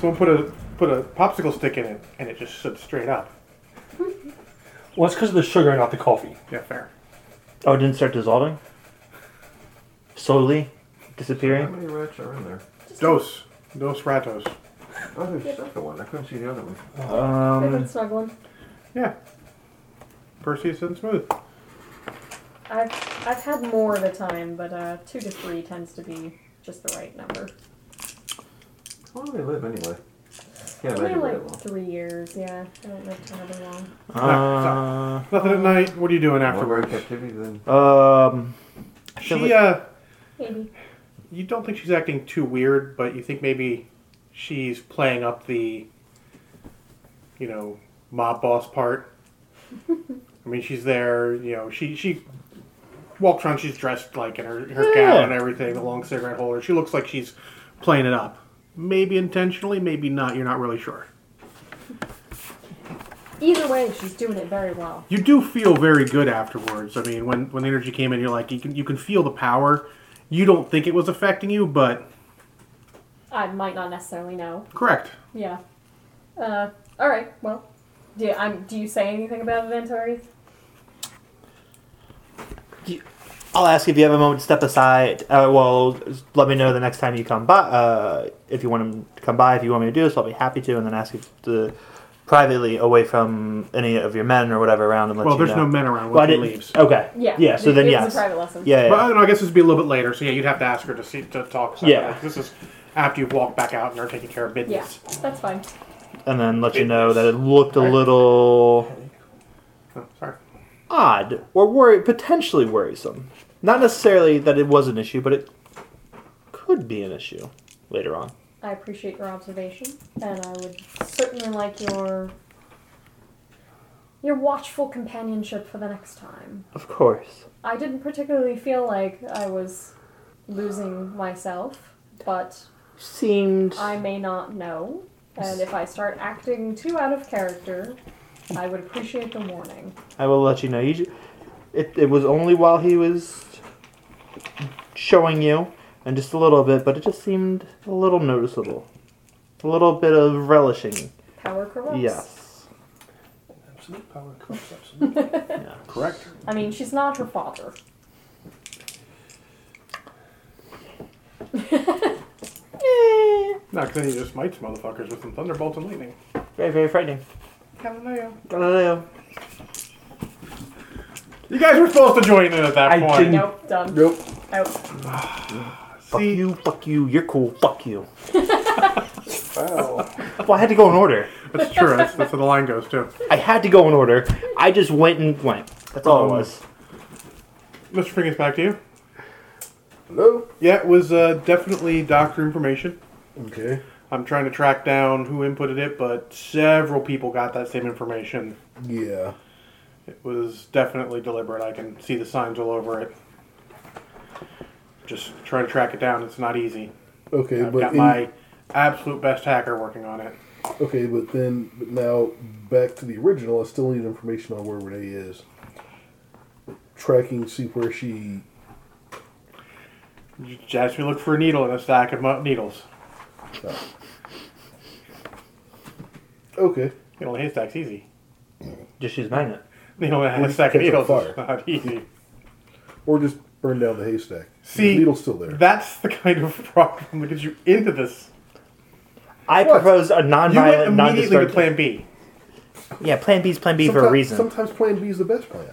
A: Someone put a put a popsicle stick in it and it just stood straight up.
C: Well, it's because of the sugar, not the coffee.
A: Yeah, fair.
F: Oh, it didn't start dissolving? Slowly
B: How
F: disappearing?
B: many rats are in there?
A: Dos dos ratos.
B: Oh, there's a second one. I couldn't see the other one.
D: They've
F: Um,
D: been snuggling.
A: Yeah. Perseus and smooth.
D: I've I've had more at a time, but uh, two to three tends to be just the right number.
B: How long do they live anyway? Can't
D: Only
B: imagine very
D: like
B: long.
D: three years, yeah. I don't live terribly long.
F: uh,
A: Nothing at night. What are you doing
B: More were in
A: afterwards?
B: captivity than.
F: um,
A: She uh,
D: Maybe.
A: you don't think she's acting too weird, but you think maybe she's playing up the, you know, mob boss part. I mean, she's there. You know, she she walks around. She's dressed like in her her gown and everything, the long cigarette holder. She looks like she's playing it up. Maybe intentionally, maybe not. You're not really sure.
D: Either way, she's doing it very well.
A: you do feel very good afterwards. I mean, when when the energy came in, you're like you can you can feel the power. You don't think it was affecting you, but
D: I might not necessarily know.
A: correct.
D: Yeah. Uh, all right. Well, do I'm, do you say anything about it, Antares?
F: I'll ask if you have a moment to step aside. Uh, well, let me know the next time you come by. Uh, if you want to come by, if you want me to do this, I'll be happy to, and then ask if the privately away from any of your men or whatever around and let
A: well,
F: you
A: there's
F: know.
A: no men around
F: Well, I
A: when he
F: didn't-
A: leaves.
F: Okay.
D: Yeah.
F: Yeah. So
D: it-
F: then,
D: it
F: yes.
D: was a private lesson.
F: Yeah. yeah.
A: But I, don't know, I guess this would be a little bit later. So yeah, you'd have to ask her to see to talk. separately.
F: Yeah.
A: this is after you've walked back out and are taking care of
D: Yeah,
A: business.
D: that's fine.
F: and then let you know that it looked a little
A: Oh, sorry.
F: odd or worry potentially worrisome. Not necessarily that it was an issue, but it could be an issue later on.
D: I appreciate your observation, and I would certainly like your your watchful companionship for the next time.
F: Of course.
D: I didn't particularly feel like I was losing myself, but
F: Seemed
D: I may not know. And if I start acting too out of character, I would appreciate the warning.
F: I will let you know. You, ju- it, it was only while he was showing you, and just a little bit, but it just seemed a little noticeable. A little bit of relishing.
D: Power corrupts.
F: Yes.
C: Absolute power corrupts absolute.
F: Yeah.
A: Correct.
D: I mean, she's not her father.
A: No, 'cause then he just smites motherfuckers with some thunderbolts and lightning.
F: Very, very frightening.
A: Galileo.
F: Galileo.
A: You guys were supposed to join in at that
C: I
A: point.
C: didn't.
D: Nope, done.
E: Nope.
D: Out.
F: Fuck
A: See-
F: you, fuck you, you're cool, fuck you.
E: Wow.
F: Well, I had to go in order.
A: That's true. That's, that's where the line goes too.
F: I had to go in order. I just went and went. That's all it was.
A: Mr. Pinkins, back to you.
E: Hello.
A: Yeah, it was uh, definitely doctor information.
E: Okay.
A: I'm trying to track down who inputted it, but several people got that same information.
E: Yeah.
A: It was definitely deliberate. I can see the signs all over it. Just try to track it down. It's not easy.
E: Okay,
A: I've
E: but
A: got
E: in-
A: my absolute best hacker working on it.
E: okay, but then but now back to the original. I still need information on where Renee is. Tracking, see where she.
A: You just asked me to look for a needle in a stack of mu- needles.
E: uh, Okay.
A: Needle in a haystack's easy.
F: Just use magnet.
A: Needle in a haystack
E: catch
A: of needles
E: on fire.
A: is not easy.
E: Or just burn down the haystack.
A: See,
E: the needle's still there.
A: That's the kind of problem that gets you into this.
F: I proposed a
A: You went
F: non-violent,
A: immediately to
F: non-destructive.
A: plan B.
F: Yeah, Plan B's Plan B for a
E: Sometimes-
F: reason.
E: Sometimes Plan B is the best plan,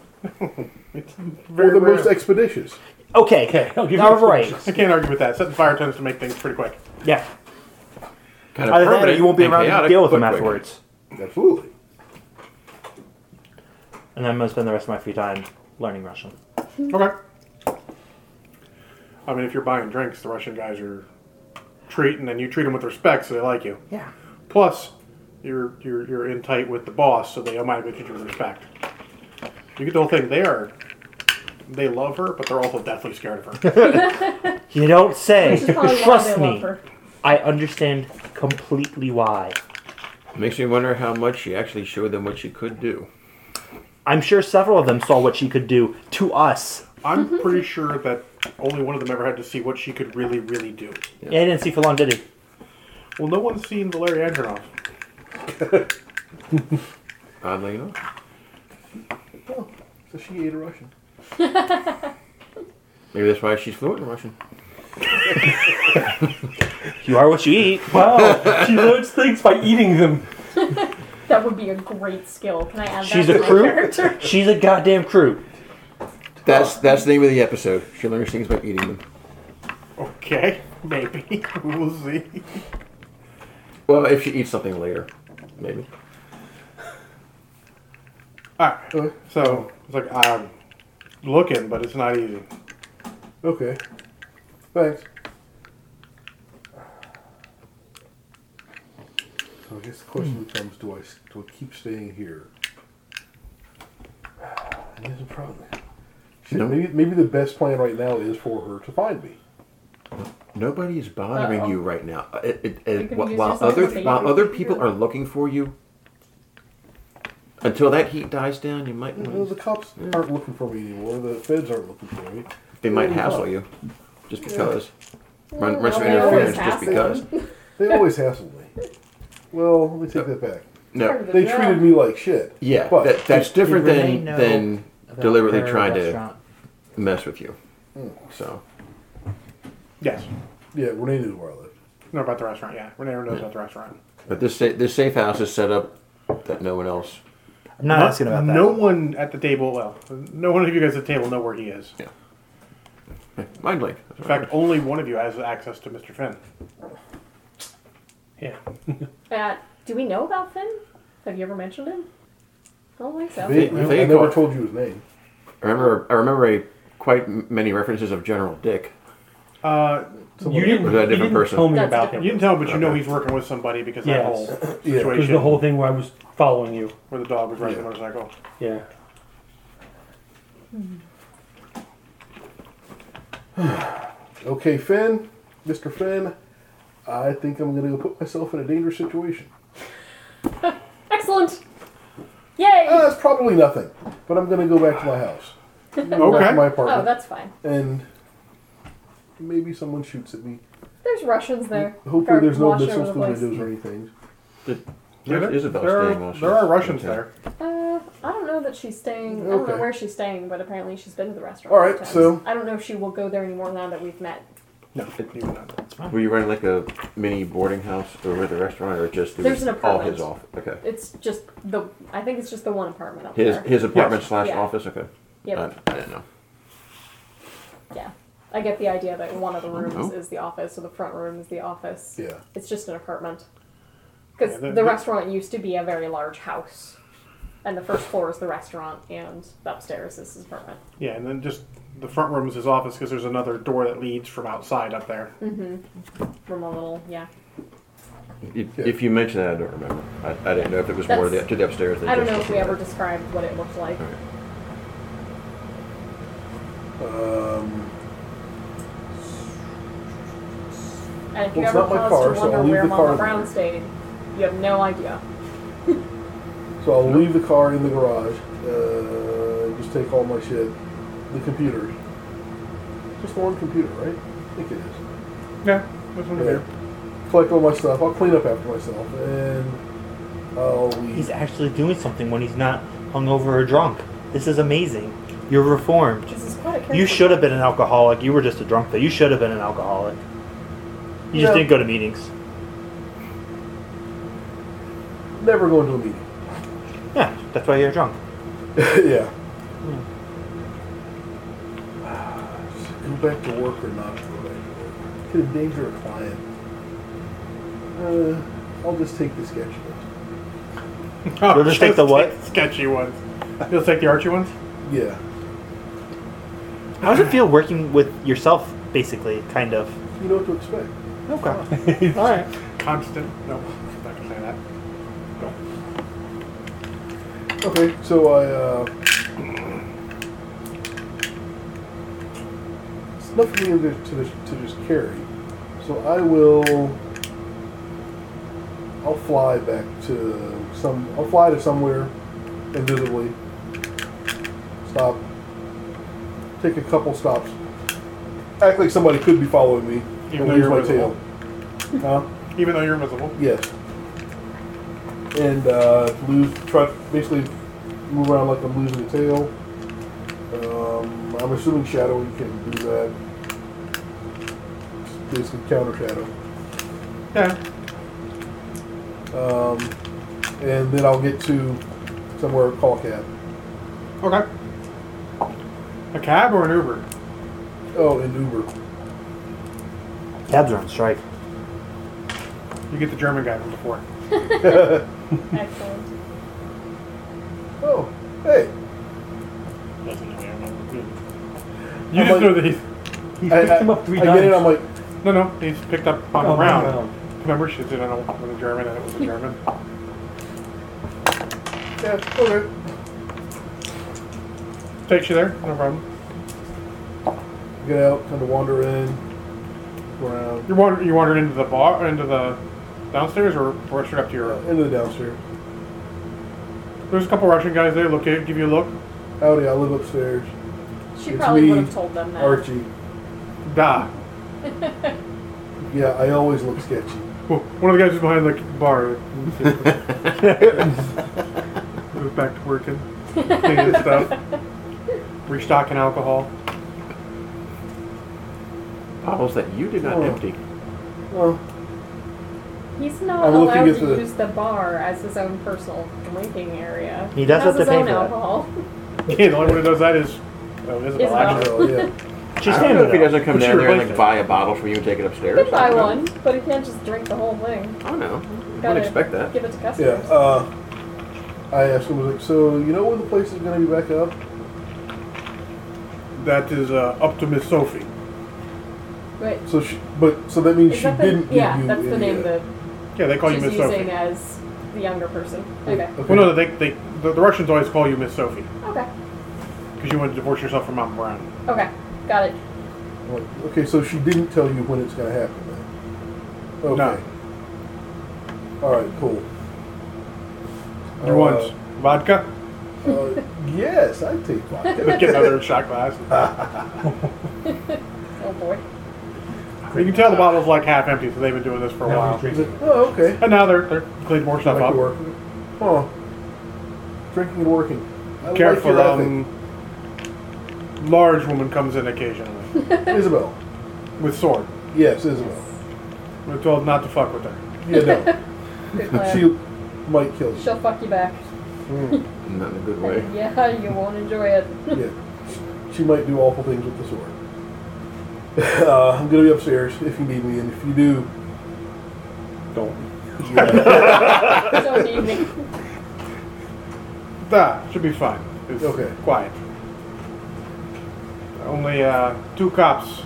A: Very
E: or the
A: rare.
E: most expeditious.
F: okay,
C: Okay, I'll give you
F: all
C: the
F: right.
C: choice.
A: I can't argue with that. Setting fire tends to make things pretty quick.
F: Yeah,
B: Kind
F: either that or you won't be
B: and
F: around to
B: chaotic,
F: deal with
B: but
F: them
B: quick.
F: afterwards.
E: Absolutely.
F: And I'm gonna spend the rest of my free time learning Russian.
A: Okay. I mean, if you're buying drinks, the Russian guys are treating, and you treat them with respect, so they like you.
F: Yeah.
A: Plus, you're you're you're in tight with the boss, so they automatically treat you with respect. You get the whole thing. They are, they love her, but they're also deathly scared of her.
F: You don't say.
D: Which is probably why
F: Trust
D: they
F: me,
D: love her.
F: I understand completely why.
B: Makes me wonder how much she actually showed them what she could do.
F: I'm sure several of them saw what she could do to us.
A: I'm pretty sure that only one of them ever had to see what she could really, really do.
F: Yeah, he didn't see for long, did he?
A: Well, no one's seen Valery Antonov.
B: Oddly enough,
E: Oh, so she ate a Russian.
B: maybe that's why she's fluent in Russian.
F: You are what you eat.
C: Wow, she learns things by eating them.
D: That would be a great skill. Can I add
F: She's
D: that
F: a
D: to my
F: crew?
D: character?
F: She's a goddamn crew.
B: That's that's the name of the episode. She learns things by eating them.
A: Okay, maybe we'll see.
B: Well, if she eats something later, maybe.
A: All right. So it's like I'm looking, but it's not easy.
E: Okay. Thanks. So I guess the
B: Hmm.
E: question becomes: Do I s- do I keep staying here? And there's a problem. Shit,
B: No.
E: maybe maybe the best plan right now is for her to find me.
B: Nobody is bothering you right now. Uh, It, it, it-
D: You can
B: while
D: use
B: while
D: this as
B: other
D: a bait.
B: while other people are looking for you, until that heat dies down, you might
E: You know, the cops
B: Hmm.
E: aren't looking for me anymore. The feds aren't looking for me.
B: they might
E: Yeah.
B: hassle you, just because. Run, run some
D: Well, they always
B: interference just
D: hassle.
B: because.
E: They always hassle me. Well, let me take that back.
D: Part
B: No,
D: of the
E: They
D: job.
E: treated me like shit.
B: yeah,
E: But-
B: that, that's different
F: Did
B: than
F: Renee know
B: than deliberately trying to mess with you.
D: Hmm.
B: So
A: Yes.
E: Yeah, Renee knew where I lived.
A: Know about the restaurant? Yeah, Renee knows about the restaurant.
B: But this sa- this safe house is set up that no one else.
F: I'm not asking about that.
A: No one at the table. Well, no one of you guys at the table know where he is.
B: Yeah. Mind blank.
A: In fact, only one of you has access to Mr. Finn.
C: Yeah.
D: Uh, do we know about Finn? Have you ever mentioned him? I don't think so.
E: They,
B: they
E: I never
B: caught-
E: told you his name.
B: I remember I remember a, quite m- many references of General Dick.
A: Uh,
C: You didn't,
B: Was that a
C: you
B: different
C: didn't
B: person?
C: tell me
D: That's
C: about
D: different.
A: you
C: him.
A: can tell, but you know he's working with somebody because that
C: Yes.
A: whole
E: Yeah.
A: situation
C: It was the whole thing where I was following you.
A: where the dog was riding the motorcycle.
C: Yeah.
E: Okay, Finn, Mr. Finn, I think I'm going to go put myself in a dangerous situation.
D: Excellent. Yay.
E: Uh, it's probably nothing, but I'm going to go back to my house. I'm gonna go back to
A: Okay.
E: my
D: oh,
E: apartment.
D: that's fine.
E: and maybe someone shoots at me.
D: There's Russians there.
E: Hopefully,
D: Or
E: there's no
D: watching
E: missiles
D: over
E: through
D: the place.
E: windows or anything.
A: Yeah, there,
B: Isabel
A: there
B: staying
A: are,
B: also.
A: there are Russians
B: Okay.
A: there.
D: Uh, I don't know that she's staying. I don't know
E: Okay.
D: where she's staying, but apparently she's been to the restaurant.
E: All right,
D: times.
E: so-
D: I don't know if she will go there anymore now that we've met.
A: No, you would not.
B: Were you running like a mini boarding house over at the restaurant, or just it
D: There's
B: was
D: an
B: all
D: apartment.
B: his office? Okay,
D: It's just the. I think it's just the one apartment up
B: his
D: there.
B: his apartment slash
D: Yeah.
B: office. Okay,
D: Yep.
B: I, I didn't know.
D: Yeah. I get the idea that one of the rooms
B: know.
D: is the office, or the front room is the office.
E: Oh. Yeah.
D: It's just an apartment. Because
A: Yeah, the-
D: the,
A: the-
D: restaurant used to be a very large house. And the first floor is the restaurant, and upstairs is his apartment.
A: Yeah, and then just the front room is his office because there's another door that leads from outside up there.
D: From a little, yeah.
B: If, if you mentioned that, I don't remember. I, I didn't know if it was more to the,
D: That's-
B: to the upstairs. than
D: I don't
B: just
D: know
B: the
D: if we
B: floor.
D: ever described what it looked like.
B: Okay.
E: Um,
D: And if you
E: Well, it's
D: ever
E: not my
D: pause
E: car,
D: to
E: so
D: wonder
E: I'll leave
D: where
E: the
D: Mama
E: car
D: Brown
E: there.
D: stayed, you have no idea.
E: so I'll leave the car in the garage. Uh, just take all my shit. The computer. Just the one computer, right? I think it is.
A: Yeah, that's one of
E: Yeah.
A: you.
E: Collect all my stuff. I'll clean up after myself, and I'll
F: He's
E: leave.
F: actually doing something when he's not hungover or drunk. This is amazing. You're reformed.
D: This is quite a character.
F: You should have been an alcoholic. You were just a drunk, though. You should have been an alcoholic. You just
E: No.
F: didn't go to meetings.
E: Never go into a meeting.
F: Yeah, that's why you're drunk.
E: yeah. Go back to work or not go back to work? Could endanger a client. Uh, I'll just take the sketch. one.
F: You'll just take the what?
A: Oh, sketchy ones. You'll take the Archie ones?
E: Yeah.
F: How does it feel working with yourself, basically, kind of?
E: You know what to expect.
F: Okay.
A: It's
F: All right.
A: Constant. No, I'm not gonna say that.
E: Okay, so I uh, snuff me into to, this, to just carry. So I will. I'll fly back to some. I'll fly to somewhere invisibly. Stop. Take a couple stops. Act like somebody could be following me
A: Even
E: and
A: though
E: lose
A: you're
E: my
A: invisible.
E: tail. Huh?
A: Even though you're invisible.
E: Yes. And uh, lose, try to basically move around like I'm losing the tail. Um, I'm assuming shadow you can do that. It's Basically, counter shadow.
A: Yeah.
E: Um, and then I'll get to somewhere call a cab.
A: Okay. A cab or an Uber?
E: Oh, and Uber.
F: Cabs are on strike.
A: You get the German guy from before.
D: Excellent.
E: Oh, hey.
A: You
E: I'm
A: just
E: like-
A: know that he's
C: He
E: I,
C: picked
E: I-
C: him up three
E: I
C: times.
E: get it. I'm like,
A: no, no. He's picked up on
C: Oh,
A: the ground.
C: no.
A: Remember, she did an old with a German, and it was a German.
E: yeah, okay.
A: Takes you there, no problem.
E: Get out, kind of wander in, go around,
A: You wander, you wandered into the bar, into the downstairs, or or straight up to your.
E: into the downstairs.
A: There's a couple Russian guys there. Look, at- give you a look.
E: Howdy, I live upstairs.
D: She
E: It's
D: probably
E: me,
D: would have told them that.
E: Archie.
A: Da.
E: Yeah, I always look sketchy.
A: Well, one of the guys is behind the bar. Goes back to working, cleaning stuff, restocking alcohol.
B: Bottles that you did not
E: Oh.
B: empty.
D: Oh.
E: Well,
D: He's not
E: I'm looking
D: allowed
E: at
D: to
E: the-
D: use the bar as his own personal drinking area.
F: He does
D: has
F: have to
D: his own
F: pay for that.
D: alcohol.
A: Yeah, the only one who does that is oh, Isabel.
D: Isabel.
A: actually.
E: oh, yeah.
F: She's
B: I don't know if he
F: standing
B: doesn't come
A: What's
B: down
A: your
B: there and like
A: replacement?
B: buy a bottle for you and take it upstairs.
D: Could
B: I
D: buy
B: don't know.
D: one, but he can't just drink the whole thing.
B: I don't know. I
D: Gotta
B: wouldn't expect that.
D: Give it to
E: Yeah.
D: customers.
E: Uh, I asked him, I was like, so you know when the place is going to be back up?
A: That is uh, up to Miss Sophie.
D: Wait,
E: So she, but so that means
D: is
E: she
D: that
E: didn't
D: the, yeah,
E: give you
D: that's the
E: any,
D: name
E: uh,
D: that
A: Yeah, they call
D: she's
A: you Miss
D: using uh,
A: Sophie.
D: as the younger person. Okay.
E: Oh, Okay.
A: Well, no, they, they the, the Russians always call you Miss Sophie
D: Okay.
A: because you wanted to divorce yourself from Mom Brown.
D: Okay. Got it.
E: I'm like, okay, so she didn't tell you when it's going to happen. Then. Okay. All right. Cool.
A: You
E: Uh,
A: want vodka?
E: Uh, yes, I take vodka.
A: Let's get another shot glass.
D: Oh boy.
A: You can tell the bottle's like half empty, so they've been doing this for a
C: Now
A: while.
C: he's drinking.
E: He's like, oh, okay.
A: And now they're they're cleaning more stuff
E: Back
A: up.
E: to work. Huh. Drinking and working. I
A: Careful,
E: like your
A: um, large woman comes in occasionally
E: ethic. Isabel.
A: with sword.
E: Yes, Isabel.
A: We're told not to fuck with her.
E: Yeah, no.
D: Good plan.
E: she might kill you.
D: She'll fuck you back.
B: Not in a good way.
D: And yeah, you won't enjoy it.
E: yeah, she might do awful things with the sword. Uh, I'm gonna be upstairs if you need me, and if you do,
A: Don't.
D: Don't need me.
A: That should be fine. It's
E: Okay.
A: Quiet. Only uh, two cops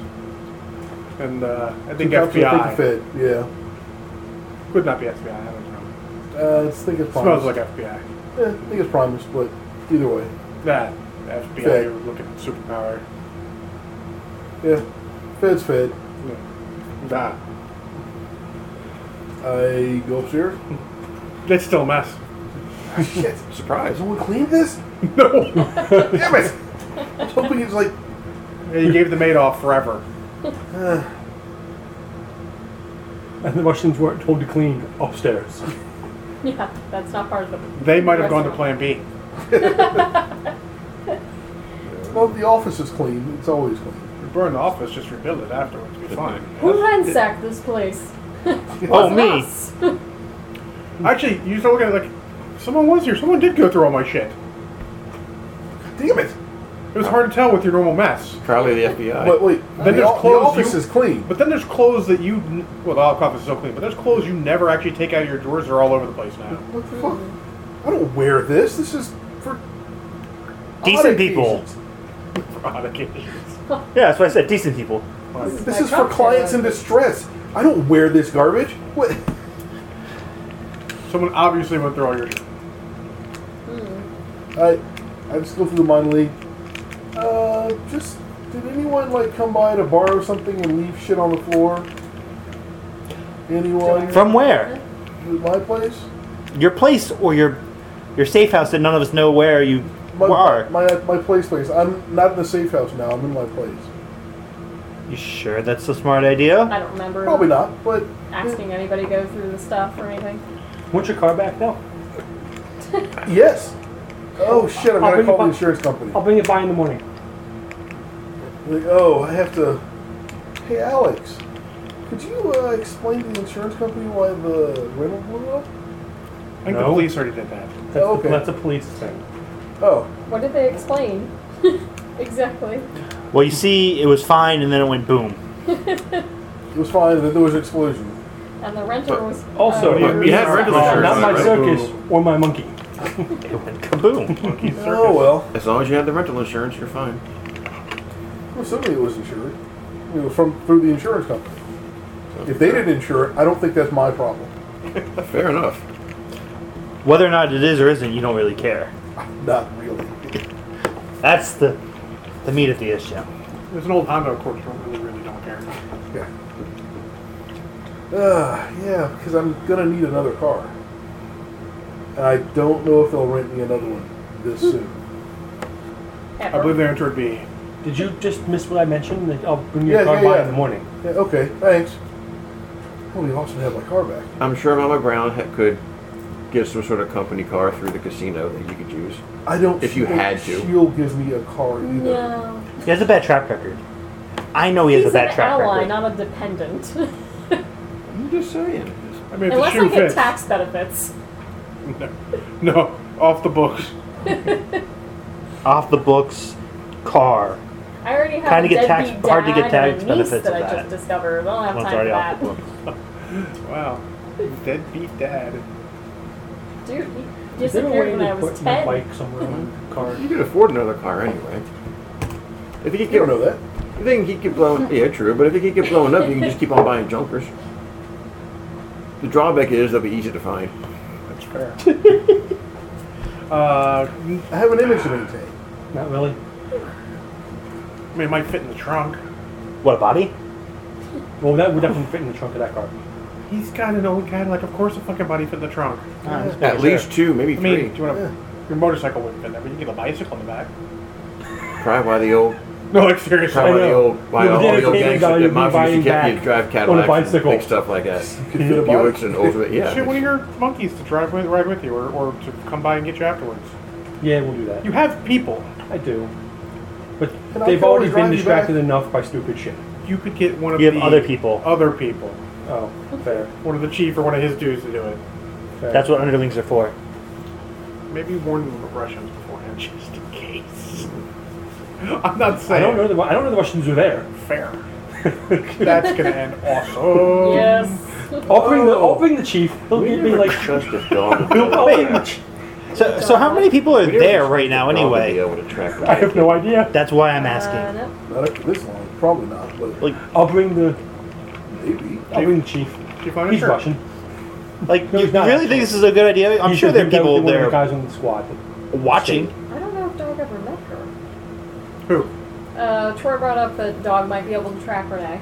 A: and uh, I think
E: Cops are
A: FBI.
E: Fed. Yeah,
A: Could not be FBI. I don't know.
E: uh, I think it's
A: Smells
E: promised.
A: like FBI.
E: Yeah, I think it's promised, but either way,
A: That FBI.
E: Fed.
A: You're looking at superpower.
E: yeah, Fed's Fed.
A: Yeah. Nah.
E: I go upstairs.
A: It's still a mess.
E: Shit,
B: Surprise.
E: someone cleaned this?
A: No.
E: Damn it! I was hoping it was like
A: you gave the maid off forever.
C: And the Russians weren't told to clean upstairs.
D: Yeah, that's not part of the.
A: They might have gone to
D: restaurant.
A: Plan B.
E: well, the office is clean. It's always clean.
A: We burn the office, just rebuild it afterwards. Be fine.
D: Who ransacked this place?
F: Oh, me.
D: Us.
A: Actually, you start looking at it like Someone was here. Someone did go through all my shit.
E: Damn it!
A: It was hard to tell with your normal mess.
B: Probably the FBI.
E: But wait,
A: Then
E: the,
A: there's
E: o- the
A: clothes
E: office
A: you-
E: is clean.
A: But then there's clothes that you. n- Well, the office is so clean, but there's clothes you never actually take out of your drawers. They're all over the place now.
E: What the fuck? I don't wear this. This is for
F: Decent
E: odd
F: people.
E: occasions.
A: On occasions.
F: Yeah, that's what I said. Decent people.
E: This
D: my
E: is for
D: cocktail
E: clients in
D: lounge.
E: distress. I don't wear this garbage. What?
A: Someone obviously went through all your shit.
E: I I just go through the minor league. Uh, just did anyone like come by to borrow something and leave shit on the floor? Anyone
F: From where?
E: from my place?
F: Your place or your your safe house that none of us know where you
E: My,
F: are.
E: my my place place. I'm not in the safe house now. I'm in my place.
F: you sure that's a smart idea?
D: I don't remember
E: Probably not, but
D: asking anybody to go through the stuff or anything.
C: Want your car back? No.
E: yes. Oh shit! I'm
C: I'll
E: gonna
C: bring
E: call
C: it
E: the
C: by-
E: insurance company.
C: I'll bring it by in the morning.
E: Like, oh, I have to. Hey, Alex, could you uh, explain to the insurance company why the rental blew up?
A: I think the
C: No.
A: police already did that.
C: That's,
E: Okay.
C: the, that's a police thing.
E: Oh,
D: What did they explain? exactly.
F: Well, you see, it was fine, and then it went boom.
E: it was fine. Then there was an explosion.
D: And the renter was
C: Also,
D: uh,
B: you- you had rental
C: uh,
B: insurance
C: Not
B: on it,
C: my
B: right?
C: circus or my monkey.
F: It went kaboom.
E: Oh well,
B: as long as you have the rental insurance, you're fine.
E: well, somebody was insured. You know, from through the insurance company. If they didn't insure it, I don't think that's my problem.
B: Oh, Fair enough.
F: Whether or not it is or isn't, you don't really care.
E: Not really.
F: That's the the meat of the issue.
A: There's an old Honda Accord. so I really, really don't care.
E: Yeah. Uh, yeah, because I'm gonna need another car. And I don't know if they'll rent me another one this soon.
A: I believe
D: ever.
A: they entered B.
C: Did you just miss what I mentioned? That I'll bring your
E: Yeah,
C: car
E: yeah,
C: by
E: yeah.
C: in the morning.
E: Yeah, okay, thanks. Well, we also have my car back.
B: I'm sure Mama Brown ha- could get some sort of company car through the casino that you could use.
E: I don't.
B: If you
E: think
B: had to.
E: she'll give me a car either.
D: No.
F: He has a bad track record. I know he has
D: He's
F: a bad
D: an
F: track
D: ally,
F: record.
D: not a dependent.
B: I'm just saying.
A: I mean, if the
D: Unless
A: shoe
D: I get
A: fits.
D: tax benefits.
A: No, off the books.
F: Off the books, car.
D: I already have
F: Kinda
D: a
F: get tax-
D: deadbeat
F: hard to
D: dad
F: get tax
D: and a niece
F: benefits
D: that
F: of
D: I
F: that.
D: just discovered. I don't have
F: One's
D: time
F: already off
D: for
F: the
D: that.
F: books.
A: Wow. Deadbeat dad.
D: Dude, he
C: Is there a way
D: disappeared when
C: to
D: I was
C: put my
D: 10.
C: bike somewhere on the car?
B: You could afford another car anyway. If you could
E: You
B: get
E: don't know that.
B: If they can keep get blown, yeah, true. But if they can get blown up, you can just keep on buying junkers. The drawback is they'll be easy to find.
A: That's fair. uh,
E: I have an image to maintain.
C: Not really.
A: I mean, it might fit in the trunk.
F: What a body?
C: Well, that would definitely fit in the trunk of that car.
A: He's got an old Cadillac. Of course, a fucking body fit in the trunk.
B: At least two, maybe
A: I
B: three.
A: mean, do you want to? Your motorcycle wouldn't fit in there, but you can get a bicycle in the back.
B: Probably why the old,
A: No, like seriously.
B: probably why the
C: know.
B: old, why
C: You
B: all,
C: did
B: the
C: it
B: old
C: maybe
B: gangs
C: while
B: that
C: you
B: did
C: were
B: Mobsters
C: buying
B: you can't you
C: back
B: drive
C: on a
B: Cadillacs and
C: bicycle.
B: big stuff like that.
E: You could fit a bike.
B: Buicks and ultimate,
A: Shit,
B: yeah.
A: one of your monkeys to drive with, ride with you, or, or to come by and get you afterwards.
C: Yeah, we'll do that.
A: You have people.
C: I do. But
E: And I
C: they've
E: can
C: already been
E: always drive you
C: distracted
E: back.
C: enough by stupid shit.
A: You could get one of
F: You have
A: the
F: other people.
A: other people,
C: Oh, fair.
A: one of the chief or one of his dudes to do it.
C: fair.
F: That's what underlings are for.
A: Maybe warn the Russians beforehand, just in case. I'm not
C: I
A: saying
C: don't know. The, I don't know the Russians are there.
A: fair. That's gonna end awesome.
D: Yes.
C: I'll bring the I'll bring the chief. He'll
B: We
C: give me
B: never
C: like.
B: trust a dog.
C: I'll bring the chief.
F: Oh, So, so how many people are
B: We never
F: there
B: trust
F: right
B: a
F: now
B: dog to be
F: anyway?
B: able to track
C: I have no idea.
F: That's why I'm
D: Uh,
F: asking.
D: no.
E: Not after this long, probably not. But
F: Like,
C: I'll bring the
E: maybe.
C: I'll bring the chief.
A: Chief, I'm
C: He's
A: sure.
C: Russian.
F: like
C: No,
F: you
C: he's not.
F: really think this is a good idea? I'm
C: He's
F: sure
C: the
F: there are
C: dude that was
F: people
C: one of
F: there
C: The guys on the squad.
F: watching.
D: I don't know if Dog ever met her.
A: Who?
D: Uh, Troy brought up that Dog might be able to track Renee.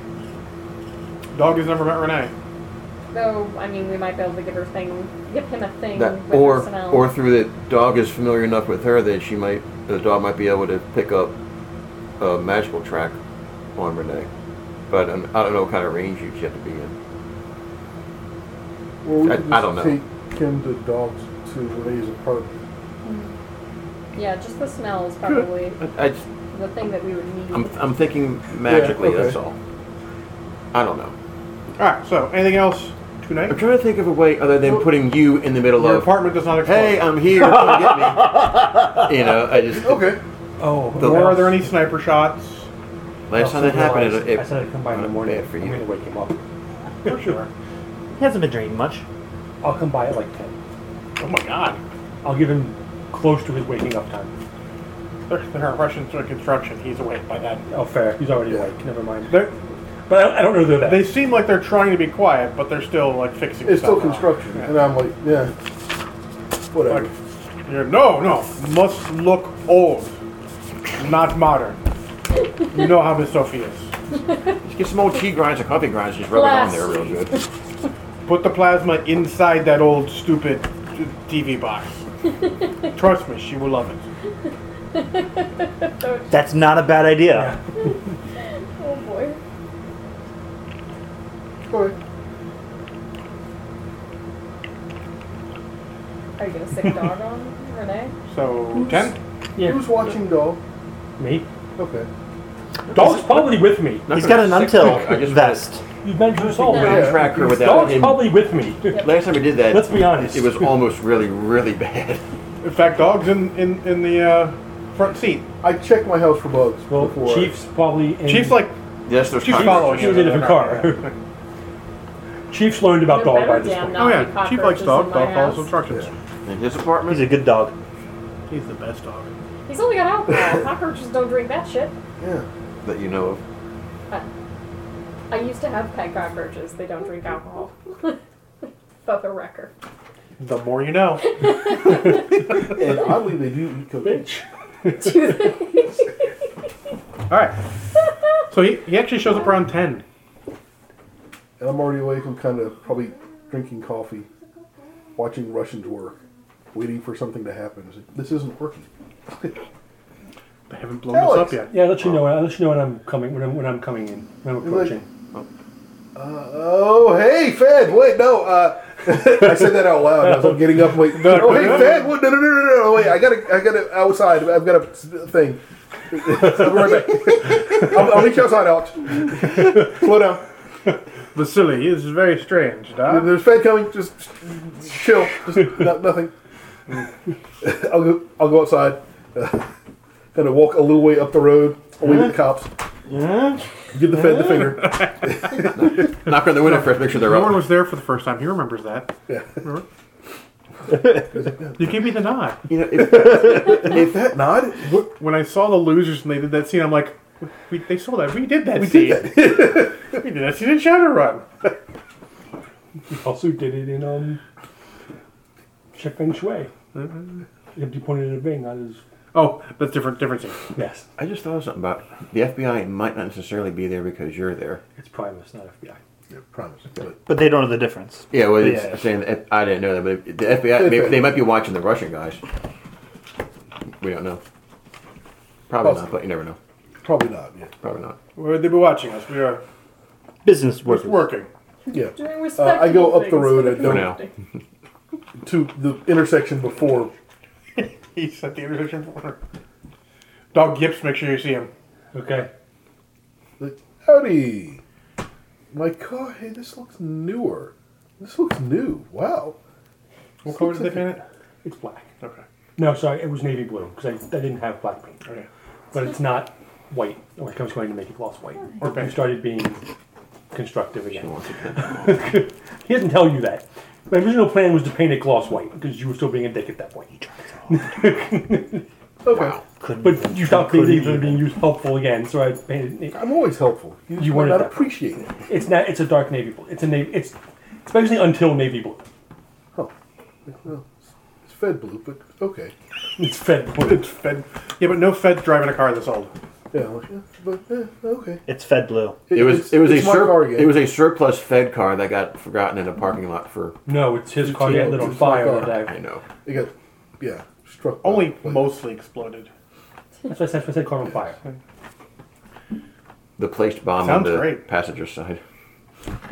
A: Dog has never met Renee.
D: Though, I mean, we might be able to give her thing, give him a thing
B: That,
D: with
B: or
D: personnel.
B: or through the dog is familiar enough with her that she might the dog might be able to pick up a magical track on Renee, but um, I don't know what kind of range you have to be in.
E: Or we
B: I-
E: could
B: I
E: just
B: don't know.
E: Take him to dogs to Renee's apartment.
D: yeah, just the smell is probably
B: I, I just,
D: the thing that we would need.
B: I'm, I'm thinking magically.
E: okay.
B: That's all. I don't know.
A: All right. So, anything else tonight?
B: I'm trying to think of a way other than putting you in the middle
A: Your
B: of.
A: apartment does not explode.
B: Hey, I'm here. Come get me. You know, I just.
E: Okay.
C: Oh,
B: The-
A: or are there any sniper shots?
B: Last time that happened, it, it
C: I said I'd come by in the
B: not
C: morning.
B: bad for
C: I'm
B: you.
C: going to wake him up.
A: For sure.
F: He hasn't been drinking much.
C: I'll come by at like 10.
A: Oh my god.
C: I'll give him close to his waking up time.
A: They're, they're Russians are construction. He's awake by that.
C: Oh, fair. He's already
E: Yeah.
C: awake. Never mind.
A: They're,
C: But I, I don't know they're that.
A: they seem like they're trying to be quiet, but they're still like fixing.
E: It's still
A: stuff
E: construction, and I'm like, yeah,
A: Like,
E: whatever.
A: you're- no, no, must look old, not modern. You know how Miss Sophie is.
B: Just get some old tea grinds or coffee grinds. Just rub it on
D: Blast.
B: there real good.
A: Put the plasma inside that old stupid TV box. Trust me, she will love it.
F: That's not a bad idea.
D: Oh boy.
E: Okay.
D: Are you gonna stick a dog on Renee?
A: So ten.
E: Who's watching dog?
C: me?
E: Okay.
C: Dog's probably with me.
F: He's got an
B: Sick
F: until
B: dog. I just
F: vest.
C: You've been to us all.
B: wanna
D: No.
E: Yeah.
B: Track her without
C: Dog's
B: him.
C: probably with me.
B: Last time we did that,
C: Let's be honest.
B: it was almost really, really bad.
A: In fact, dog's in in in the uh, front seat.
E: I check my house for bugs
C: Well,
E: before.
C: Chief's probably in.
A: Chief's like
B: Yes, there's
A: She's
B: cockroaches.
A: following
C: He was in a different car. Chief's learned about
D: There
C: dog by
D: better
C: this
D: damn
C: point.
A: Oh
D: not be
A: yeah, she likes
D: cockroaches
A: dog.
D: in my
A: Dog follows
D: house.
A: instructions.
B: in his apartment.
F: He's a good dog.
A: He's the best dog.
D: He's only got alcohol. Cockroaches don't drink that shit. Uh,
E: Yeah.
B: that you know of.
D: I used to have pet cockroaches. They don't drink alcohol. but the wrecker.
A: The more you know.
E: And oddly, they do eat cookies.
A: All right. So he, he actually shows up around ten.
E: And I'm already awake. I'm kind of probably drinking coffee, watching Russians work, waiting for something to happen. It's like, This isn't working.
A: They haven't blown this up
E: Alex.
A: yet.
C: Yeah, I'll let you know. I'll let you know when I'm coming. When I'm, when I'm coming in. When I'm
E: You're like-
C: approaching.
E: Uh, oh, hey, Fed. Wait, no. Uh, I said that out loud as I'm getting up. Wait, oh, hey, Fed. Wait, no, no, no, no, no. Wait, I got to I got to outside. I've got a thing. I'll be right back. I'll, I'll meet you outside, Alex. Slow down.
A: Vasily is very strange, dog.
E: There's Fed coming. Just chill. Just no, nothing. I'll go. I'll go outside. kind of walk a little way up the road. I'll wait at the cops. Give the Fed the finger.
B: Knock on the window first, make sure they're
A: No one
B: up.
A: was there for the first time. He remembers that. Yeah. you give me the nod.
B: You know, if,
E: If that nod, what-
A: When I saw the losers and they did that scene, I'm like, we, they saw that. We did that we scene. Did that. we did that scene in Shadowrun.
C: He also did it in um, Che Feng Shui. Mm-hmm. Empty pointed at a ring on his.
A: Oh, that's different. Different scene.
C: Yes,
B: I just thought of something about the FBI might not necessarily be there because you're there.
C: it's Primus, not FBI.
E: yeah, promise. But
F: But they don't know the difference.
B: Yeah, well, it's
F: Yeah.
B: saying that- I didn't know that, but if- the FBI maybe, they might be watching the Russian guys. We don't know. Probably not, but you never know.
E: probably not. Yeah.
B: Probably not.
A: Where would they be watching us? We are
F: Business
A: it's
F: workers.
A: working.
E: Yeah.
D: Doing
E: Uh, I
D: respectable
E: go up the
D: things.
E: road. I
B: For
E: don't
B: now.
E: to the intersection before.
A: He's at the intersection corner. Dog Gips, make sure you see him.
C: Okay.
E: Like, Howdy. My car. Hey, this looks newer. This looks new. Wow.
A: What color did they paint it?
C: It's black.
A: Okay.
C: No, sorry, it was navy blue because I, I didn't have black paint,
A: Okay.
C: but it's not white. Or it comes going to make it gloss white.
A: Or
C: We
A: pink.
C: started being constructive again. he doesn't tell you that. My original plan was to paint it gloss white because you were still being a dick at that point.
E: Okay.
F: Couldn't
C: But you stopped being, being used helpful again, so I painted it
E: I'm always helpful. You,
C: You
E: might
C: wanted
E: not
C: that.
E: appreciate it.
C: It's not. It's a dark navy blue. It's a navy. It's it's basically until navy blue.
E: Huh. Well, it's Fed blue, but okay.
C: It's fed blue.
A: It's Fed. Yeah, but no Fed's driving a car this old.
E: Yeah, like, yeah, but eh, okay.
F: It's fed blue.
B: It was it was a
E: it's my car
B: sur-
E: again.
B: it was a surplus Fed car that got forgotten in a parking lot for
C: No, it's his car that lit on
E: It's
C: fire
E: my car.
C: that
B: I
C: day.
B: know.
E: It got yeah struck. by-
A: Only
E: like,
A: mostly exploded.
C: That's why I said, that's why I said car on fire.
B: The placed bomb
A: Sounds
B: on the
A: great.
B: passenger side.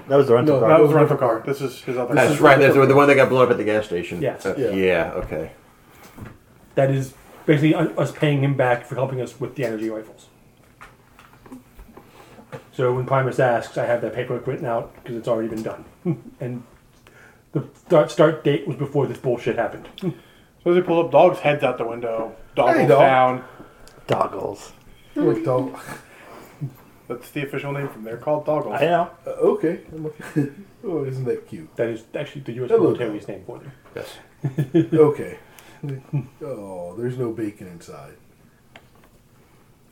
F: That was the rental
E: No,
F: car.
A: That was a rental car. This is his other.
B: That's right. That's the one that got blown up at the gas station.
C: Yes.
B: Uh,
E: Yeah.
B: yeah. Okay.
C: That is basically un- us paying him back for helping us with the energy rifles. So when Primus asks, I have that paperwork written out because it's already been done, and The start, start date was before this bullshit happened.
A: So as they pull up, dog's head's out the window. Dog
E: Hey,
A: goes
E: dog.
A: down.
F: Doggles.
E: Like, dog.
A: That's the official name from there, called Doggles.
F: I know.
E: Uh, okay. I'm okay. oh, isn't that cute?
C: That is actually the U.S.
E: Hello.
C: military's name for them.
B: Yes.
E: Okay. Oh, there's no bacon inside.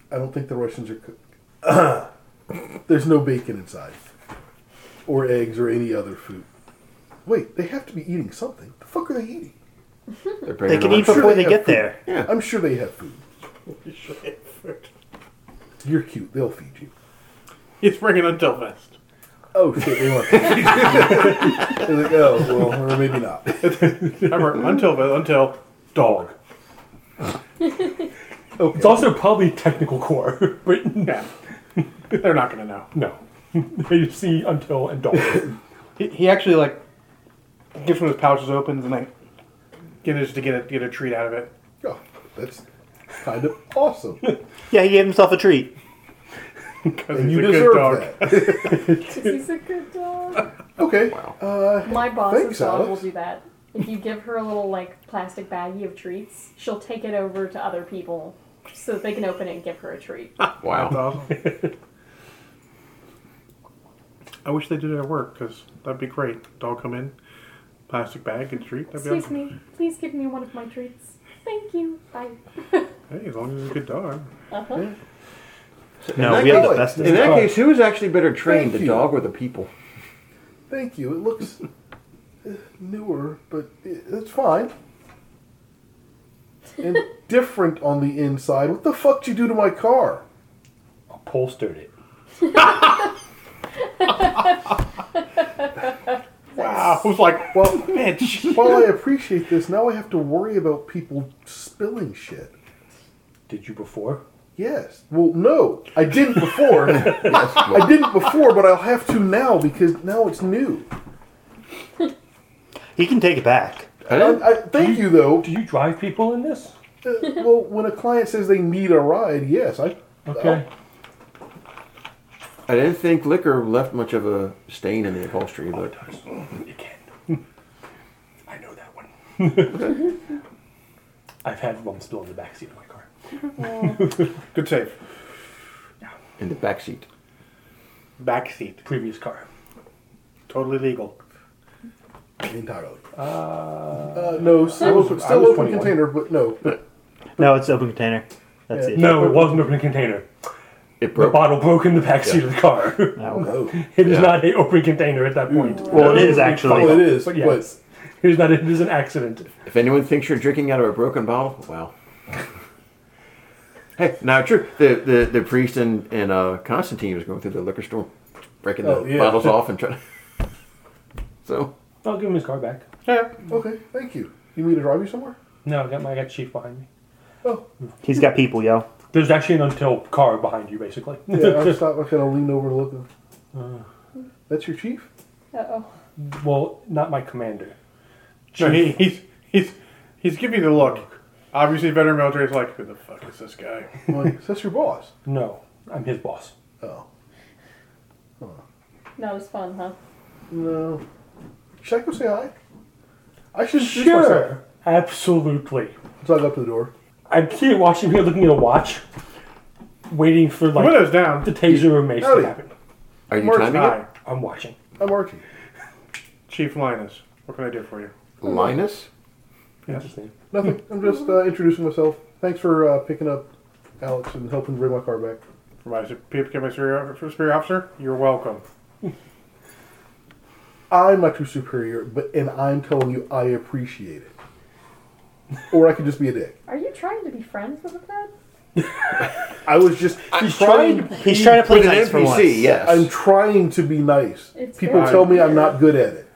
E: I don't think the Russians are. Cook- there's no bacon inside, or eggs, or any other food. Wait, they have to be eating something. The fuck are they eating?
B: They're
F: They
B: bringing
F: can
B: them
F: eat
B: up.
E: sure
F: before
E: they
F: they
E: have
F: get
E: food.
F: there.
B: Yeah.
E: I'm sure they have food. You're cute. They'll feed you.
A: It's bringing until fest.
E: Oh shit, they want. They're like, oh well, or maybe not.
A: Remember, until until
C: Dog. It's
E: Okay.
C: also probably technical core, but
A: yeah, they're not gonna know.
C: no. They just see until and dog.
A: He, he actually like gets one of his pouches opens and like get it just to get a get a treat out of it.
E: Oh, that's kind of awesome,
F: Yeah, he gave himself a treat.
A: Because
E: and
A: he's
E: you
A: a good dog.
E: deserve that.
D: He's a good dog.
E: Okay. Uh,
D: My boss's
E: Thanks,
D: dog
E: Alex.
D: will do that. If you give her a little like plastic baggie of treats, she'll take it over to other people so that they can open it and give her a treat.
B: Wow.
A: Awesome. I wish they did it at work because that'd be great. Dog come in, plastic bag and treat. That'd be
D: Excuse
A: awesome.
D: me, please give me one of my treats. Thank you. Bye.
A: Hey, as long as it's a good dog.
D: Uh-huh.
F: No,
B: that
F: we have the
E: case-
F: best.
B: In that case, who's actually better trained,
E: Thank
B: the
E: you.
B: dog or the people?
E: thank you. It looks uh, newer, but it, it's fine. And different on the inside. What the fuck did you do to my car?
C: Upholstered it.
A: Wow. I was like, well, bitch.
E: While I appreciate this, now I have to worry about people spilling shit.
C: Did you before?
E: Yes. Well, no, I didn't before.
B: Yes.
E: I didn't before, but I'll have to now because now it's new.
F: he can take it back.
B: I
E: I,
B: didn't-
E: I, thank you, though.
C: Do you drive people in this?
E: Uh, well, when a client says they need a ride, yes, I.
C: Okay.
B: I didn't think liquor left much of a stain in the upholstery, but
C: You can. I know that one. I've had one still in the backseat of my car.
A: Good save.
B: in the back seat.
A: Back seat.
C: Previous car.
A: Totally legal.
E: Entirely. Uh, no, still, open,
C: I
E: still
C: was
E: open
C: 21.
E: container, but no.
F: No, it's open container. That's
E: Yeah.
F: it.
C: No, it wasn't open container.
B: It
C: The
B: broke.
C: bottle broke in the backseat of the car.
F: No.
E: No.
C: It is
B: Yeah.
C: not an open container at that point.
F: Well, it is actually.
E: Mm. Well, Oh, it is, but,
C: But yes. It is not. It is an accident.
B: If anyone thinks you're drinking out of a broken bottle, wow. hey, now true. The, the the priest and and uh, Constantine was going through the liquor store, breaking the
E: Oh, yeah.
B: bottles off and trying. to... So
C: I'll give him his car back.
E: okay, thank you. You need to drive you somewhere?
C: No, I got my I got chief behind me.
E: Oh,
F: He's got people, yo.
C: There's actually an until car behind you, basically.
E: yeah, I'll stop. I kind of lean over and look. That's your chief?
D: Uh-oh.
C: well, not my commander.
A: No, he, he's he's he's giving you the look. Obviously, veteran military is like, who the fuck is this guy?
E: I'm like, that's your boss.
C: No, I'm his boss.
E: Oh.
D: Not as fun, huh?
E: No. Should I go say hi? I should introduce myself.
C: Sure, absolutely.
E: So I go up to the door.
C: I'm sitting watching here, looking at a watch, waiting for
A: The
C: like
A: window's down.
C: the taser or mace
E: Howdy.
C: to happen.
B: are you
A: Mark's
B: timing
A: high.
B: it,
C: I'm watching.
E: I'm Archie.
A: Chief Linus? What can I do for you?
D: Hmm.
B: Linus?
C: Interesting.
E: Nothing. I'm just uh, introducing myself. Thanks for uh, picking up Alex and helping bring my car back.
A: My PFK superior officer. You're welcome.
E: I'm not your superior, but and I'm telling you, I appreciate it. Or I could just be a dick.
D: Are you trying to be friends with a pet?
E: I was just.
B: He's trying.
F: He's trying to play
B: with
F: nice
B: an
F: for once.
B: NPC. Yes.
E: I'm trying to be nice.
D: It's
E: People
D: very
E: tell me
D: weird.
E: I'm not good at it.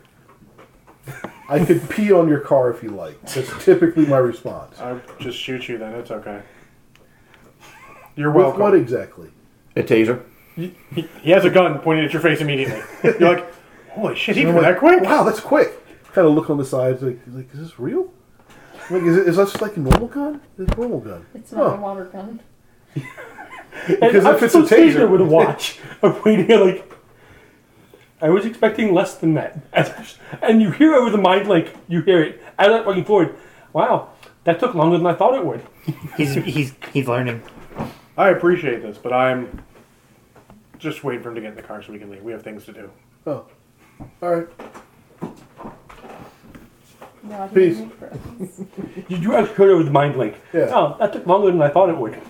E: I could pee on your car if you like. That's typically my response.
A: I'll just shoot you then. It's okay. You're
E: With
A: welcome.
E: what exactly?
B: a taser.
A: he, he has a gun pointed at your face immediately. You're like, holy shit, he
E: And
A: did
E: I'm
A: that
E: like,
A: quick.
E: Wow, that's quick. Kind of look on the sides, like, like is this real? Like, is, it, is this like a normal gun? It's a normal gun.
D: It's not
E: Huh.
D: a water gun.
C: Because
E: if
C: I'm
E: it's
C: still
E: a
C: sitting
E: taser-
C: there with a watch. I'm waiting. I'm like, I was expecting less than that. And you hear over the mind link, you hear it. As I'm walking forward, wow, that took longer than I thought it would.
F: He's he's he's learning.
A: I appreciate this, but I'm just waiting for him to get in the car so we can leave. We have things to do.
E: Oh. All right.
D: No,
E: Peace.
C: You do actually heard over the mind link.
E: Yeah.
C: Oh, that took longer than I thought it would.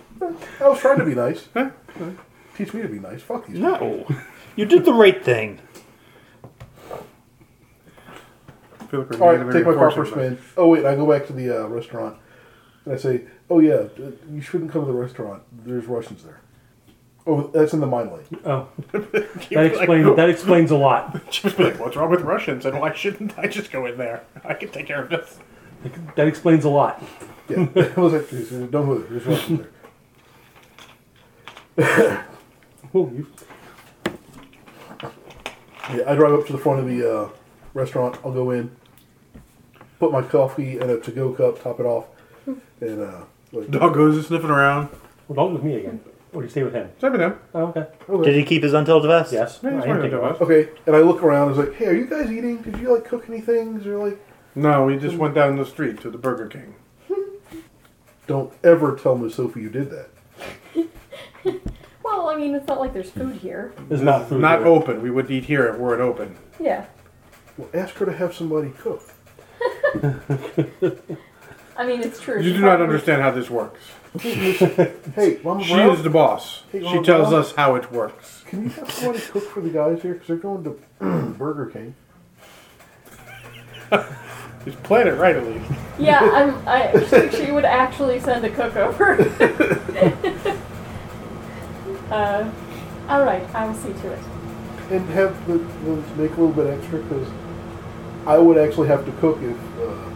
E: I was trying to be nice. Teach me to be nice. Fuck you.
F: No, you did the right thing.
A: I feel like we're
E: All
A: gonna
E: right, take my car for a
A: enforce it,
E: spin. Oh wait, and I go back to the uh, restaurant, and I say, "Oh yeah, d- you shouldn't come to the restaurant. There's Russians there." Oh, that's in the mind lane.
C: Oh, that explains that explains a lot.
A: but- Just be like, what's wrong with Russians, and why shouldn't I just go in there? I can take care of this.
C: That explains a lot.
E: Yeah, I was like, "Geez, "Don't move. There's Russians there."
C: Oh, you-
E: Yeah, I drive up to the front of the uh, restaurant. I'll go in, put my coffee in a to-go cup, top it off, and uh, like,
A: Dog goes and sniffing around.
C: Well, don't with me again. Or you stay with him.
A: It's Eminem.
C: Oh, okay.
F: Did he keep his until vest?
C: Yes.
A: Yeah, he's
C: I am
A: wearing a
C: taking
A: dog.
C: off.
E: okay. And I look around. I was like, "Hey, are you guys eating? Did you like cook any things or like?"
A: No, we just went down the street to the Burger King.
E: Don't ever tell Miss Sophie you did that.
D: Well, I mean, it's not like there's food here.
C: It's not food.
A: Not
C: here.
A: open. We would eat here if were it open.
D: Yeah.
E: Well, ask her to have somebody cook.
D: I mean, it's true.
A: You
D: She
A: do not
D: probably-
A: understand how this works.
E: Hey, Mama
A: She
E: Brown,
A: is the boss.
E: Hey,
A: She
E: Mama
A: tells
E: Brown.
A: us how it works.
E: can you have somebody cook for the guys here? Because they're going to Burger King.
A: He's playing it right at least.
D: Yeah, I'm, I think she would actually send a cook over. uh, all right, I will see to it.
E: And have the, the make a little bit extra because I would actually have to cook if uh,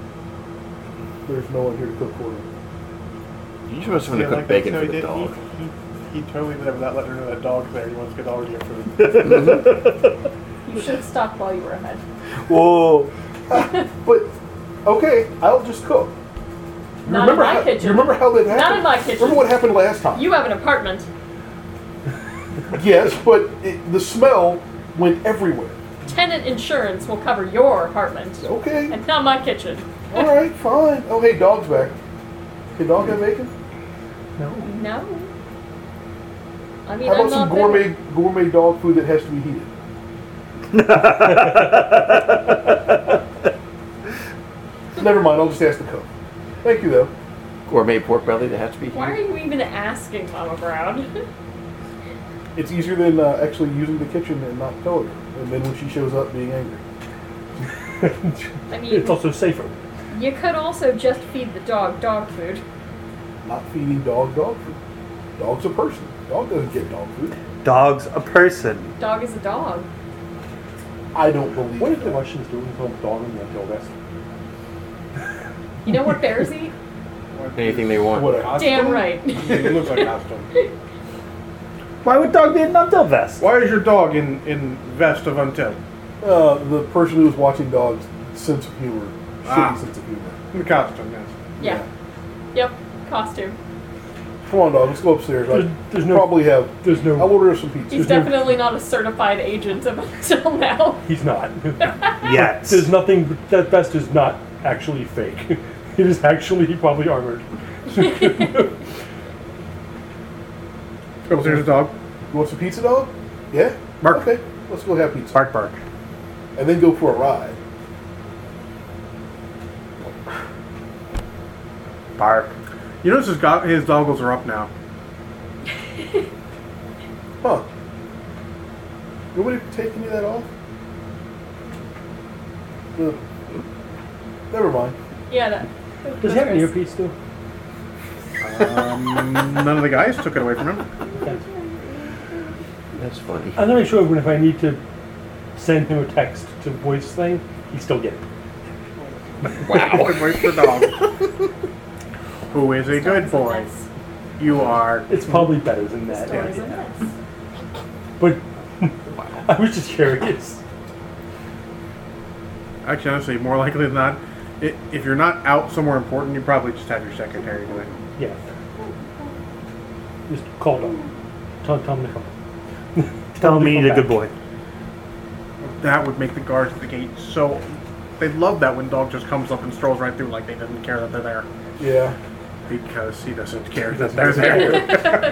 E: there's no one here to cook for me.
B: You just want someone
A: Yeah,
B: to cook
A: like
B: bacon
A: that's
B: for
A: how
B: the
A: he
B: dog.
A: did- He, he, he totally did it without letting her know that dog's there. He wants to get all of your food.
D: You should have stopped while you were ahead.
F: Whoa.
E: But okay, I'll just cook. You
D: Not in
E: remember
D: my
E: how,
D: kitchen.
E: You remember how that happened?
D: in my kitchen.
E: Remember what happened last time?
D: You have an apartment.
E: yes, but it, the smell went everywhere.
D: Tenant insurance will cover your apartment,
E: Okay,
D: and not my kitchen.
E: all right, fine. Oh, hey, dog's back. Hey, dog have bacon?
D: No. I mean,
E: How
D: I'm not
E: about some
D: there.
E: gourmet gourmet dog food that has to be heated? Never mind. I'll just ask the cook. Thank you, though.
B: Gourmet pork belly that has to be
D: Why are
B: here.
D: you even asking, Mama Brown?
E: It's easier than uh, actually using the kitchen and not telling her, and then when she shows up being angry.
D: I mean,
C: It's also safer.
D: you could also just feed the dog dog food.
E: Not feeding dog dog food. Dog's a person. Dog doesn't get dog food.
F: Dog's a person.
D: Dog is a dog.
E: I don't believe.
C: What are the
E: that.
C: Russians doing to a dog in the Gilvest?
D: You know what bears eat?
B: Anything they want.
E: What a
D: Damn
E: costume?
D: right.
A: it looks like costume.
F: Why would dog be in an until vest?
A: Why is your dog in, in vest of until?
E: Uh, the person who was watching dogs' sense of humor, shitty
A: Ah.
E: sense of humor.
A: In the costume, yes.
D: Yeah. Yep. Costume.
E: Come on, dog. Let's go upstairs.
C: There's-
E: I
C: there's no-
E: probably have.
C: There's
E: I'll
C: no.
E: order us some pizza.
D: He's definitely not a certified agent up until now.
C: He's not.
F: Yes.
C: There's nothing. That vest is not actually fake. It is actually probably armored.
A: Oh, there's a dog.
E: You want some pizza, dog? Yeah.
A: Bark.
E: Okay, let's go have pizza,
A: Bark, bark.
E: and then go for a ride.
F: Bark.
A: You notice his, go- his goggles are up now.
E: Huh? Nobody taking you that off? Uh, Never mind.
D: Yeah. That,
C: Does he have an earpiece too?
A: Um, none of the guys took it away from him.
C: Thanks.
B: That's funny.
C: I'm not really sure even if I need to send him a text to voice thing, he still get it.
B: Wow.
A: Wait for dog. Who is a good boy? You are.
C: It's probably better than that.
D: Stories in this.
C: But I was just curious.
A: Actually, honestly, more likely than not, i if you're not out somewhere important, you probably just have your secretary do it.
C: Yeah. Just call him. Tell, tell him to come.
F: Tell me
C: come
F: he's a
C: back.
F: good boy.
A: that would make the guards at the gate so. They love that when dog just comes up and strolls right through like they didn't care that they're there
E: Yeah.
A: because he doesn't care that they're there.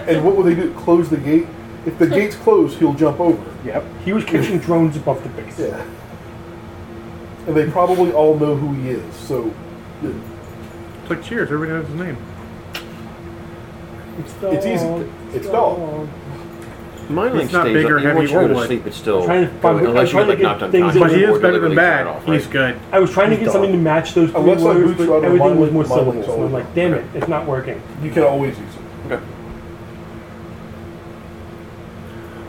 E: And what will they do? Close the gate? If the gate's closed, he'll jump over.
A: yep.
C: He was catching drones above the base.
E: Yeah. And they probably all know who he is, so it-
A: It's like Cheers. Everybody knows his name.
E: it's easy. It's dog.
B: Mine
A: He's
B: link
A: not
B: stays
A: big or
B: up. Even
A: heavy
B: once you
A: or
B: go to
A: what.
B: sleep, it's still
C: trying to find- I'm
B: unless you get
C: trying to
B: like
C: get
B: knocked unconscious.
C: things in
A: But he
C: Or
A: is
B: or
A: better than
B: deliberately
A: bad.
B: cut off,
A: He's
B: right?
A: good.
C: I was trying to get something to match those three
E: Unless I
C: words,
E: boot
C: but
E: you out of
C: everything
E: my
C: was more
E: link, my link's
C: syllables. So I'm
E: over.
C: like, damn it, it's not working.
E: You can always use it.
B: Okay.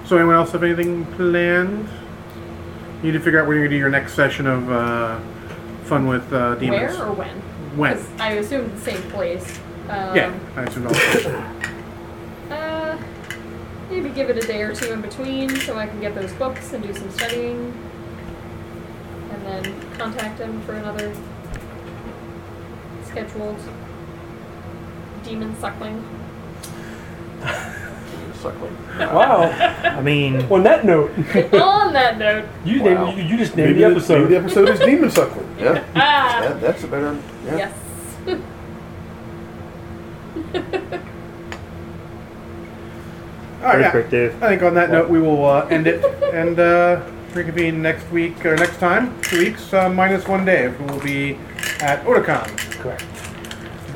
A: So anyone else have anything planned? You need to figure out when you're gonna do your next session of uh, fun with uh, demons.
D: Where or when?
A: When?
D: 'Cause I assume the same place. Um,
A: Yeah, I assumed all. that.
D: Uh, maybe give it a day or two in between so I can get those books and do some studying. And then contact him for another scheduled demon suckling.
B: Suckling.
C: Wow.
F: I mean,
C: On that note,
D: On that note,
C: you,
B: Wow.
C: named, you, you just named the episode.
E: maybe the episode is Demon Suckling.
B: Yeah.
D: ah,
B: That- that's a better. Yeah.
D: yes.
A: All right,
F: very
A: yeah.
F: quick, Dave.
A: I think on that note we will uh, end it and uh, reconvene next week or next time, two weeks uh, minus one day. We will be at Otakon,
C: Correct.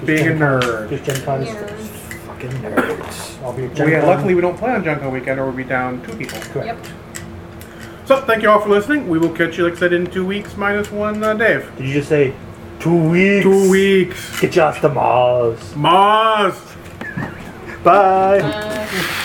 A: being a nerd.
C: Just Gen Con is
D: Nerds.
F: Fucking nerds.
C: I'll be at Gen
A: We,
C: Con.
A: luckily, we don't play on Junko Weekend, or we'll be down two people.
D: Yep.
A: So, thank you all for listening. We will catch you, like I said, in two weeks minus one uh, Dave.
F: Did you just say two weeks?
A: Two weeks.
F: Get you off the malls.
A: Mars.
F: Bye.
D: Uh,